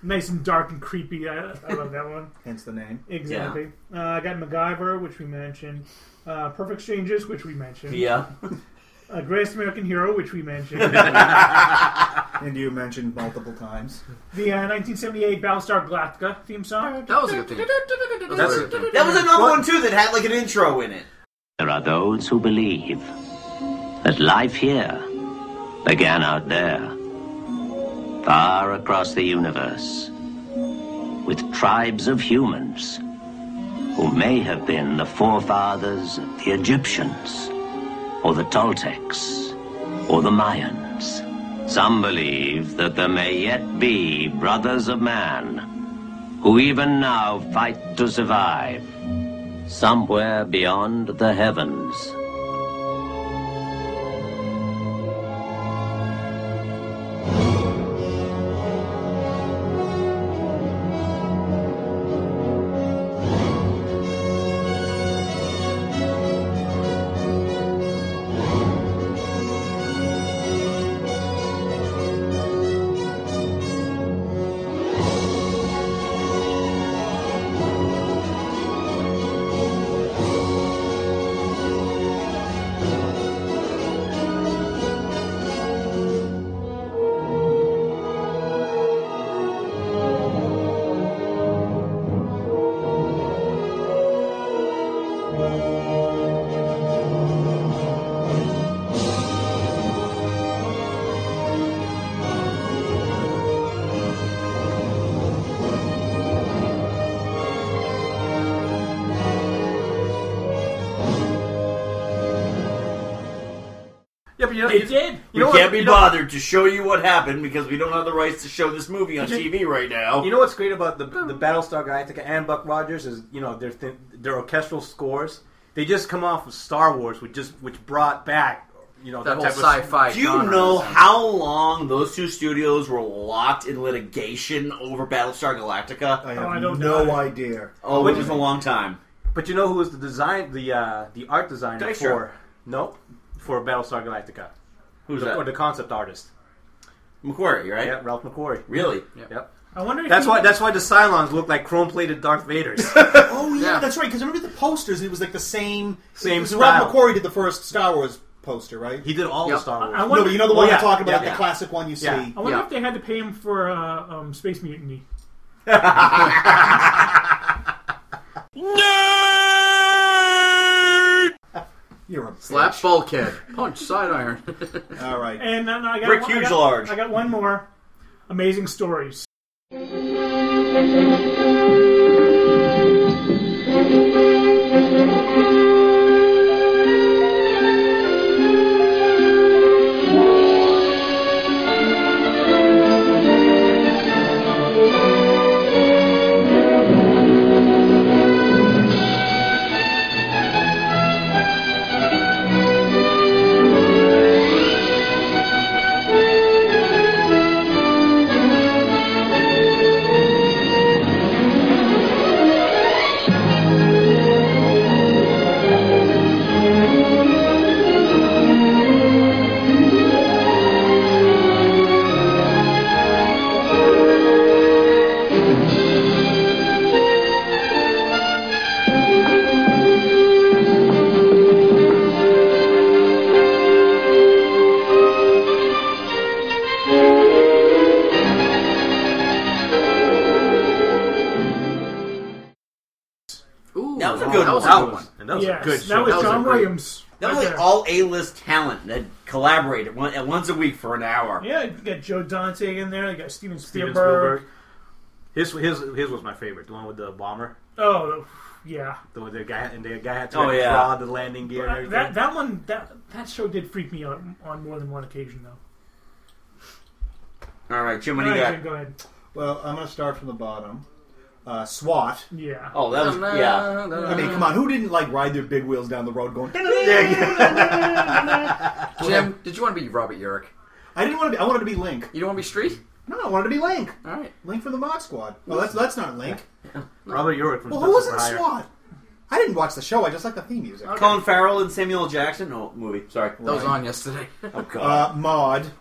Speaker 6: Nice and dark and creepy. I, I love
Speaker 5: (laughs)
Speaker 6: that one.
Speaker 7: Hence the name.
Speaker 6: Exactly. Uh, I got MacGyver, which we mentioned. Uh, Perfect Strangers, which we mentioned.
Speaker 7: Yeah.
Speaker 6: (laughs) uh, Greatest American Hero, which
Speaker 4: (laughs)
Speaker 6: we mentioned.
Speaker 13: (laughs)
Speaker 7: and you mentioned multiple (laughs) times.
Speaker 6: The uh, 1978 Battlestar Galactica theme song.
Speaker 4: That was a good
Speaker 6: (laughs)
Speaker 4: theme.
Speaker 7: That's
Speaker 5: a- that was another one too that had like an intro in it.
Speaker 14: There are those who believe that life here began out there, far across the universe, with tribes of humans who may have been the forefathers of the Egyptians, or the Toltecs, or the Mayans. Some believe that there may yet be brothers of man who even now fight to survive somewhere beyond the heavens.
Speaker 12: Yeah, but you know,
Speaker 5: It
Speaker 12: you,
Speaker 5: did.
Speaker 12: You
Speaker 5: we
Speaker 12: know
Speaker 5: can't
Speaker 12: what,
Speaker 5: be
Speaker 12: you know-
Speaker 5: bothered to show you what happened because we don't have the rights to show this movie on
Speaker 12: You-
Speaker 5: TV right now.
Speaker 12: You know what's great about the the Battlestar Galactica and Buck Rogers is you know their th- their orchestral scores. They just come off of Star Wars, which just which brought back you know that, type of
Speaker 5: Do you know how long those two studios were locked in litigation over Battlestar Galactica?
Speaker 7: Oh, I have no idea.
Speaker 5: Oh, it was a long time.
Speaker 12: But you know who was the design the uh, the art designer
Speaker 5: Dykstra.
Speaker 12: for No, for Battlestar Galactica.
Speaker 5: Who's
Speaker 12: the,
Speaker 5: that?
Speaker 12: Or the concept artist.
Speaker 5: McQuarrie, right?
Speaker 12: Yeah, Ralph McQuarrie.
Speaker 5: Really?
Speaker 12: Yep.
Speaker 6: I wonder if
Speaker 12: that's
Speaker 6: he-
Speaker 12: why. That's why the Cylons look like chrome-plated Darth
Speaker 6: (laughs)
Speaker 12: Vaders.
Speaker 7: (laughs) Oh yeah, that's right. Because remember the posters? It was like the same.
Speaker 12: Same
Speaker 7: it was
Speaker 12: style.
Speaker 7: Rob McQuarrie did the first Star Wars poster, right?
Speaker 12: He did all
Speaker 7: the
Speaker 12: the Star Wars.
Speaker 6: I wonder-
Speaker 7: no, but you know the one
Speaker 6: Oh, yeah,
Speaker 7: I'm talking about,
Speaker 6: yeah,
Speaker 7: the
Speaker 6: yeah.
Speaker 7: classic one you see.
Speaker 6: I wonder if they had to pay him for uh, um, Space
Speaker 7: (laughs)
Speaker 6: Mutiny. (laughs)
Speaker 7: You're a
Speaker 4: slap
Speaker 7: (laughs)
Speaker 4: bulkhead, punch side iron.
Speaker 7: All right.
Speaker 6: And uh, no, I got
Speaker 4: Rick
Speaker 6: one, I got,
Speaker 4: Hugelarge.
Speaker 6: I got one more. Amazing stories.
Speaker 5: that was a
Speaker 4: wow,
Speaker 5: good
Speaker 4: that
Speaker 5: one.
Speaker 4: was a good one.
Speaker 5: And That was
Speaker 6: Yes,
Speaker 5: a good
Speaker 6: that
Speaker 5: show.
Speaker 6: was
Speaker 5: a
Speaker 6: John
Speaker 5: great-
Speaker 6: Williams
Speaker 5: That
Speaker 6: right
Speaker 5: was like
Speaker 6: there.
Speaker 5: all A-list talent that collaborated one, at once a week for an hour.
Speaker 6: Yeah, you got Joe Dante in there. You got Steven
Speaker 12: Steven
Speaker 6: Spielberg.
Speaker 12: Spielberg. His, his his was my favorite. The one with the bomber.
Speaker 6: Oh, yeah.
Speaker 12: The, the guy and the guy had to
Speaker 5: Oh,
Speaker 12: like,
Speaker 5: yeah.
Speaker 12: draw the landing gear and
Speaker 6: That,
Speaker 12: everything.
Speaker 6: that that one that that show did freak me out on more than one occasion though.
Speaker 5: All right, Jim, what do you
Speaker 7: All right,
Speaker 5: got?
Speaker 7: Jim,
Speaker 6: go ahead.
Speaker 7: Well, I'm going to start from the bottom. Uh, SWAT.
Speaker 6: Yeah.
Speaker 5: Oh, that was- yeah.
Speaker 7: I mean, come on, who didn't like ride their big wheels down the road going?
Speaker 4: (laughs) Jim, did you want to be Robert Urich?
Speaker 7: I didn't want to be. I wanted to be Link.
Speaker 4: You don't want to be Street?
Speaker 7: No, I wanted to be Link.
Speaker 4: All right,
Speaker 7: Link from the Mod Squad. Well, that's that's not Link.
Speaker 12: Robert Urich from
Speaker 7: Well, who was in
Speaker 12: Spencer for Hire.
Speaker 7: SWAT? I didn't watch the show. I just like the theme music.
Speaker 5: Colin Farrell and Samuel L. Jackson? No, movie. Sorry.
Speaker 7: That was on
Speaker 4: yesterday.
Speaker 7: (laughs)
Speaker 5: Oh,
Speaker 7: Uh,
Speaker 5: God.
Speaker 7: Maud.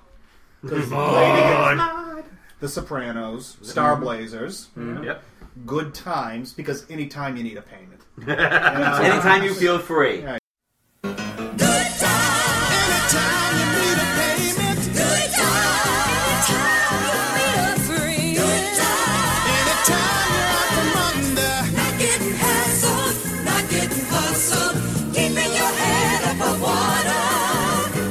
Speaker 7: 'Cause Lady Gaga- The Sopranos, Star
Speaker 5: Mhm.
Speaker 7: Blazers,
Speaker 5: Mhm. Yep.
Speaker 7: Good Times, because anytime you need
Speaker 5: (laughs)
Speaker 7: a payment. uh,
Speaker 5: Anytime you feel free.
Speaker 7: Yeah.
Speaker 3: Keeping your head above water,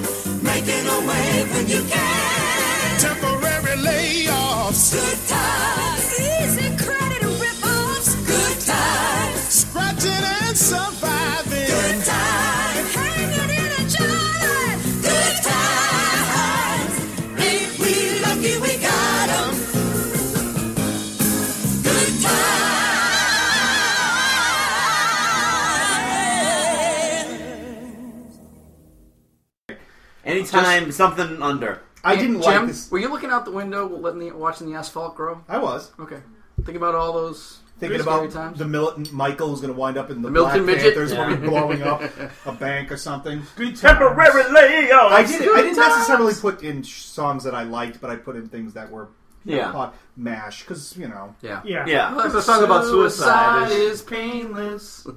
Speaker 3: making a way when you can. Temporary layoffs, good times, easy credit ripoffs, good times, scratching and surviving, good times, hanging in a jolly, good times. Ain't we lucky we got 'em? Good times.
Speaker 5: Anytime something under.
Speaker 7: I didn't
Speaker 4: Jim,
Speaker 7: like this-
Speaker 4: Were you looking out the window, letting the, watching the asphalt grow?
Speaker 7: I was.
Speaker 4: Okay. Think about all those.
Speaker 7: Thinking
Speaker 4: scary
Speaker 7: about
Speaker 4: times.
Speaker 7: the militant Michael who's going to wind up in the,
Speaker 4: The militant
Speaker 7: Black
Speaker 4: midget?
Speaker 7: Panthers
Speaker 4: Yeah.
Speaker 7: when we're blowing
Speaker 5: (laughs)
Speaker 7: up a bank or something.
Speaker 6: Good temporary
Speaker 5: layoffs.
Speaker 7: I didn't, I didn't
Speaker 5: Good times.
Speaker 7: necessarily put in sh- songs that I liked, but I put in things that were
Speaker 5: Yeah.
Speaker 7: hot. mash because you know
Speaker 4: Yeah.
Speaker 5: Yeah.
Speaker 4: Well,
Speaker 5: It's a song about suicide.
Speaker 4: Suicide is painless.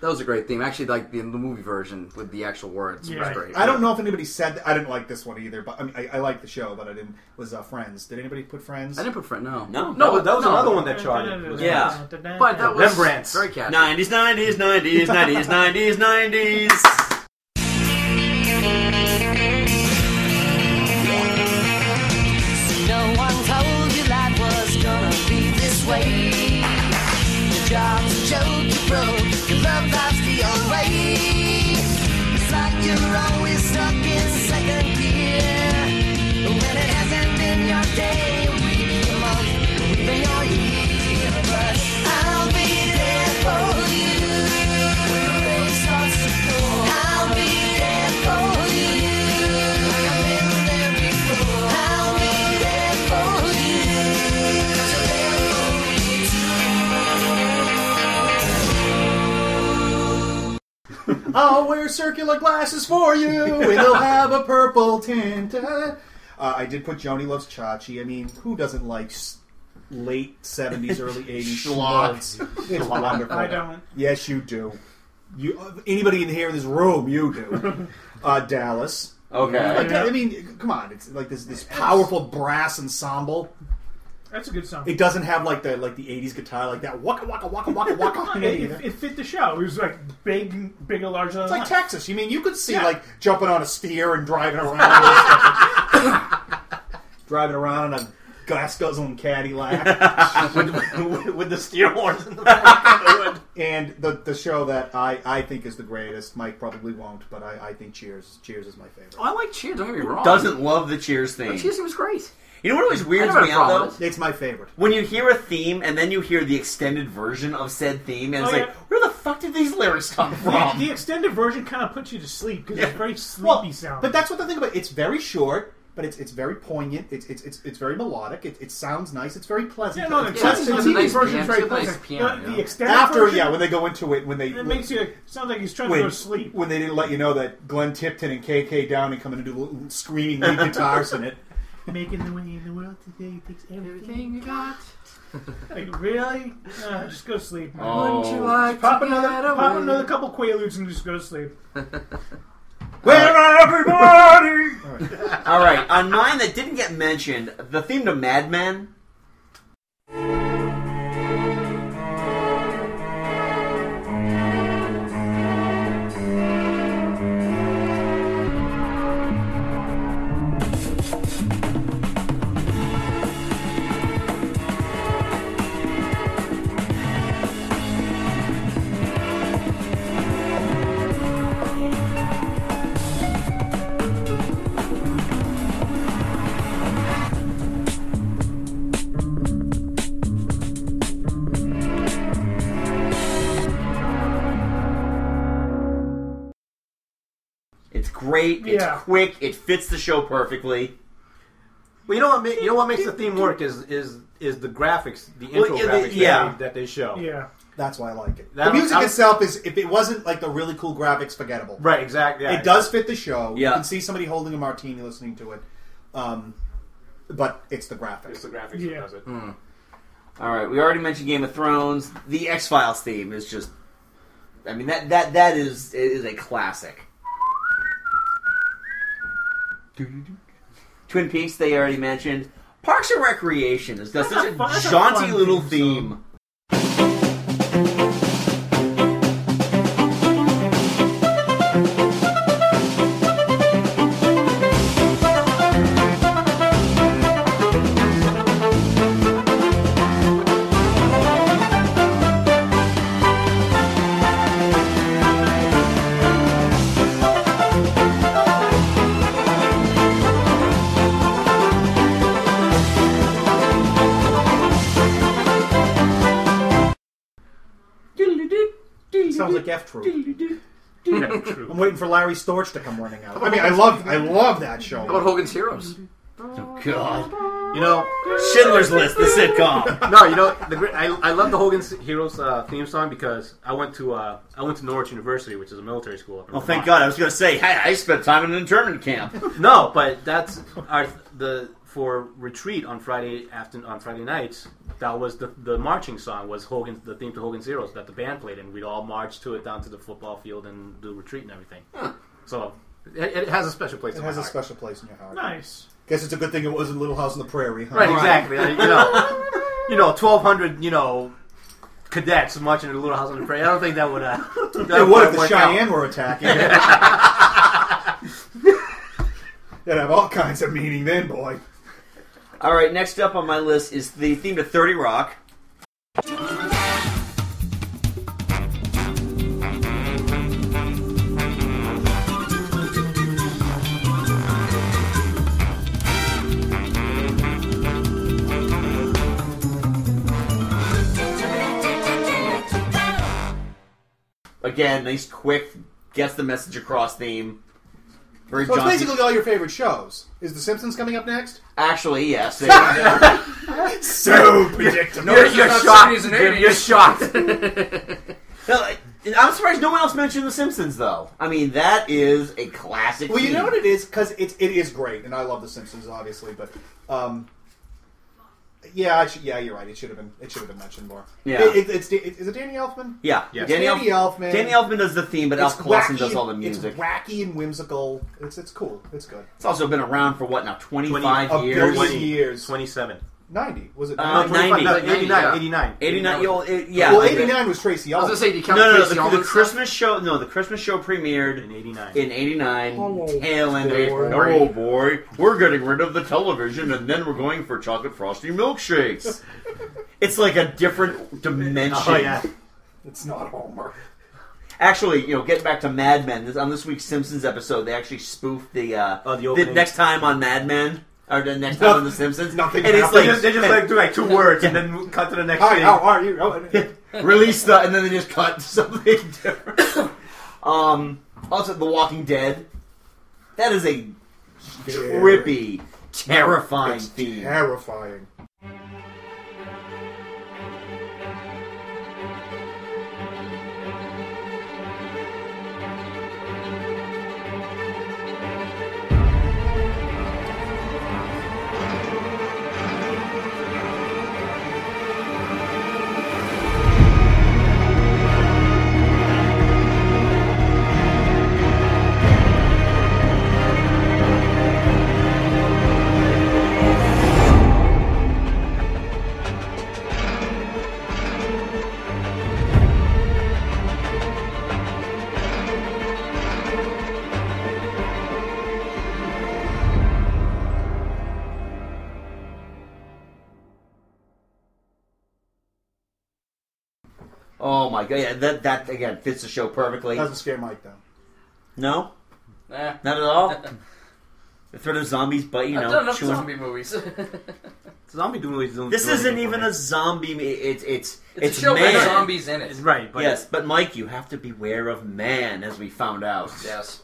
Speaker 4: that was a great theme. Actually, like the, the movie version with the actual words was great.
Speaker 7: I don't know if anybody said that. I didn't like this one either, but I mean, I, I like the show, but I didn't. Was uh, Friends? Did anybody put Friends?
Speaker 4: I didn't put Friends. No.
Speaker 5: No.
Speaker 4: No,
Speaker 5: That was
Speaker 4: no.
Speaker 5: another one that charted. Yeah.
Speaker 4: But that was
Speaker 5: Rembrandts.
Speaker 4: very catchy.
Speaker 5: 90s, 90s, 90s, 90s, 90s,
Speaker 4: (laughs)
Speaker 5: 90s.
Speaker 3: No one told you life was gonna be this way. Your job's a joke, you broke. Your love life's the old way. It's like you're always stuck in second gear. When it hasn't been your day, week, your month, or even your year. But I'll be there for you. When the rain starts to pour, I'll be there for you. Like I've been there before. I'll be there for you. So there for me too.
Speaker 7: I'll wear circular glasses for you,
Speaker 4: (laughs)
Speaker 7: and they'll have a purple tint. Uh, I did put Joni Loves Chachi. I mean, who doesn't like s- late 70s,
Speaker 4: (laughs)
Speaker 7: early 80s
Speaker 6: Schlock.
Speaker 7: schmaltz? It's wonderful.
Speaker 6: I don't.
Speaker 7: Yes, you do. You Anybody in here in this room,
Speaker 4: (laughs)
Speaker 7: you do. Uh, Dallas.
Speaker 5: Okay.
Speaker 7: Like, I mean, come on. It's like this, this powerful brass ensemble.
Speaker 6: That's a good song.
Speaker 7: It doesn't have like the like the '80s guitar, like that waka waka waka waka
Speaker 6: (laughs)
Speaker 7: waka.
Speaker 6: It, it, it fit the show. It was like big, bigger, larger. Than
Speaker 7: It's like
Speaker 6: life.
Speaker 7: Texas. You mean you could see
Speaker 6: Yeah.
Speaker 7: like jumping on a steer and driving around, and stuff. (laughs) driving around in a glass guzzling Cadillac (laughs) with, with the steer horns in the back. (laughs) and the the show that I, I think is the greatest. Mike probably won't, but I, I think Cheers Cheers is my favorite.
Speaker 4: Oh, I like Cheers. Don't get me wrong.
Speaker 5: Doesn't love the Cheers theme.
Speaker 4: Cheers was great.
Speaker 5: You know what always weirds
Speaker 4: never
Speaker 5: me out
Speaker 4: followed
Speaker 5: though?
Speaker 7: It's my favorite.
Speaker 5: When you hear a theme and then you hear the extended version of said theme, and it's
Speaker 6: Oh,
Speaker 5: like, where the fuck did these lyrics
Speaker 4: (laughs)
Speaker 5: come
Speaker 6: The,
Speaker 5: from?
Speaker 6: the extended version kind of puts you to sleep because it's very sleepy sound.
Speaker 7: But that's what the thing about it. it's very short, but it's it's very poignant. It's it's it's, it's very melodic. It, it sounds nice. It's very pleasant.
Speaker 6: Yeah, no, the
Speaker 7: it's
Speaker 6: classic
Speaker 7: pleasant.
Speaker 6: TV version is very pleasant. The- the extended
Speaker 7: After
Speaker 6: version-
Speaker 7: yeah, when they go into it, when they
Speaker 6: it makes you sound like he's trying
Speaker 7: when,
Speaker 6: to go to sleep.
Speaker 7: when they didn't let you know that Glenn Tipton and KK Downey coming to do little screaming lead (laughs) guitars in it.
Speaker 6: Making the way in the world today takes everything you got. (laughs) like really? Uh, just go to sleep.
Speaker 7: Oh. Wouldn't you like
Speaker 6: Just pop
Speaker 7: to
Speaker 6: another
Speaker 7: get
Speaker 6: pop
Speaker 7: away?
Speaker 6: another couple quaaludes and just go
Speaker 4: (laughs)
Speaker 6: to sleep.
Speaker 7: Where are everybody?
Speaker 5: (laughs) All right, on mine that didn't get mentioned, the theme to Mad Men. It's great. It's
Speaker 12: Yeah.
Speaker 5: quick. It fits the show perfectly.
Speaker 12: Well, you know what? ma- You know what makes the theme work is is is the graphics, the
Speaker 5: Well,
Speaker 12: intro
Speaker 5: yeah,
Speaker 12: graphics
Speaker 5: they- yeah.
Speaker 12: that, they, that they show.
Speaker 6: Yeah.
Speaker 7: That's why I like it.
Speaker 12: That-
Speaker 7: the music
Speaker 12: I'm-
Speaker 7: itself is, if it wasn't like the really cool graphics, forgettable.
Speaker 12: Right, exactly, yeah.
Speaker 7: It does fit the show.
Speaker 12: Yeah.
Speaker 7: You can see somebody holding a martini listening to it. Um, but it's the graphics. Mm. It's
Speaker 12: the graphics
Speaker 6: that Yeah. does
Speaker 12: it.
Speaker 5: Hmm. All right, we already mentioned Game of Thrones. The X Files theme is just. I mean that that that is is a classic. Twin Peaks, they already mentioned. Parks and Recreation is just such a,
Speaker 6: fun- that's a
Speaker 5: jaunty
Speaker 6: fun
Speaker 5: little theme.
Speaker 7: Sounds like F Troop.
Speaker 12: F Troop.
Speaker 7: I'm waiting for Larry Storch to come running out. I mean, I love, I love that show.
Speaker 4: How about Hogan's Heroes?
Speaker 5: Oh, God.
Speaker 12: You know,
Speaker 5: Schindler's List, the
Speaker 12: (laughs)
Speaker 5: sitcom.
Speaker 12: no, you know, the great, I, I love the Hogan's Heroes uh, theme song because I went to uh, I went to Norwich University, which is a military school. Up in
Speaker 5: Oh, thank
Speaker 12: Vermont.
Speaker 5: God! I was going to say, hey, I spent time in an internment camp.
Speaker 12: (laughs) No, but that's our the for retreat on Friday after on Friday nights. That was the the marching song was Hogan's the theme to Hogan's Heroes that the band played, and we'd all march to it down to the football field and do retreat and everything. So it, it has a special place.
Speaker 7: It
Speaker 12: in
Speaker 7: has
Speaker 12: my
Speaker 7: a
Speaker 12: heart.
Speaker 7: special place in your heart.
Speaker 6: Nice.
Speaker 7: Guess it's a good thing it wasn't Little House on the Prairie, huh?
Speaker 12: Right, exactly. Like, you
Speaker 7: (laughs)
Speaker 4: (laughs)
Speaker 12: know, you know, twelve hundred, you know, cadets marching in a little house on the prairie. I don't think that would. Uh,
Speaker 7: It
Speaker 12: that
Speaker 7: would if the
Speaker 12: work
Speaker 7: Cheyenne
Speaker 12: out.
Speaker 7: were
Speaker 12: (laughs)
Speaker 7: attacking. (laughs) They'd have all kinds of meaning then, boy.
Speaker 5: All right, next up on my list is the theme to Thirty Rock. Again, nice, quick, gets the message across theme. Very
Speaker 7: So it's
Speaker 5: jaunty.
Speaker 7: basically all your favorite shows. Is The Simpsons coming up next?
Speaker 5: Actually,
Speaker 7: (laughs)
Speaker 5: yes. They,
Speaker 7: so
Speaker 5: (laughs)
Speaker 7: predictable. (laughs)
Speaker 5: You're- you're shocked, Jim, you're shocked. I'm surprised no one else mentioned The Simpsons, though. I mean, that is a classic.
Speaker 7: Well, you know
Speaker 5: theme.
Speaker 7: what it is because it, it is great, and I love The Simpsons, obviously. But um, yeah, I should, yeah, you're right. It should have been it should have been mentioned more.
Speaker 5: Yeah.
Speaker 7: It- it- it's Da- is it Danny Elfman?
Speaker 5: Yeah,
Speaker 7: Yes.
Speaker 5: Danny,
Speaker 7: Danny
Speaker 5: Elf-
Speaker 7: Elfman.
Speaker 5: Danny Elfman does the theme, but
Speaker 7: It's
Speaker 5: Alf Clausen
Speaker 7: wacky
Speaker 5: does all the
Speaker 7: and-
Speaker 5: music.
Speaker 7: It's wacky and whimsical. It's it's cool. It's good.
Speaker 5: It's also been around for what now? Twenty
Speaker 7: A
Speaker 5: five years.
Speaker 7: billion years.
Speaker 12: Twenty-seven.
Speaker 7: Ninety was it?
Speaker 5: Uh, 90.
Speaker 12: 89,
Speaker 5: 89. 89, yo, it- yeah.
Speaker 7: Well, eighty nine was Tracy. Ullman.
Speaker 5: no, no, no, the, the Christmas show. No, the Christmas show premiered in '89. In '89, tail end. of
Speaker 7: boy.
Speaker 5: 80 Oh boy, we're getting rid of the television, and then we're going for chocolate frosty milkshakes. (laughs) it's like a different dimension.
Speaker 7: Oh, yeah. It's not Homer.
Speaker 5: Actually, you know, getting back to Mad Men this, on this week's Simpsons episode, they actually spoofed the uh, the,
Speaker 12: opening.
Speaker 5: next time on Mad Men or the next time on The Simpsons.
Speaker 12: Nothing.
Speaker 5: And it's like
Speaker 12: they just like do like
Speaker 5: (laughs)
Speaker 12: two words and then cut to the next. thing.
Speaker 7: are you? Oh,
Speaker 5: Release the, and then they just cut to something different. (coughs) um, also, The Walking Dead. That is a trippy, terrifying
Speaker 7: It's
Speaker 5: theme.
Speaker 7: Terrifying.
Speaker 5: Oh my god! Yeah, that that again fits the show perfectly.
Speaker 7: Doesn't scare Mike though.
Speaker 5: No,
Speaker 4: Nah.
Speaker 5: not at all.
Speaker 4: (laughs)
Speaker 5: the threat of zombies, but you
Speaker 4: I've
Speaker 5: know,
Speaker 4: done enough
Speaker 5: chewing-
Speaker 4: zombie movies.
Speaker 12: zombie movies. Don't
Speaker 5: This
Speaker 12: do anything
Speaker 5: isn't even a zombie. me- It's it's
Speaker 4: It's a show with
Speaker 5: man.
Speaker 4: zombies in it. Right, but-
Speaker 5: yes, but Mike, you have to beware of man, as we found out.
Speaker 4: Yes.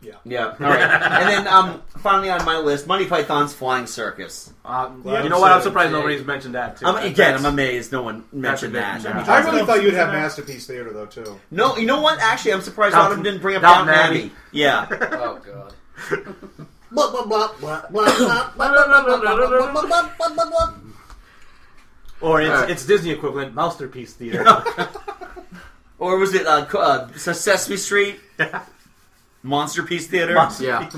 Speaker 7: Yeah.
Speaker 5: Yeah. All right. and then um, finally on my list, Monty Python's Flying Circus.
Speaker 12: Um, you know what? I'm surprised nobody's mentioned that too.
Speaker 5: I'm, again, I'm
Speaker 12: That's-
Speaker 5: amazed no one mentioned that.
Speaker 12: That's a bit-
Speaker 7: I really thought you'd have Masterpiece Theater though too.
Speaker 5: (laughs) No, you know what? Actually, I'm surprised
Speaker 7: Downton-
Speaker 5: Autumn didn't bring up
Speaker 7: Downton
Speaker 5: Downton Abbey.
Speaker 7: Abbey.
Speaker 5: Yeah.
Speaker 4: oh god.
Speaker 7: Blah, blah, blah, blah, blah, blah,
Speaker 12: Or it's,
Speaker 5: Alright.
Speaker 12: it's Disney equivalent, Masterpiece Theater.
Speaker 5: Or was it uh, co- uh, Sesame
Speaker 7: (laughs)
Speaker 5: Street? Monster Piece Theater.
Speaker 4: Monster (laughs) Yeah.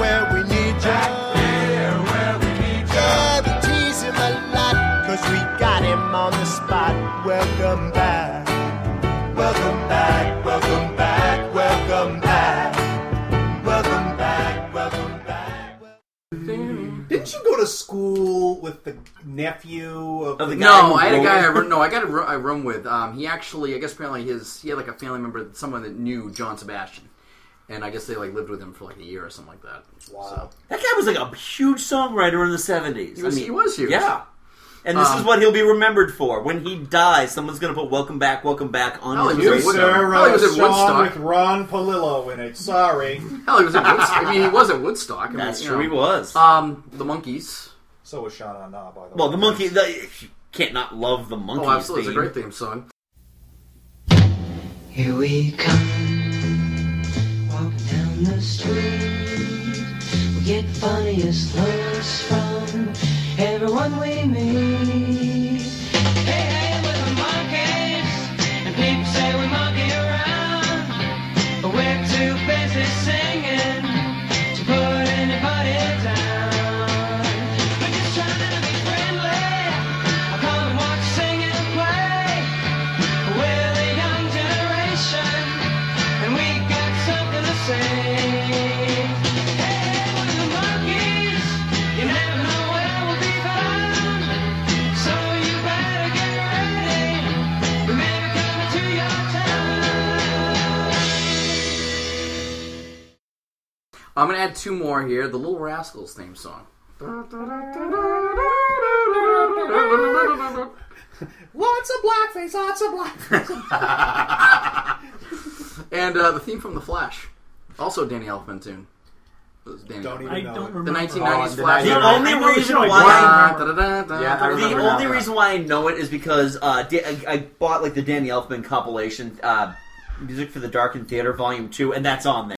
Speaker 16: where we need ya. Back here where we need ya. Yeah, we tease him a lot, cause we got him on the spot. Welcome back. Welcome back, welcome back, welcome back. Welcome back, welcome back.
Speaker 7: Didn't you go to school with the nephew of,
Speaker 4: no, I had a guy. I ro- no, I got a ro- I room with. Um, he actually, I guess, apparently his he had like a family member, someone that knew John Sebastian, and I guess they like lived with him for like a year or something like that. Wow,
Speaker 5: That guy was like a (laughs) huge songwriter in the 70s.
Speaker 4: He was- he was huge.
Speaker 5: Yeah. And this
Speaker 4: Um,
Speaker 5: is what he'll be remembered for. When he dies, someone's going to put Welcome Back, Welcome Back on
Speaker 4: No,
Speaker 5: his
Speaker 4: Oh, he was
Speaker 5: gravestone.
Speaker 7: Sir, wrote a song with Ron Palillo in it. Sorry.
Speaker 4: Hell, he was at Woodstock. I mean, he was at Woodstock. I mean,
Speaker 5: That's
Speaker 4: you
Speaker 5: true,
Speaker 4: know.
Speaker 5: he was.
Speaker 4: Um, the Monkeys.
Speaker 7: So was Sean on by
Speaker 5: Well, the monkey. The, you can't not love the monkey.
Speaker 4: Oh, absolutely, it's a great theme song.
Speaker 16: Here we come, walking down the street. We get funniest looks from everyone we meet. Hey, hey, we're the monkeys, and people say we monkey around. But we're too busy singing to put anybody down. We're just trying to be friendly. I come and watch, sing, and play. We're the young generation, and we got something to say. Hey, we're the monkeys, you never know where we'll be found. So you better get ready, we may be coming to your town.
Speaker 4: I'm gonna add two more here. The Little Rascals theme song.
Speaker 22: Lots of blackface, lots of blackface.
Speaker 4: And uh, the theme from The Flash, also Danny Elfman tune. It was Danny
Speaker 5: Don't
Speaker 4: Elfman.
Speaker 5: even I know don't it.
Speaker 4: The
Speaker 5: remember.
Speaker 4: 1990s
Speaker 5: Oh, the
Speaker 4: Flash.
Speaker 5: 90s. The only reason why- the only reason why I know it is because uh, da- I, I bought like the Danny Elfman compilation, uh, Music for the Dark and Theater Volume Two, and that's on there.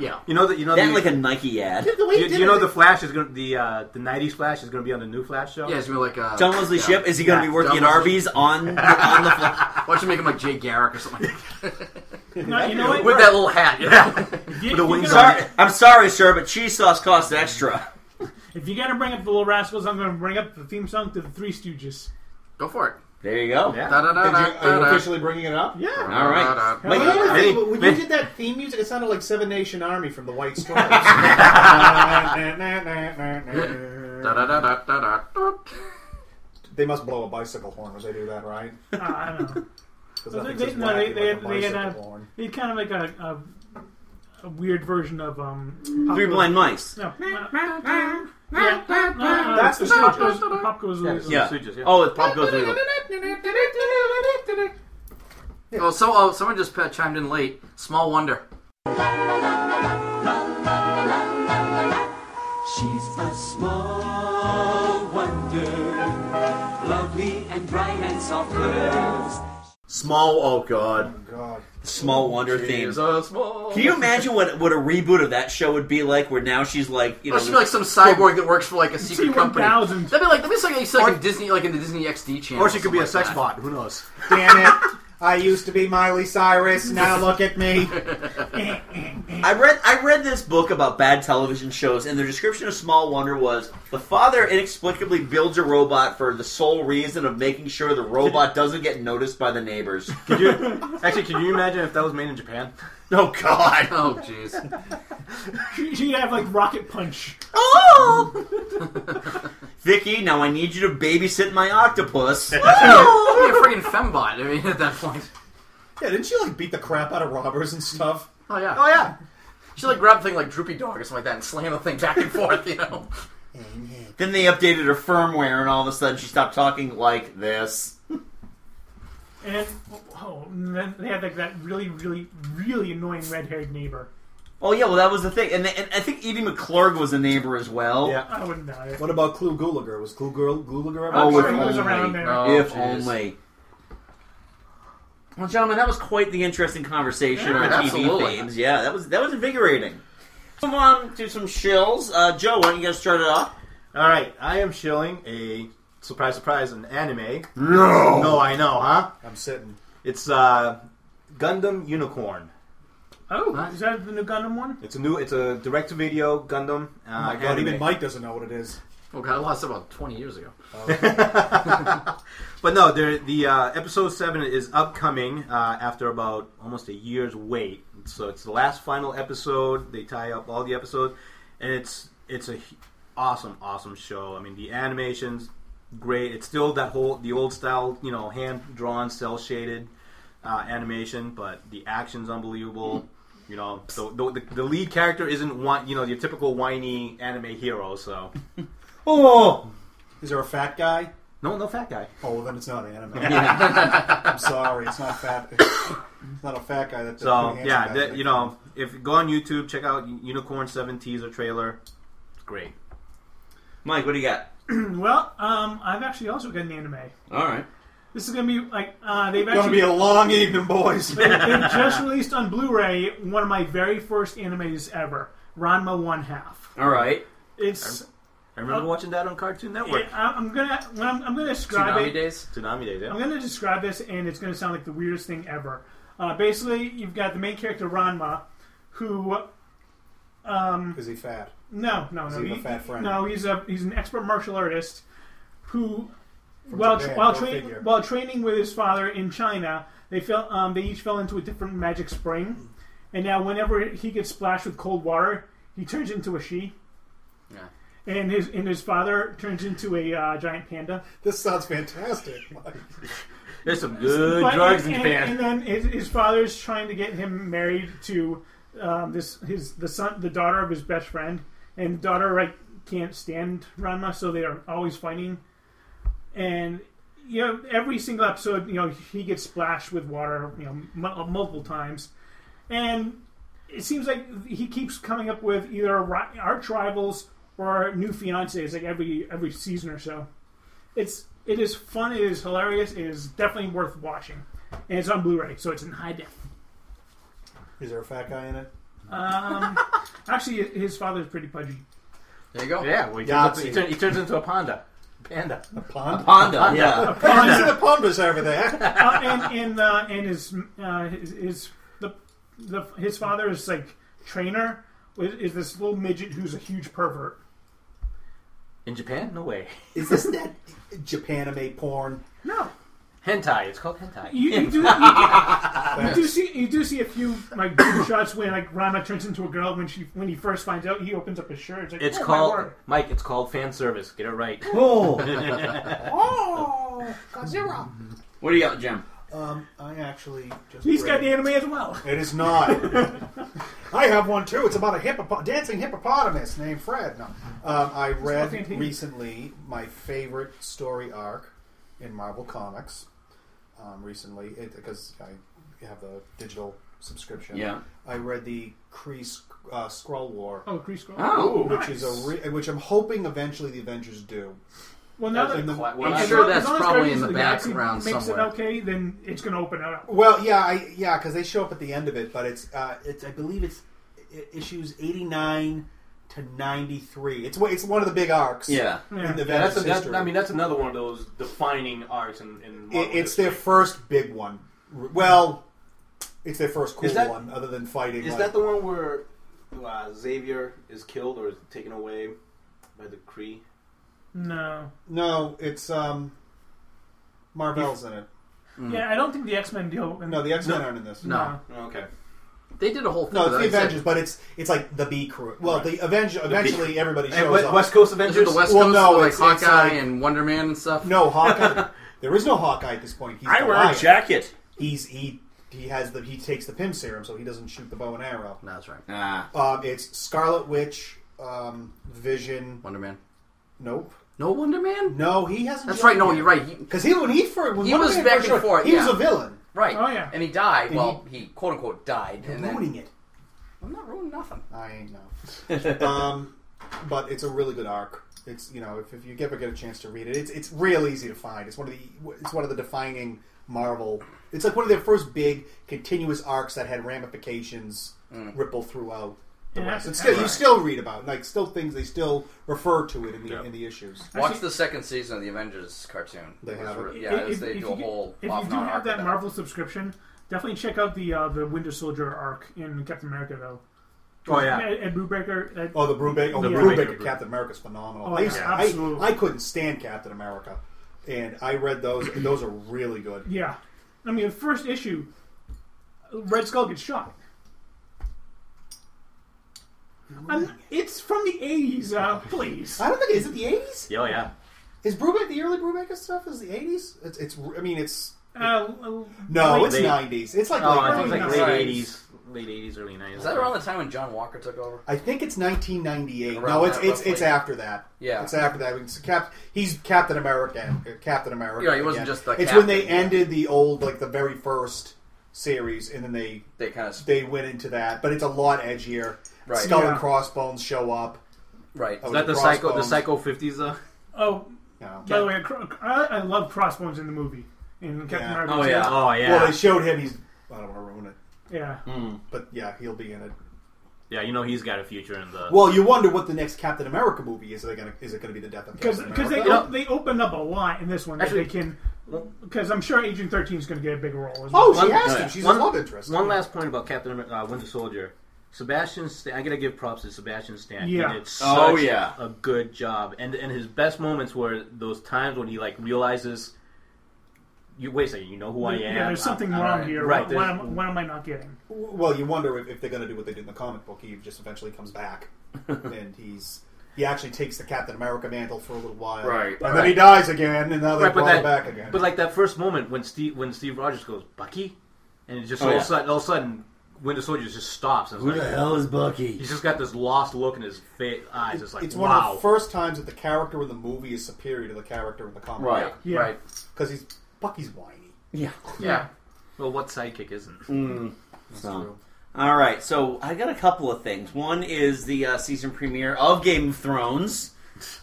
Speaker 4: Yeah.
Speaker 12: You know that. You know
Speaker 5: That
Speaker 12: the,
Speaker 5: like a Nike ad.
Speaker 12: You, you know the Flash is going to the uh, the '90s Flash is going to be on the new Flash show.
Speaker 4: Yeah, it's gonna be like uh,
Speaker 5: John Wesley
Speaker 4: yeah.
Speaker 5: Ship is he going to
Speaker 4: Yeah,
Speaker 5: be working
Speaker 4: John
Speaker 5: at
Speaker 4: Wesley-
Speaker 5: Arby's on on the fly?
Speaker 4: (laughs) Why don't you make him like Jay Garrick or something?
Speaker 6: No, you know what?
Speaker 4: With that little hat, yeah.
Speaker 6: you-
Speaker 5: With the
Speaker 6: you
Speaker 5: wings
Speaker 6: gotta-
Speaker 5: on it. I'm sorry, sir, but cheese sauce costs extra.
Speaker 6: If you're gonna bring up the Little Rascals, I'm gonna bring up the theme song to the Three Stooges.
Speaker 4: Go for it.
Speaker 5: There you go.
Speaker 6: Yeah. Da-da-da-da-da-da. Did you- are you officially
Speaker 7: bringing it up?
Speaker 6: Yeah.
Speaker 5: All right.
Speaker 7: Now, the other
Speaker 5: Many-
Speaker 7: thing, when
Speaker 5: many-
Speaker 7: you did that theme music, it sounded like Seven Nation Army from the White Stripes. they must blow a bicycle horn when they do
Speaker 6: (laughs)
Speaker 7: that, right?
Speaker 6: Uh, I don't know.
Speaker 7: 'Cause
Speaker 6: Well,
Speaker 7: nothing's
Speaker 6: they,
Speaker 7: as
Speaker 6: they- no, they,
Speaker 7: wacky
Speaker 6: they, had,
Speaker 7: like a
Speaker 6: they had
Speaker 7: bicycle
Speaker 6: a,
Speaker 7: horn.
Speaker 6: they had kind of like a, a, a weird version of um,
Speaker 5: Three Blind Mice.
Speaker 6: No,
Speaker 8: Ah,
Speaker 6: that's
Speaker 5: the
Speaker 6: Pop
Speaker 5: Stooges.
Speaker 6: goes, Pop goes the Weasel.
Speaker 5: Yeah. Oh, it's Pop Goes the Weasel.
Speaker 4: Oh, so oh, someone just uh, chimed in late. Small wonder.
Speaker 16: She's a small wonder.
Speaker 3: lovely and bright and soft curves.
Speaker 5: Small, oh god.
Speaker 3: God.
Speaker 5: Small Wonder
Speaker 4: Jesus,
Speaker 5: theme.
Speaker 4: small-
Speaker 5: Can you imagine what what a reboot of that show would be like? Where now she's like, you know,
Speaker 4: It should be Oh, like some cyborg that works for like a secret company.
Speaker 5: T-1000.
Speaker 4: That'd be like that'd be like, like in Disney, like in the Disney XD channel.
Speaker 12: Or she could be a
Speaker 4: something
Speaker 12: sex
Speaker 4: like
Speaker 12: bot. Who knows?
Speaker 7: Damn it. I used to be Miley Cyrus, now look at me.
Speaker 4: (laughs)
Speaker 5: I read I read this book about bad television shows, and the description of Small Wonder was the father inexplicably builds a robot for the sole reason of making sure the robot doesn't get noticed by the
Speaker 4: (laughs)
Speaker 5: neighbors.
Speaker 12: Could you actually? Could you imagine if that was made in Japan?
Speaker 5: (laughs) Oh (laughs) God!
Speaker 4: Oh jeez!
Speaker 6: She- She'd have like rocket punch.
Speaker 5: Oh! Vicky, now I need you to babysit my
Speaker 4: (laughs)
Speaker 5: octopus.
Speaker 4: That'd be a freaking fembot. I mean, at that point.
Speaker 7: Yeah, didn't she like beat the crap out of robbers and stuff?
Speaker 4: Oh yeah.
Speaker 12: Oh yeah.
Speaker 4: She like grab the thing like Droopy Dog or something like that and slam the thing back and forth. You know.
Speaker 5: then they updated her firmware, and all of a sudden she stopped talking like this.
Speaker 6: And oh, and then they had like that really, really, really annoying red-haired neighbor.
Speaker 5: Oh yeah, well that was the thing, and, and I think Edie McClurg was a neighbor as well.
Speaker 6: Yeah. I wouldn't doubt it.
Speaker 7: What about Clue Gulager? Was Clue Gul- Gulager ever?
Speaker 5: Oh, if
Speaker 7: around?
Speaker 5: only. Oh, if only. Well, gentlemen, that was quite the interesting conversation
Speaker 7: Yeah,
Speaker 5: on
Speaker 7: absolutely.
Speaker 5: TV themes. Yeah, that was that was invigorating. Move on to some shills. Uh, Joe, why don't you guys start it off?
Speaker 12: All right, I am shilling a surprise, surprise, an anime.
Speaker 5: No.
Speaker 12: no, I know, huh?
Speaker 7: I'm sitting.
Speaker 12: It's uh, Gundam Unicorn.
Speaker 6: Oh, is that the new Gundam one?
Speaker 12: It's a new, it's a direct-to-video Gundam. Uh,
Speaker 7: Oh my god,
Speaker 12: anime.
Speaker 7: even Mike doesn't know what it is.
Speaker 4: Oh god, I lost it about twenty years ago.
Speaker 7: Oh.
Speaker 12: (laughs)
Speaker 4: (laughs)
Speaker 12: But no, there, the uh, episode seven is upcoming uh, after about almost a year's wait. So it's the last final episode. They tie up all the episodes, and it's it's a h- awesome, awesome show. I mean, the animations great. It's still that whole the old style, you know, hand drawn, cell shaded uh, animation, but the action's unbelievable. You know, so the, the, the lead character isn't one, you know, your typical whiny anime hero. So,
Speaker 5: oh,
Speaker 7: is there a fat guy?
Speaker 12: No, no fat guy.
Speaker 7: Oh, well, then it's not anime.
Speaker 12: (laughs) Yeah.
Speaker 7: (laughs) I'm sorry, it's not fat. (laughs) It's not a fat guy. That
Speaker 12: So yeah, that, you know, if you go on YouTube, check out Unicorn Seven teaser trailer. It's great.
Speaker 5: Mike, what do you got?
Speaker 6: (clears throat) well, um, I've actually also got an anime.
Speaker 5: All right.
Speaker 6: This is gonna be like uh, they've
Speaker 7: Gonna
Speaker 6: actually
Speaker 7: be a long evening, boys.
Speaker 6: (laughs) they, have just released on Blu-ray one of my very first animes ever, Ranma One Half.
Speaker 5: All right.
Speaker 6: It's.
Speaker 12: I remember
Speaker 6: Uh,
Speaker 12: watching that on Cartoon Network.
Speaker 6: Yeah, I- I'm gonna when I'm, I'm gonna describe
Speaker 12: Tsunami
Speaker 6: it.
Speaker 12: days. Tsunami days. Yeah.
Speaker 6: I'm going to describe this, and it's going to sound like the weirdest thing ever. Uh, basically, you've got the main character Ranma, who um,
Speaker 7: is he fat?
Speaker 6: No, no,
Speaker 7: Is
Speaker 6: no.
Speaker 7: he a fat friend?
Speaker 6: No, he's a he's an expert martial artist who,
Speaker 7: From
Speaker 6: while
Speaker 7: Japan,
Speaker 6: while,
Speaker 7: go
Speaker 6: tra-
Speaker 7: figure.
Speaker 6: while training with his father in China, they fell. Um, they each fell into a different magic spring, and now whenever he gets splashed with cold water, he turns into a she.
Speaker 4: Yeah.
Speaker 6: And his and his father turns into a uh, giant panda.
Speaker 7: This sounds fantastic.
Speaker 6: (laughs)
Speaker 12: There's some good
Speaker 6: But-
Speaker 12: drugs in
Speaker 6: and,
Speaker 12: Japan.
Speaker 6: And then his, his father's trying to get him married to um, this his the son the daughter of his best friend, and the daughter like can't stand Ranma, so they are always fighting. And you know every single episode, you know he gets splashed with water, you know m- multiple times, and it seems like he keeps coming up with either ri- arch rivals or new fiancés like every every season or so. It's it is fun, it is hilarious, it is definitely worth watching, and it's on Blu-ray, so it's in high def.
Speaker 7: Is there a fat guy in it?
Speaker 6: Um, (laughs) actually, his father's pretty pudgy.
Speaker 4: There you go.
Speaker 12: Yeah, well, he, turns,
Speaker 7: Yahtzee.
Speaker 12: into, he, turn, he turns into a panda. Panda.
Speaker 7: A pond?
Speaker 12: A panda, yeah.
Speaker 7: (laughs) A pond. You see the pondas over there.
Speaker 6: uh, and and uh, and his, uh, his his the the his father is like trainer is, is this little midget who's a huge pervert.
Speaker 12: In Japan? No way.
Speaker 7: Is
Speaker 12: (laughs)
Speaker 7: this that Japanime porn?
Speaker 6: No.
Speaker 12: Hentai. It's called hentai.
Speaker 6: You, you do you, do- you do see you do see a few like boob shots when like Rama turns into a girl when she when he first finds out he opens up his shirt. It's, like,
Speaker 12: It's
Speaker 6: "Oh, my
Speaker 12: called
Speaker 6: word."
Speaker 12: Mike. It's called fan service. Get it right. (laughs)
Speaker 7: (laughs)
Speaker 5: Oh.
Speaker 6: oh Godzilla.
Speaker 5: What do you got, Jim?
Speaker 7: Um, I actually just.
Speaker 6: He's got
Speaker 7: read-
Speaker 6: the anime as well.
Speaker 7: (laughs) It
Speaker 6: (laughs)
Speaker 7: is not. I have one too. It's about a hippopo- dancing hippopotamus named Fred. No, um, I read
Speaker 6: nothing to-
Speaker 7: recently my favorite story arc in Marvel Comics. Um, recently, because I have the digital subscription.
Speaker 5: Yeah.
Speaker 7: I read the Kree Sk- uh, Skrull War.
Speaker 6: Oh, Kree Skrull.
Speaker 5: Oh,
Speaker 7: which is
Speaker 5: nice.
Speaker 7: a re- which I'm hoping eventually the Avengers do.
Speaker 6: Well, now
Speaker 4: That's
Speaker 6: that,
Speaker 4: in the-
Speaker 6: as
Speaker 4: I'm
Speaker 6: long-
Speaker 4: sure
Speaker 6: as
Speaker 4: that's
Speaker 6: long as
Speaker 4: probably
Speaker 6: Guardians
Speaker 4: in
Speaker 6: of
Speaker 4: the
Speaker 6: Galaxy
Speaker 4: background
Speaker 6: makes
Speaker 4: somewhere.
Speaker 6: it okay, then it's going to open it up.
Speaker 7: Well, yeah, I, yeah, because they show up at the end of it, but it's uh, it's I believe it's i- issues eighty nine to ninety three. It's one- it's one of the big arcs. in the
Speaker 12: that's
Speaker 7: Venom's
Speaker 12: a, that,
Speaker 7: history.
Speaker 12: I mean, that's another one of those defining arcs in, in Marvel
Speaker 7: It- it's
Speaker 12: history.
Speaker 7: their first big one. R- Well, it's their first cool
Speaker 12: Is that-
Speaker 7: one, other than fighting.
Speaker 12: Is
Speaker 7: like-
Speaker 12: that the one where uh, Xavier is killed or is taken away by the Kree?
Speaker 6: No.
Speaker 7: No, it's um, Marvel's in it.
Speaker 6: Yeah, I don't think the X Men deal. In
Speaker 7: No, the X Men aren't in this. Oh,
Speaker 12: Okay.
Speaker 4: They did a whole
Speaker 7: No, it's the Avengers, but it's it's like the B crew. Well, the Avengers
Speaker 4: The B-
Speaker 7: eventually everybody
Speaker 4: And
Speaker 7: shows
Speaker 4: West-
Speaker 7: up.
Speaker 4: West Coast Avengers? Is it the West
Speaker 7: well,
Speaker 4: Coast
Speaker 7: no,
Speaker 4: with,
Speaker 7: it's,
Speaker 4: like,
Speaker 7: it's
Speaker 4: Hawkeye
Speaker 7: like-
Speaker 4: and Wonder Man and stuff? (laughs)
Speaker 7: No, Hawkeye. there is no Hawkeye at this point. He's
Speaker 5: I wear a
Speaker 7: Goliath.
Speaker 5: jacket.
Speaker 7: He's he he has the he takes the Pym serum, so he doesn't shoot the bow and arrow.
Speaker 4: No, that's right.
Speaker 5: (laughs) Ah.
Speaker 7: Um, it's Scarlet Witch, um, Vision,
Speaker 4: Wonder Man.
Speaker 7: Nope.
Speaker 4: No Wonder Man.
Speaker 7: No, he hasn't.
Speaker 4: That's right. No, you're right.
Speaker 7: Because he when he first when
Speaker 4: he
Speaker 7: Wonder
Speaker 4: was
Speaker 7: Man
Speaker 4: back
Speaker 7: first
Speaker 4: and
Speaker 7: showed-
Speaker 4: forth.
Speaker 7: He was
Speaker 4: yeah.
Speaker 7: a villain.
Speaker 4: right? Oh yeah, and he died.
Speaker 7: And
Speaker 4: well, he, quote unquote died.
Speaker 7: You're
Speaker 4: and then,
Speaker 7: ruining it.
Speaker 4: I'm not ruining nothing.
Speaker 7: I ain't know. (laughs) um, but it's a really good arc. It's you know if, if you ever get a chance to read it, it's it's real easy to find. It's one of the it's one of the defining Marvel. It's like one of their first big continuous arcs that had ramifications ripple throughout. The
Speaker 4: Yeah,
Speaker 7: rest. It's
Speaker 4: that's
Speaker 7: still, you
Speaker 4: right.
Speaker 7: still read about like still things they still refer to it in the in the issues.
Speaker 4: Watch the second season of the Avengers cartoon.
Speaker 7: They
Speaker 4: It was
Speaker 7: have it.
Speaker 4: re-
Speaker 6: If-
Speaker 4: Yeah, it was-
Speaker 6: if-
Speaker 4: they
Speaker 6: if
Speaker 4: do
Speaker 6: you
Speaker 4: a
Speaker 6: do-
Speaker 4: whole
Speaker 6: If
Speaker 4: off
Speaker 6: you do
Speaker 4: and on
Speaker 6: have
Speaker 4: arc.
Speaker 6: that Marvel subscription, definitely check out the uh, the Winter Soldier arc in Captain America though.
Speaker 7: Oh, yeah.
Speaker 6: Ed, Ed Brubaker. Ed,
Speaker 7: Oh, the Brubaker. Oh,
Speaker 6: Yeah.
Speaker 7: the Brubaker. Captain America's phenomenal.
Speaker 6: Oh,
Speaker 7: I,
Speaker 6: yeah,
Speaker 7: used- I-
Speaker 6: absolutely.
Speaker 7: I, couldn't stand Captain America, and I read those. and Those are really good.
Speaker 6: Yeah, I mean, the first issue, Red Skull gets shot. I'm- it's from the eighties, uh, please.
Speaker 7: I don't think is it the eighties.
Speaker 12: Oh yeah.
Speaker 7: Is Brubaker the early Brubaker stuff? Is the eighties? It's, it's. I mean, it's.
Speaker 6: Uh,
Speaker 7: No,
Speaker 12: late-
Speaker 7: it's
Speaker 12: late-
Speaker 7: nineties. It's like
Speaker 12: oh,
Speaker 7: late
Speaker 12: I think it's like late
Speaker 7: 90s.
Speaker 12: eighties, late eighties, early nineties.
Speaker 4: Is that around the time when John Walker took over?
Speaker 7: I think it's nineteen ninety eight.
Speaker 4: Around
Speaker 7: No, it's
Speaker 4: that,
Speaker 7: it's it's
Speaker 4: roughly.
Speaker 7: after that.
Speaker 4: Yeah.
Speaker 7: it's after that. It's Cap, he's Captain America. uh, Captain America.
Speaker 4: Yeah, he wasn't
Speaker 7: again.
Speaker 4: just the
Speaker 7: It's when they
Speaker 4: captain, yeah.
Speaker 7: ended the old like the very first series, and then they
Speaker 4: they kind of
Speaker 7: they went into that, but it's a lot edgier.
Speaker 4: Right.
Speaker 7: Skull
Speaker 4: Yeah.
Speaker 7: and crossbones show up.
Speaker 4: Right.
Speaker 7: Oh,
Speaker 12: Is that the psycho, the psycho fifties though?
Speaker 6: Oh,
Speaker 7: No.
Speaker 6: by the way, Cro- I, I love Crossbones in the movie in Captain America.
Speaker 12: Oh,
Speaker 4: Oh,
Speaker 6: too.
Speaker 7: Well, they showed him. He's. I don't want to ruin it.
Speaker 6: Yeah.
Speaker 12: Hmm.
Speaker 7: But yeah, he'll be in it.
Speaker 12: Yeah, you know he's got a future in the.
Speaker 7: Well, you wonder what the next Captain America movie is. Are they gonna, is it going to be the death of
Speaker 6: Because
Speaker 7: Captain America?
Speaker 6: because they op- they opened up a lot in this one that they can because I'm sure Agent Thirteen is going to get a big role as
Speaker 12: Oh,
Speaker 7: Oh,
Speaker 6: well.
Speaker 12: one- One last point about Captain America, uh, Winter Soldier. Sebastian, Stan, I gotta give props to Sebastian Stan.
Speaker 6: Yeah.
Speaker 12: He did such
Speaker 5: Oh, yeah.
Speaker 12: a good job, and and his best moments were those times when he like realizes, you wait a second, you know who I
Speaker 6: Yeah,
Speaker 12: am.
Speaker 6: there's something
Speaker 12: I'm-
Speaker 6: wrong
Speaker 12: I'm-
Speaker 6: here.
Speaker 12: Right.
Speaker 6: What-
Speaker 12: there's-
Speaker 6: what, am, what am I not getting?
Speaker 7: Well, you wonder if, if they're going to do what they did in the comic book. He just eventually
Speaker 12: (laughs)
Speaker 7: comes back, and he's he actually takes the Captain America mantle for a little while,
Speaker 12: Right,
Speaker 7: And then he
Speaker 12: right.
Speaker 7: dies again, and now they
Speaker 12: Right,
Speaker 7: brought
Speaker 12: that,
Speaker 7: him back again.
Speaker 12: But like that first moment when Steve when Steve Rogers goes Bucky, and it just
Speaker 7: Oh,
Speaker 12: all,
Speaker 7: yeah.
Speaker 12: of a sudden, all of a sudden Winter Soldier just stops. And it's
Speaker 5: Who
Speaker 12: like,
Speaker 5: the hell is Bucky?
Speaker 12: He's just got this lost look in his fa- eyes. It's like
Speaker 7: it's
Speaker 12: wow.
Speaker 7: one of the first times that the character in the movie is superior to the character in the comic.
Speaker 12: Right,
Speaker 7: book.
Speaker 12: yeah. right.
Speaker 7: Because he's Bucky's whiny.
Speaker 5: Yeah,
Speaker 12: Yeah. Well, what sidekick isn't?
Speaker 5: Mm.
Speaker 7: That's
Speaker 5: So.
Speaker 7: true.
Speaker 5: All right, so I got a couple of things. One is the uh, season premiere of Game of Thrones.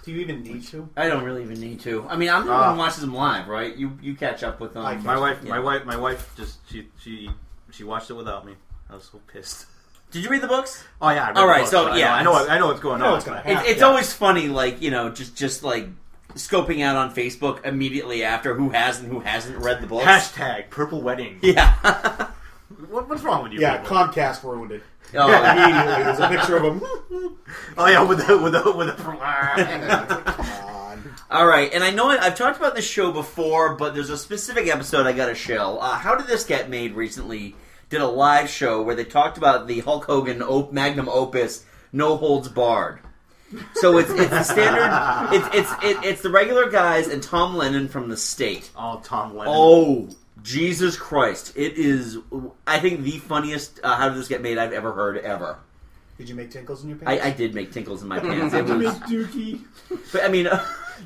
Speaker 7: Do you even need to?
Speaker 5: I don't really even need to. I mean, I'm not
Speaker 12: Ah.
Speaker 5: gonna watch them live, right? You you catch up with them.
Speaker 12: my wife, my wife, my wife just she she she watched it without me. I was so pissed.
Speaker 5: Did you read the books?
Speaker 12: Oh yeah. I read
Speaker 5: All
Speaker 12: the
Speaker 5: right,
Speaker 12: books.
Speaker 5: so
Speaker 12: I
Speaker 5: yeah,
Speaker 12: know, I know, I know what's going on. but-
Speaker 5: It- it's always funny, like you know, just just like scoping out on Facebook immediately after who has and who hasn't read the books.
Speaker 12: Hashtag purple wedding.
Speaker 5: (laughs) Yeah.
Speaker 12: What, what's wrong with you?
Speaker 7: yeah,
Speaker 12: people?
Speaker 7: Comcast ruined it.
Speaker 12: Oh.
Speaker 7: Immediately, there's a (laughs) picture of him.
Speaker 12: Oh yeah, with the with the with (laughs) the.
Speaker 5: All right, and I know I- I've talked about this show before, but there's a specific episode I got to show. Uh, How did this get made? Recently, did a live show where they talked about the Hulk Hogan op- magnum opus, No Holds Barred. So it's it's the standard. It's it's it, it's the regular guys and Tom Lennon from the state.
Speaker 12: Oh, Tom Lennon.
Speaker 5: Oh, Jesus Christ! It is. I think the funniest. Uh, How did this get made? I've ever heard ever.
Speaker 7: Did you make tinkles in your
Speaker 5: I,
Speaker 7: pants?
Speaker 5: I did make tinkles in my pants. It
Speaker 7: (laughs)
Speaker 5: was,
Speaker 6: Dookie.
Speaker 5: but I mean, (laughs)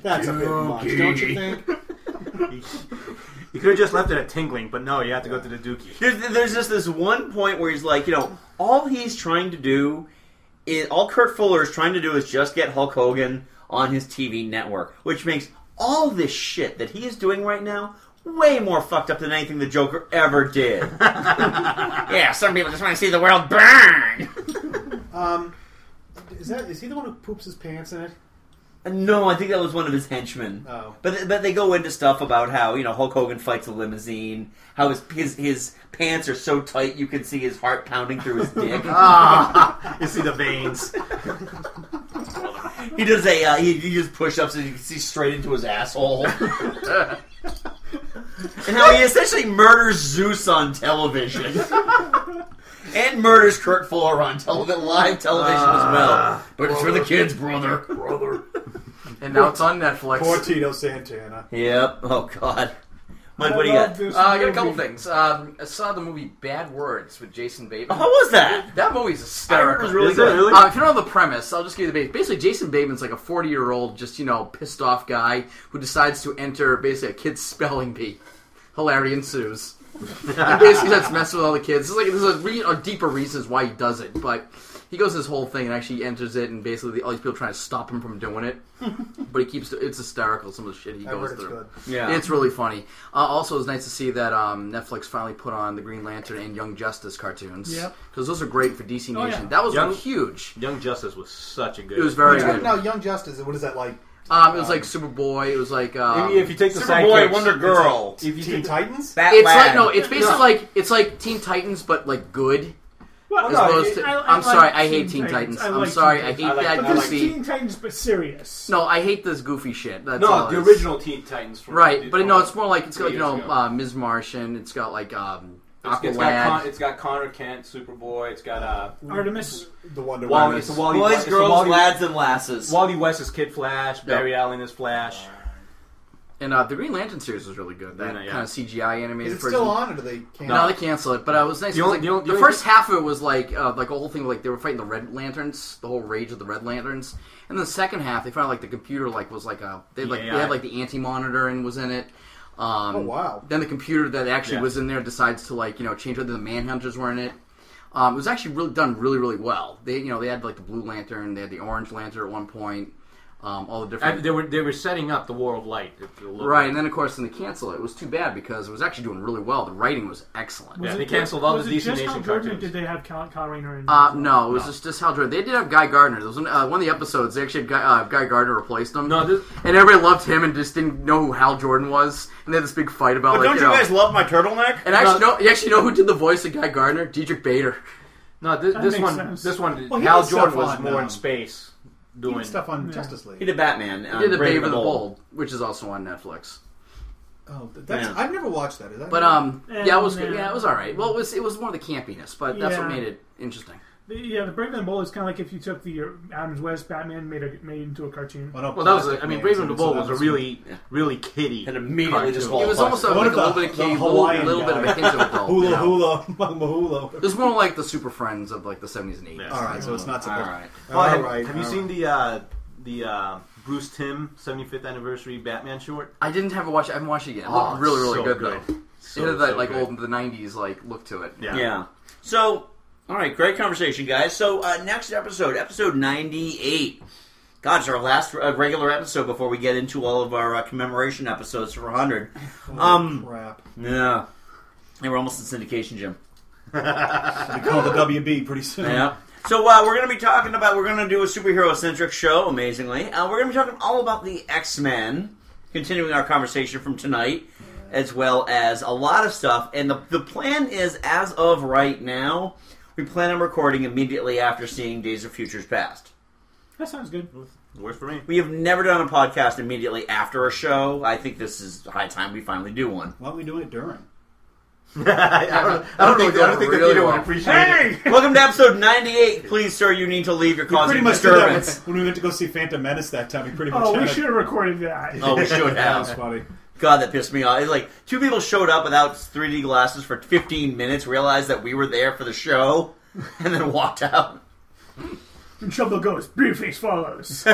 Speaker 7: That's a bit much, don't you think?
Speaker 12: (laughs) You could have just left it at tingling, but no, you have to go to the dookie.
Speaker 5: There's, there's just this one point where he's like, you know, all he's trying to do, is, all Kurt Fuller is trying to do is just get Hulk Hogan on his TV network, which makes all this shit that he is doing right now way more fucked up than anything the Joker
Speaker 12: (laughs)
Speaker 5: ever did. yeah, some people just want to see the world burn.
Speaker 7: Um, is that is he the one who poops his pants in it?
Speaker 5: Uh, No, I think that was one of his henchmen.
Speaker 7: Oh.
Speaker 5: But but they go into stuff about how you know Hulk Hogan fights a limousine, how his his, his pants are so tight you can see his heart pounding through his dick.
Speaker 12: (laughs) Ah, you see the veins.
Speaker 5: he does a uh, he, he does push ups and you can see straight into
Speaker 12: (laughs)
Speaker 5: his asshole. and how he essentially murders Zeus
Speaker 12: (laughs)
Speaker 5: on television. And murders Kurt Fuller on television, live television as well.
Speaker 12: Ah,
Speaker 5: But it's for
Speaker 12: uh,
Speaker 5: the kids, brother.
Speaker 4: brother. and now it's on Netflix.
Speaker 7: Poor Tito Santana.
Speaker 5: Yep. (laughs) Oh God. Mike,
Speaker 4: I
Speaker 5: what do you
Speaker 4: love
Speaker 5: got?
Speaker 4: Uh, I got a couple things. Um, I saw the movie Bad Words with Jason Bateman.
Speaker 5: Oh, How was that?
Speaker 4: That movie's
Speaker 5: I
Speaker 4: hysterical.
Speaker 5: heard it was really
Speaker 4: Is it
Speaker 5: good. really?
Speaker 4: Uh, if you don't know the premise, I'll just give you the base. Basically, Jason Bateman's like a 40 year old, just, you know, pissed off guy who decides to enter basically a kid's spelling bee. Hilarity ensues. and basically starts messing with all the kids. It's like there's a, re- a deeper reasons why he does it, but he goes this whole thing and actually enters it, and basically all these people trying to stop him from doing it. but he keeps it's hysterical some of the shit he
Speaker 7: I
Speaker 4: goes
Speaker 7: heard it's
Speaker 4: through.
Speaker 7: good. Yeah.
Speaker 4: it's really funny. Uh, also, it's nice to see that um, Netflix finally put on the Green Lantern and Young Justice cartoons.
Speaker 7: Yep.
Speaker 4: because those are great for DC Nation.
Speaker 7: Oh, yeah.
Speaker 4: That was
Speaker 12: Young-
Speaker 4: huge.
Speaker 12: Young Justice was such a good.
Speaker 4: It was very
Speaker 7: Which one-
Speaker 4: good.
Speaker 7: No, Young Justice. What is that like?
Speaker 4: Um, it was like Superboy. It was like um,
Speaker 12: Maybe if you take the Superboy, sidekicks, Wonder it's Girl. like If you Teen take- Titans?
Speaker 4: it's
Speaker 12: Batman.
Speaker 4: like no, it's basically
Speaker 12: Yeah.
Speaker 4: like it's like Teen Titans, but like good.
Speaker 6: Well,
Speaker 4: as
Speaker 6: no,
Speaker 4: opposed to,
Speaker 6: it- I- I
Speaker 4: am
Speaker 6: like
Speaker 4: sorry, I hate
Speaker 6: Teen
Speaker 4: Teen
Speaker 6: Titans.
Speaker 4: Titans.
Speaker 6: I
Speaker 4: I'm
Speaker 6: like
Speaker 4: sorry,
Speaker 6: Teen
Speaker 4: I hate
Speaker 6: Titans. I
Speaker 4: that
Speaker 6: like Teen Titans.
Speaker 4: goofy.
Speaker 6: Teen Titans, but serious.
Speaker 4: No, I hate this goofy shit. That's
Speaker 12: No,
Speaker 4: all
Speaker 12: Oh, the
Speaker 4: it is.
Speaker 12: original Teen Titans from-
Speaker 4: Right, but no, it's more like it's got
Speaker 12: oh, Years
Speaker 4: like, you know
Speaker 12: ago.
Speaker 4: uh, Ms. Martian. It's got like um,
Speaker 12: It's,
Speaker 4: Aqualad.
Speaker 12: it's, got Con, it's got Connor Kent, Superboy. It's got uh,
Speaker 6: Artemis,
Speaker 7: the Wonder
Speaker 12: Wally,
Speaker 7: Woman.
Speaker 12: it's a Wally
Speaker 5: Boys,
Speaker 12: it's a
Speaker 5: girls,
Speaker 12: Wally-
Speaker 5: lads, and lasses.
Speaker 12: Wally West is Kid Flash. Barry
Speaker 4: Yep.
Speaker 12: Allen is Flash.
Speaker 4: and uh, the Green Lantern series was really good. That
Speaker 12: Yeah, yeah.
Speaker 4: kind of CGI animated.
Speaker 12: Is it
Speaker 4: version.
Speaker 12: still on, or do they cancel
Speaker 4: No,
Speaker 12: it?
Speaker 4: they canceled it. But uh, it was nice.
Speaker 12: The
Speaker 4: It was
Speaker 12: only-
Speaker 4: like-
Speaker 12: the only-
Speaker 4: the
Speaker 12: the only
Speaker 4: first half of it was like uh, like the whole thing like they were fighting the Red Lanterns, the whole rage of the Red Lanterns. And the second half, they found like the computer like was like a they like they
Speaker 12: AI.
Speaker 4: had like the anti monitor and was in it. Um,
Speaker 12: Oh, wow.
Speaker 4: Then the computer that actually
Speaker 12: Yeah.
Speaker 4: was in there decides to like you know change whether the Manhunters were in it. Um, it was actually really done really really well. They you know they had like the Blue Lantern, they had the Orange Lantern at one point. Um, all the different
Speaker 12: And they were they were setting up the War of Light. If you look.
Speaker 4: Right, and then of course, then they cancel it. It was too bad because it was actually doing really well. The writing was excellent.
Speaker 12: Yeah, Was they it- canceled all
Speaker 6: was
Speaker 12: the
Speaker 6: it
Speaker 12: DC
Speaker 6: just
Speaker 12: Nation
Speaker 6: Hal Jordan, or
Speaker 12: cartoons.
Speaker 6: Did they have Kyle, Kyle Rayner in?
Speaker 4: Uh, no, it was just just Hal Jordan. They did have Guy Gardner. There was one, uh, one of the episodes. They actually had Guy, uh, Guy Gardner replaced him. No, and everybody loved him and just didn't know who Hal Jordan was. And they had this big fight about.
Speaker 5: But
Speaker 4: like,
Speaker 5: don't you
Speaker 4: know-
Speaker 5: guys love my turtleneck?
Speaker 4: And actually, no, you actually know who did the voice of Guy Gardner? Dietrich Bader.
Speaker 12: No, thi-
Speaker 4: That
Speaker 12: this
Speaker 4: makes
Speaker 12: one,
Speaker 4: sense.
Speaker 12: this one,
Speaker 4: Well, he
Speaker 12: Hal
Speaker 4: did
Speaker 12: Jordan
Speaker 4: stuff
Speaker 12: was
Speaker 4: on,
Speaker 12: more
Speaker 4: um,
Speaker 12: in space doing
Speaker 7: stuff on Justice League.
Speaker 5: He did Batman.
Speaker 4: He
Speaker 5: um,
Speaker 4: did the
Speaker 5: Brave
Speaker 4: Brave
Speaker 5: and
Speaker 4: and the
Speaker 5: the
Speaker 4: Bold, which is also on Netflix.
Speaker 7: Oh, That's, I've never watched that. Is that
Speaker 4: But um,
Speaker 6: Eh,
Speaker 4: yeah, it was
Speaker 6: nah.
Speaker 4: good. Yeah, it was all right. Well, it was it was more the campiness, but that's what
Speaker 6: Yeah.
Speaker 4: made it interesting.
Speaker 6: The- yeah, the Brave and the Bold is kind of like if you took the uh, Adams West Batman made a, made into a cartoon.
Speaker 12: Well, that was. A, I mean, Brave and the Bold was a really, really kiddie. And
Speaker 5: immediately just
Speaker 4: It was almost like,
Speaker 7: One
Speaker 4: like
Speaker 7: of
Speaker 4: a
Speaker 7: the-
Speaker 4: little bit of
Speaker 7: the
Speaker 4: cave, a little,
Speaker 7: Hawaiian
Speaker 4: little bit of a
Speaker 7: guy.
Speaker 4: hint of adult.
Speaker 7: Hula
Speaker 4: you know?
Speaker 7: hula, (laughs) mahula.
Speaker 4: It was more like the Super Friends of like the seventies and eighties.
Speaker 7: All right, so it's not so bad.
Speaker 12: Well,
Speaker 7: All
Speaker 12: have,
Speaker 7: right,
Speaker 4: um,
Speaker 12: have you
Speaker 7: all
Speaker 12: seen the uh, the uh, Bruce Tim 75th anniversary Batman short?
Speaker 4: I didn't have a watch. I haven't watched it yet. It
Speaker 12: Oh,
Speaker 4: looked really, really
Speaker 12: so
Speaker 4: good,
Speaker 12: good.
Speaker 4: though.
Speaker 12: So,
Speaker 4: it had that
Speaker 12: so
Speaker 4: like
Speaker 12: good.
Speaker 4: old the nineties like look to it.
Speaker 5: Yeah. So, all right, great conversation, guys. So, uh, next episode, episode 98. God, it's our last uh, regular episode before we get into all of our uh, commemoration episodes for 100. Um,
Speaker 7: crap.
Speaker 5: Yeah. And we're almost in syndication, Jim. we
Speaker 7: call the WB pretty soon.
Speaker 5: Yeah. So uh, we're going to be talking about, we're going to do a superhero-centric show, amazingly. Uh, we're going to be talking all about the X-Men, continuing our conversation from tonight, as well as a lot of stuff. And the, the plan is, as of right now, we plan on recording immediately after seeing Days of Futures Past.
Speaker 6: That sounds good.
Speaker 12: Works for me.
Speaker 5: We have never done a podcast immediately after a show. I think this is high time we finally do one.
Speaker 7: Why don't we do
Speaker 5: (laughs)
Speaker 7: it during?
Speaker 12: I don't, I don't think, I don't think that either one appreciated it.
Speaker 5: Hey! Welcome to episode 98. Please, sir, you need to leave your
Speaker 7: We
Speaker 5: causing
Speaker 7: pretty much did that
Speaker 5: disturbance.
Speaker 7: when- when we went to go see Phantom Menace that time. We pretty much.
Speaker 6: Oh, we
Speaker 7: had a-
Speaker 6: should have recorded that.
Speaker 5: (laughs) Oh,
Speaker 12: (laughs)
Speaker 5: we should
Speaker 7: (laughs) That
Speaker 5: have.
Speaker 7: was funny.
Speaker 5: God, that pissed me off. It's like two people showed up without 3D glasses for 15 minutes, realized that we were there for the show, (laughs) and then walked out. (laughs)
Speaker 6: And trouble goes, Blueface follows.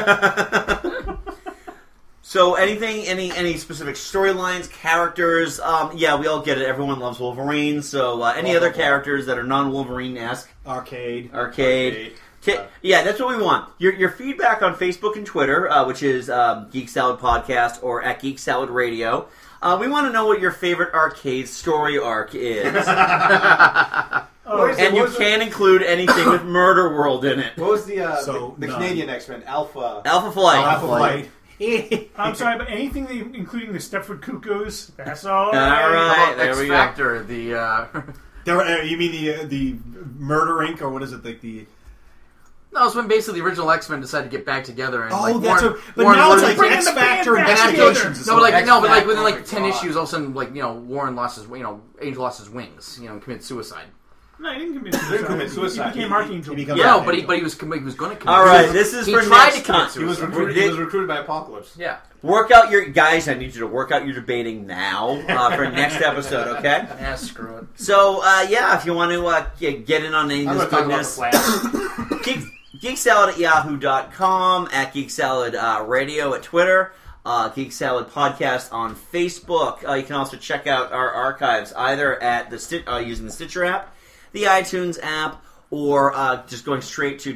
Speaker 5: So, anything, any, any specific storylines, characters? Um, yeah, we all get it. Everyone loves Wolverine. So, uh, any
Speaker 23: Blah,
Speaker 5: other
Speaker 23: blah, blah.
Speaker 5: characters that are non-Wolverine esque?
Speaker 23: Arcade.
Speaker 5: Arcade. Ki-
Speaker 12: Uh.
Speaker 5: yeah, that's what we want. Your, your feedback on Facebook and Twitter, uh, which is um, Geek Salad Podcast or at Geek Salad Radio. Uh, we want to know what your favorite arcade story
Speaker 12: (laughs)
Speaker 5: arc is.
Speaker 12: What is it?
Speaker 5: and
Speaker 12: What
Speaker 5: you
Speaker 12: was it?
Speaker 5: can include anything
Speaker 12: (coughs)
Speaker 5: with Murder World in it.
Speaker 12: What was the uh,
Speaker 5: So,
Speaker 12: the, the
Speaker 5: none.
Speaker 12: Canadian X Men Alpha?
Speaker 5: Alpha Flight. Alpha Flight. (laughs)
Speaker 6: I'm sorry, but anything that, including the Stepford Cuckoos, that's all.
Speaker 7: How about
Speaker 6: there
Speaker 7: X
Speaker 6: we go.
Speaker 7: Factor,
Speaker 4: the. Uh...
Speaker 7: There, uh, you mean the uh, the Murder Inc. or what is it? Like the
Speaker 4: No, it's when basically the original X Men decided to get back together and
Speaker 7: Oh,
Speaker 4: like
Speaker 7: that's
Speaker 4: Warren,
Speaker 7: what- but
Speaker 4: Warren
Speaker 7: now it's
Speaker 4: Worthington-
Speaker 7: like X Bring the band Factor back investigations
Speaker 4: No,
Speaker 7: together.
Speaker 4: but like
Speaker 7: X
Speaker 4: no, but like
Speaker 7: Factor.
Speaker 4: within like
Speaker 7: Oh,
Speaker 4: ten
Speaker 7: God.
Speaker 4: issues, all of a sudden, like you know, Warren lost his, you know, Angel lost his wings, you know, and committed suicide.
Speaker 6: No, he didn't commit suicide. He- He became Archangel.
Speaker 5: é
Speaker 4: yeah, no, but he, but he was com- he was going to commit.
Speaker 5: All right,
Speaker 4: suicide.
Speaker 5: this is
Speaker 4: he
Speaker 5: for
Speaker 4: tried
Speaker 5: next
Speaker 4: to commit
Speaker 5: time.
Speaker 4: suicide.
Speaker 5: He was recruited- he was
Speaker 12: recruited by Apocalypse.
Speaker 4: Yeah.
Speaker 5: Work out your guys. I need you to work out your debating now uh, for next episode.
Speaker 12: (laughs)
Speaker 5: Okay.
Speaker 4: Yeah, screw it.
Speaker 5: So uh, yeah, if you want to uh, g- get in on any of
Speaker 4: I'm
Speaker 5: this
Speaker 4: gonna
Speaker 5: goodness, (coughs)
Speaker 4: talk
Speaker 5: geek, geeksalad at yahoo.com, at geeksalad uh, radio at Twitter, uh, Geek Salad Podcast on Facebook. Uh, you can also check out our archives either at the Sti- uh, using the Stitcher app, the iTunes app, or uh, just going straight to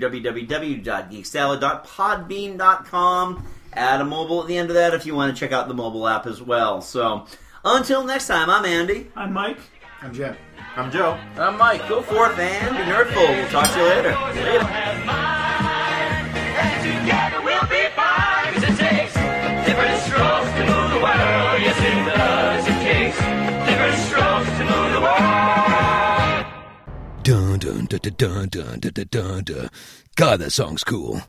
Speaker 5: www.geeksalad.podbean.com. Add a mobile at the end of that if you want to check out the mobile app as well. So until next time, I'm Andy.
Speaker 6: I'm Mike.
Speaker 7: I'm Jim.
Speaker 5: I'm Joe.
Speaker 4: I'm Mike.
Speaker 5: Go forth and be nerdful. We'll talk to you later. Later.
Speaker 8: Together we'll be fine, 'cause it takes different strokes to move the world. Yes, it does. It takes different strokes to move the
Speaker 19: Dun dun
Speaker 8: world.
Speaker 19: dun dun dun dun dun dun. dun. God, that song's cool.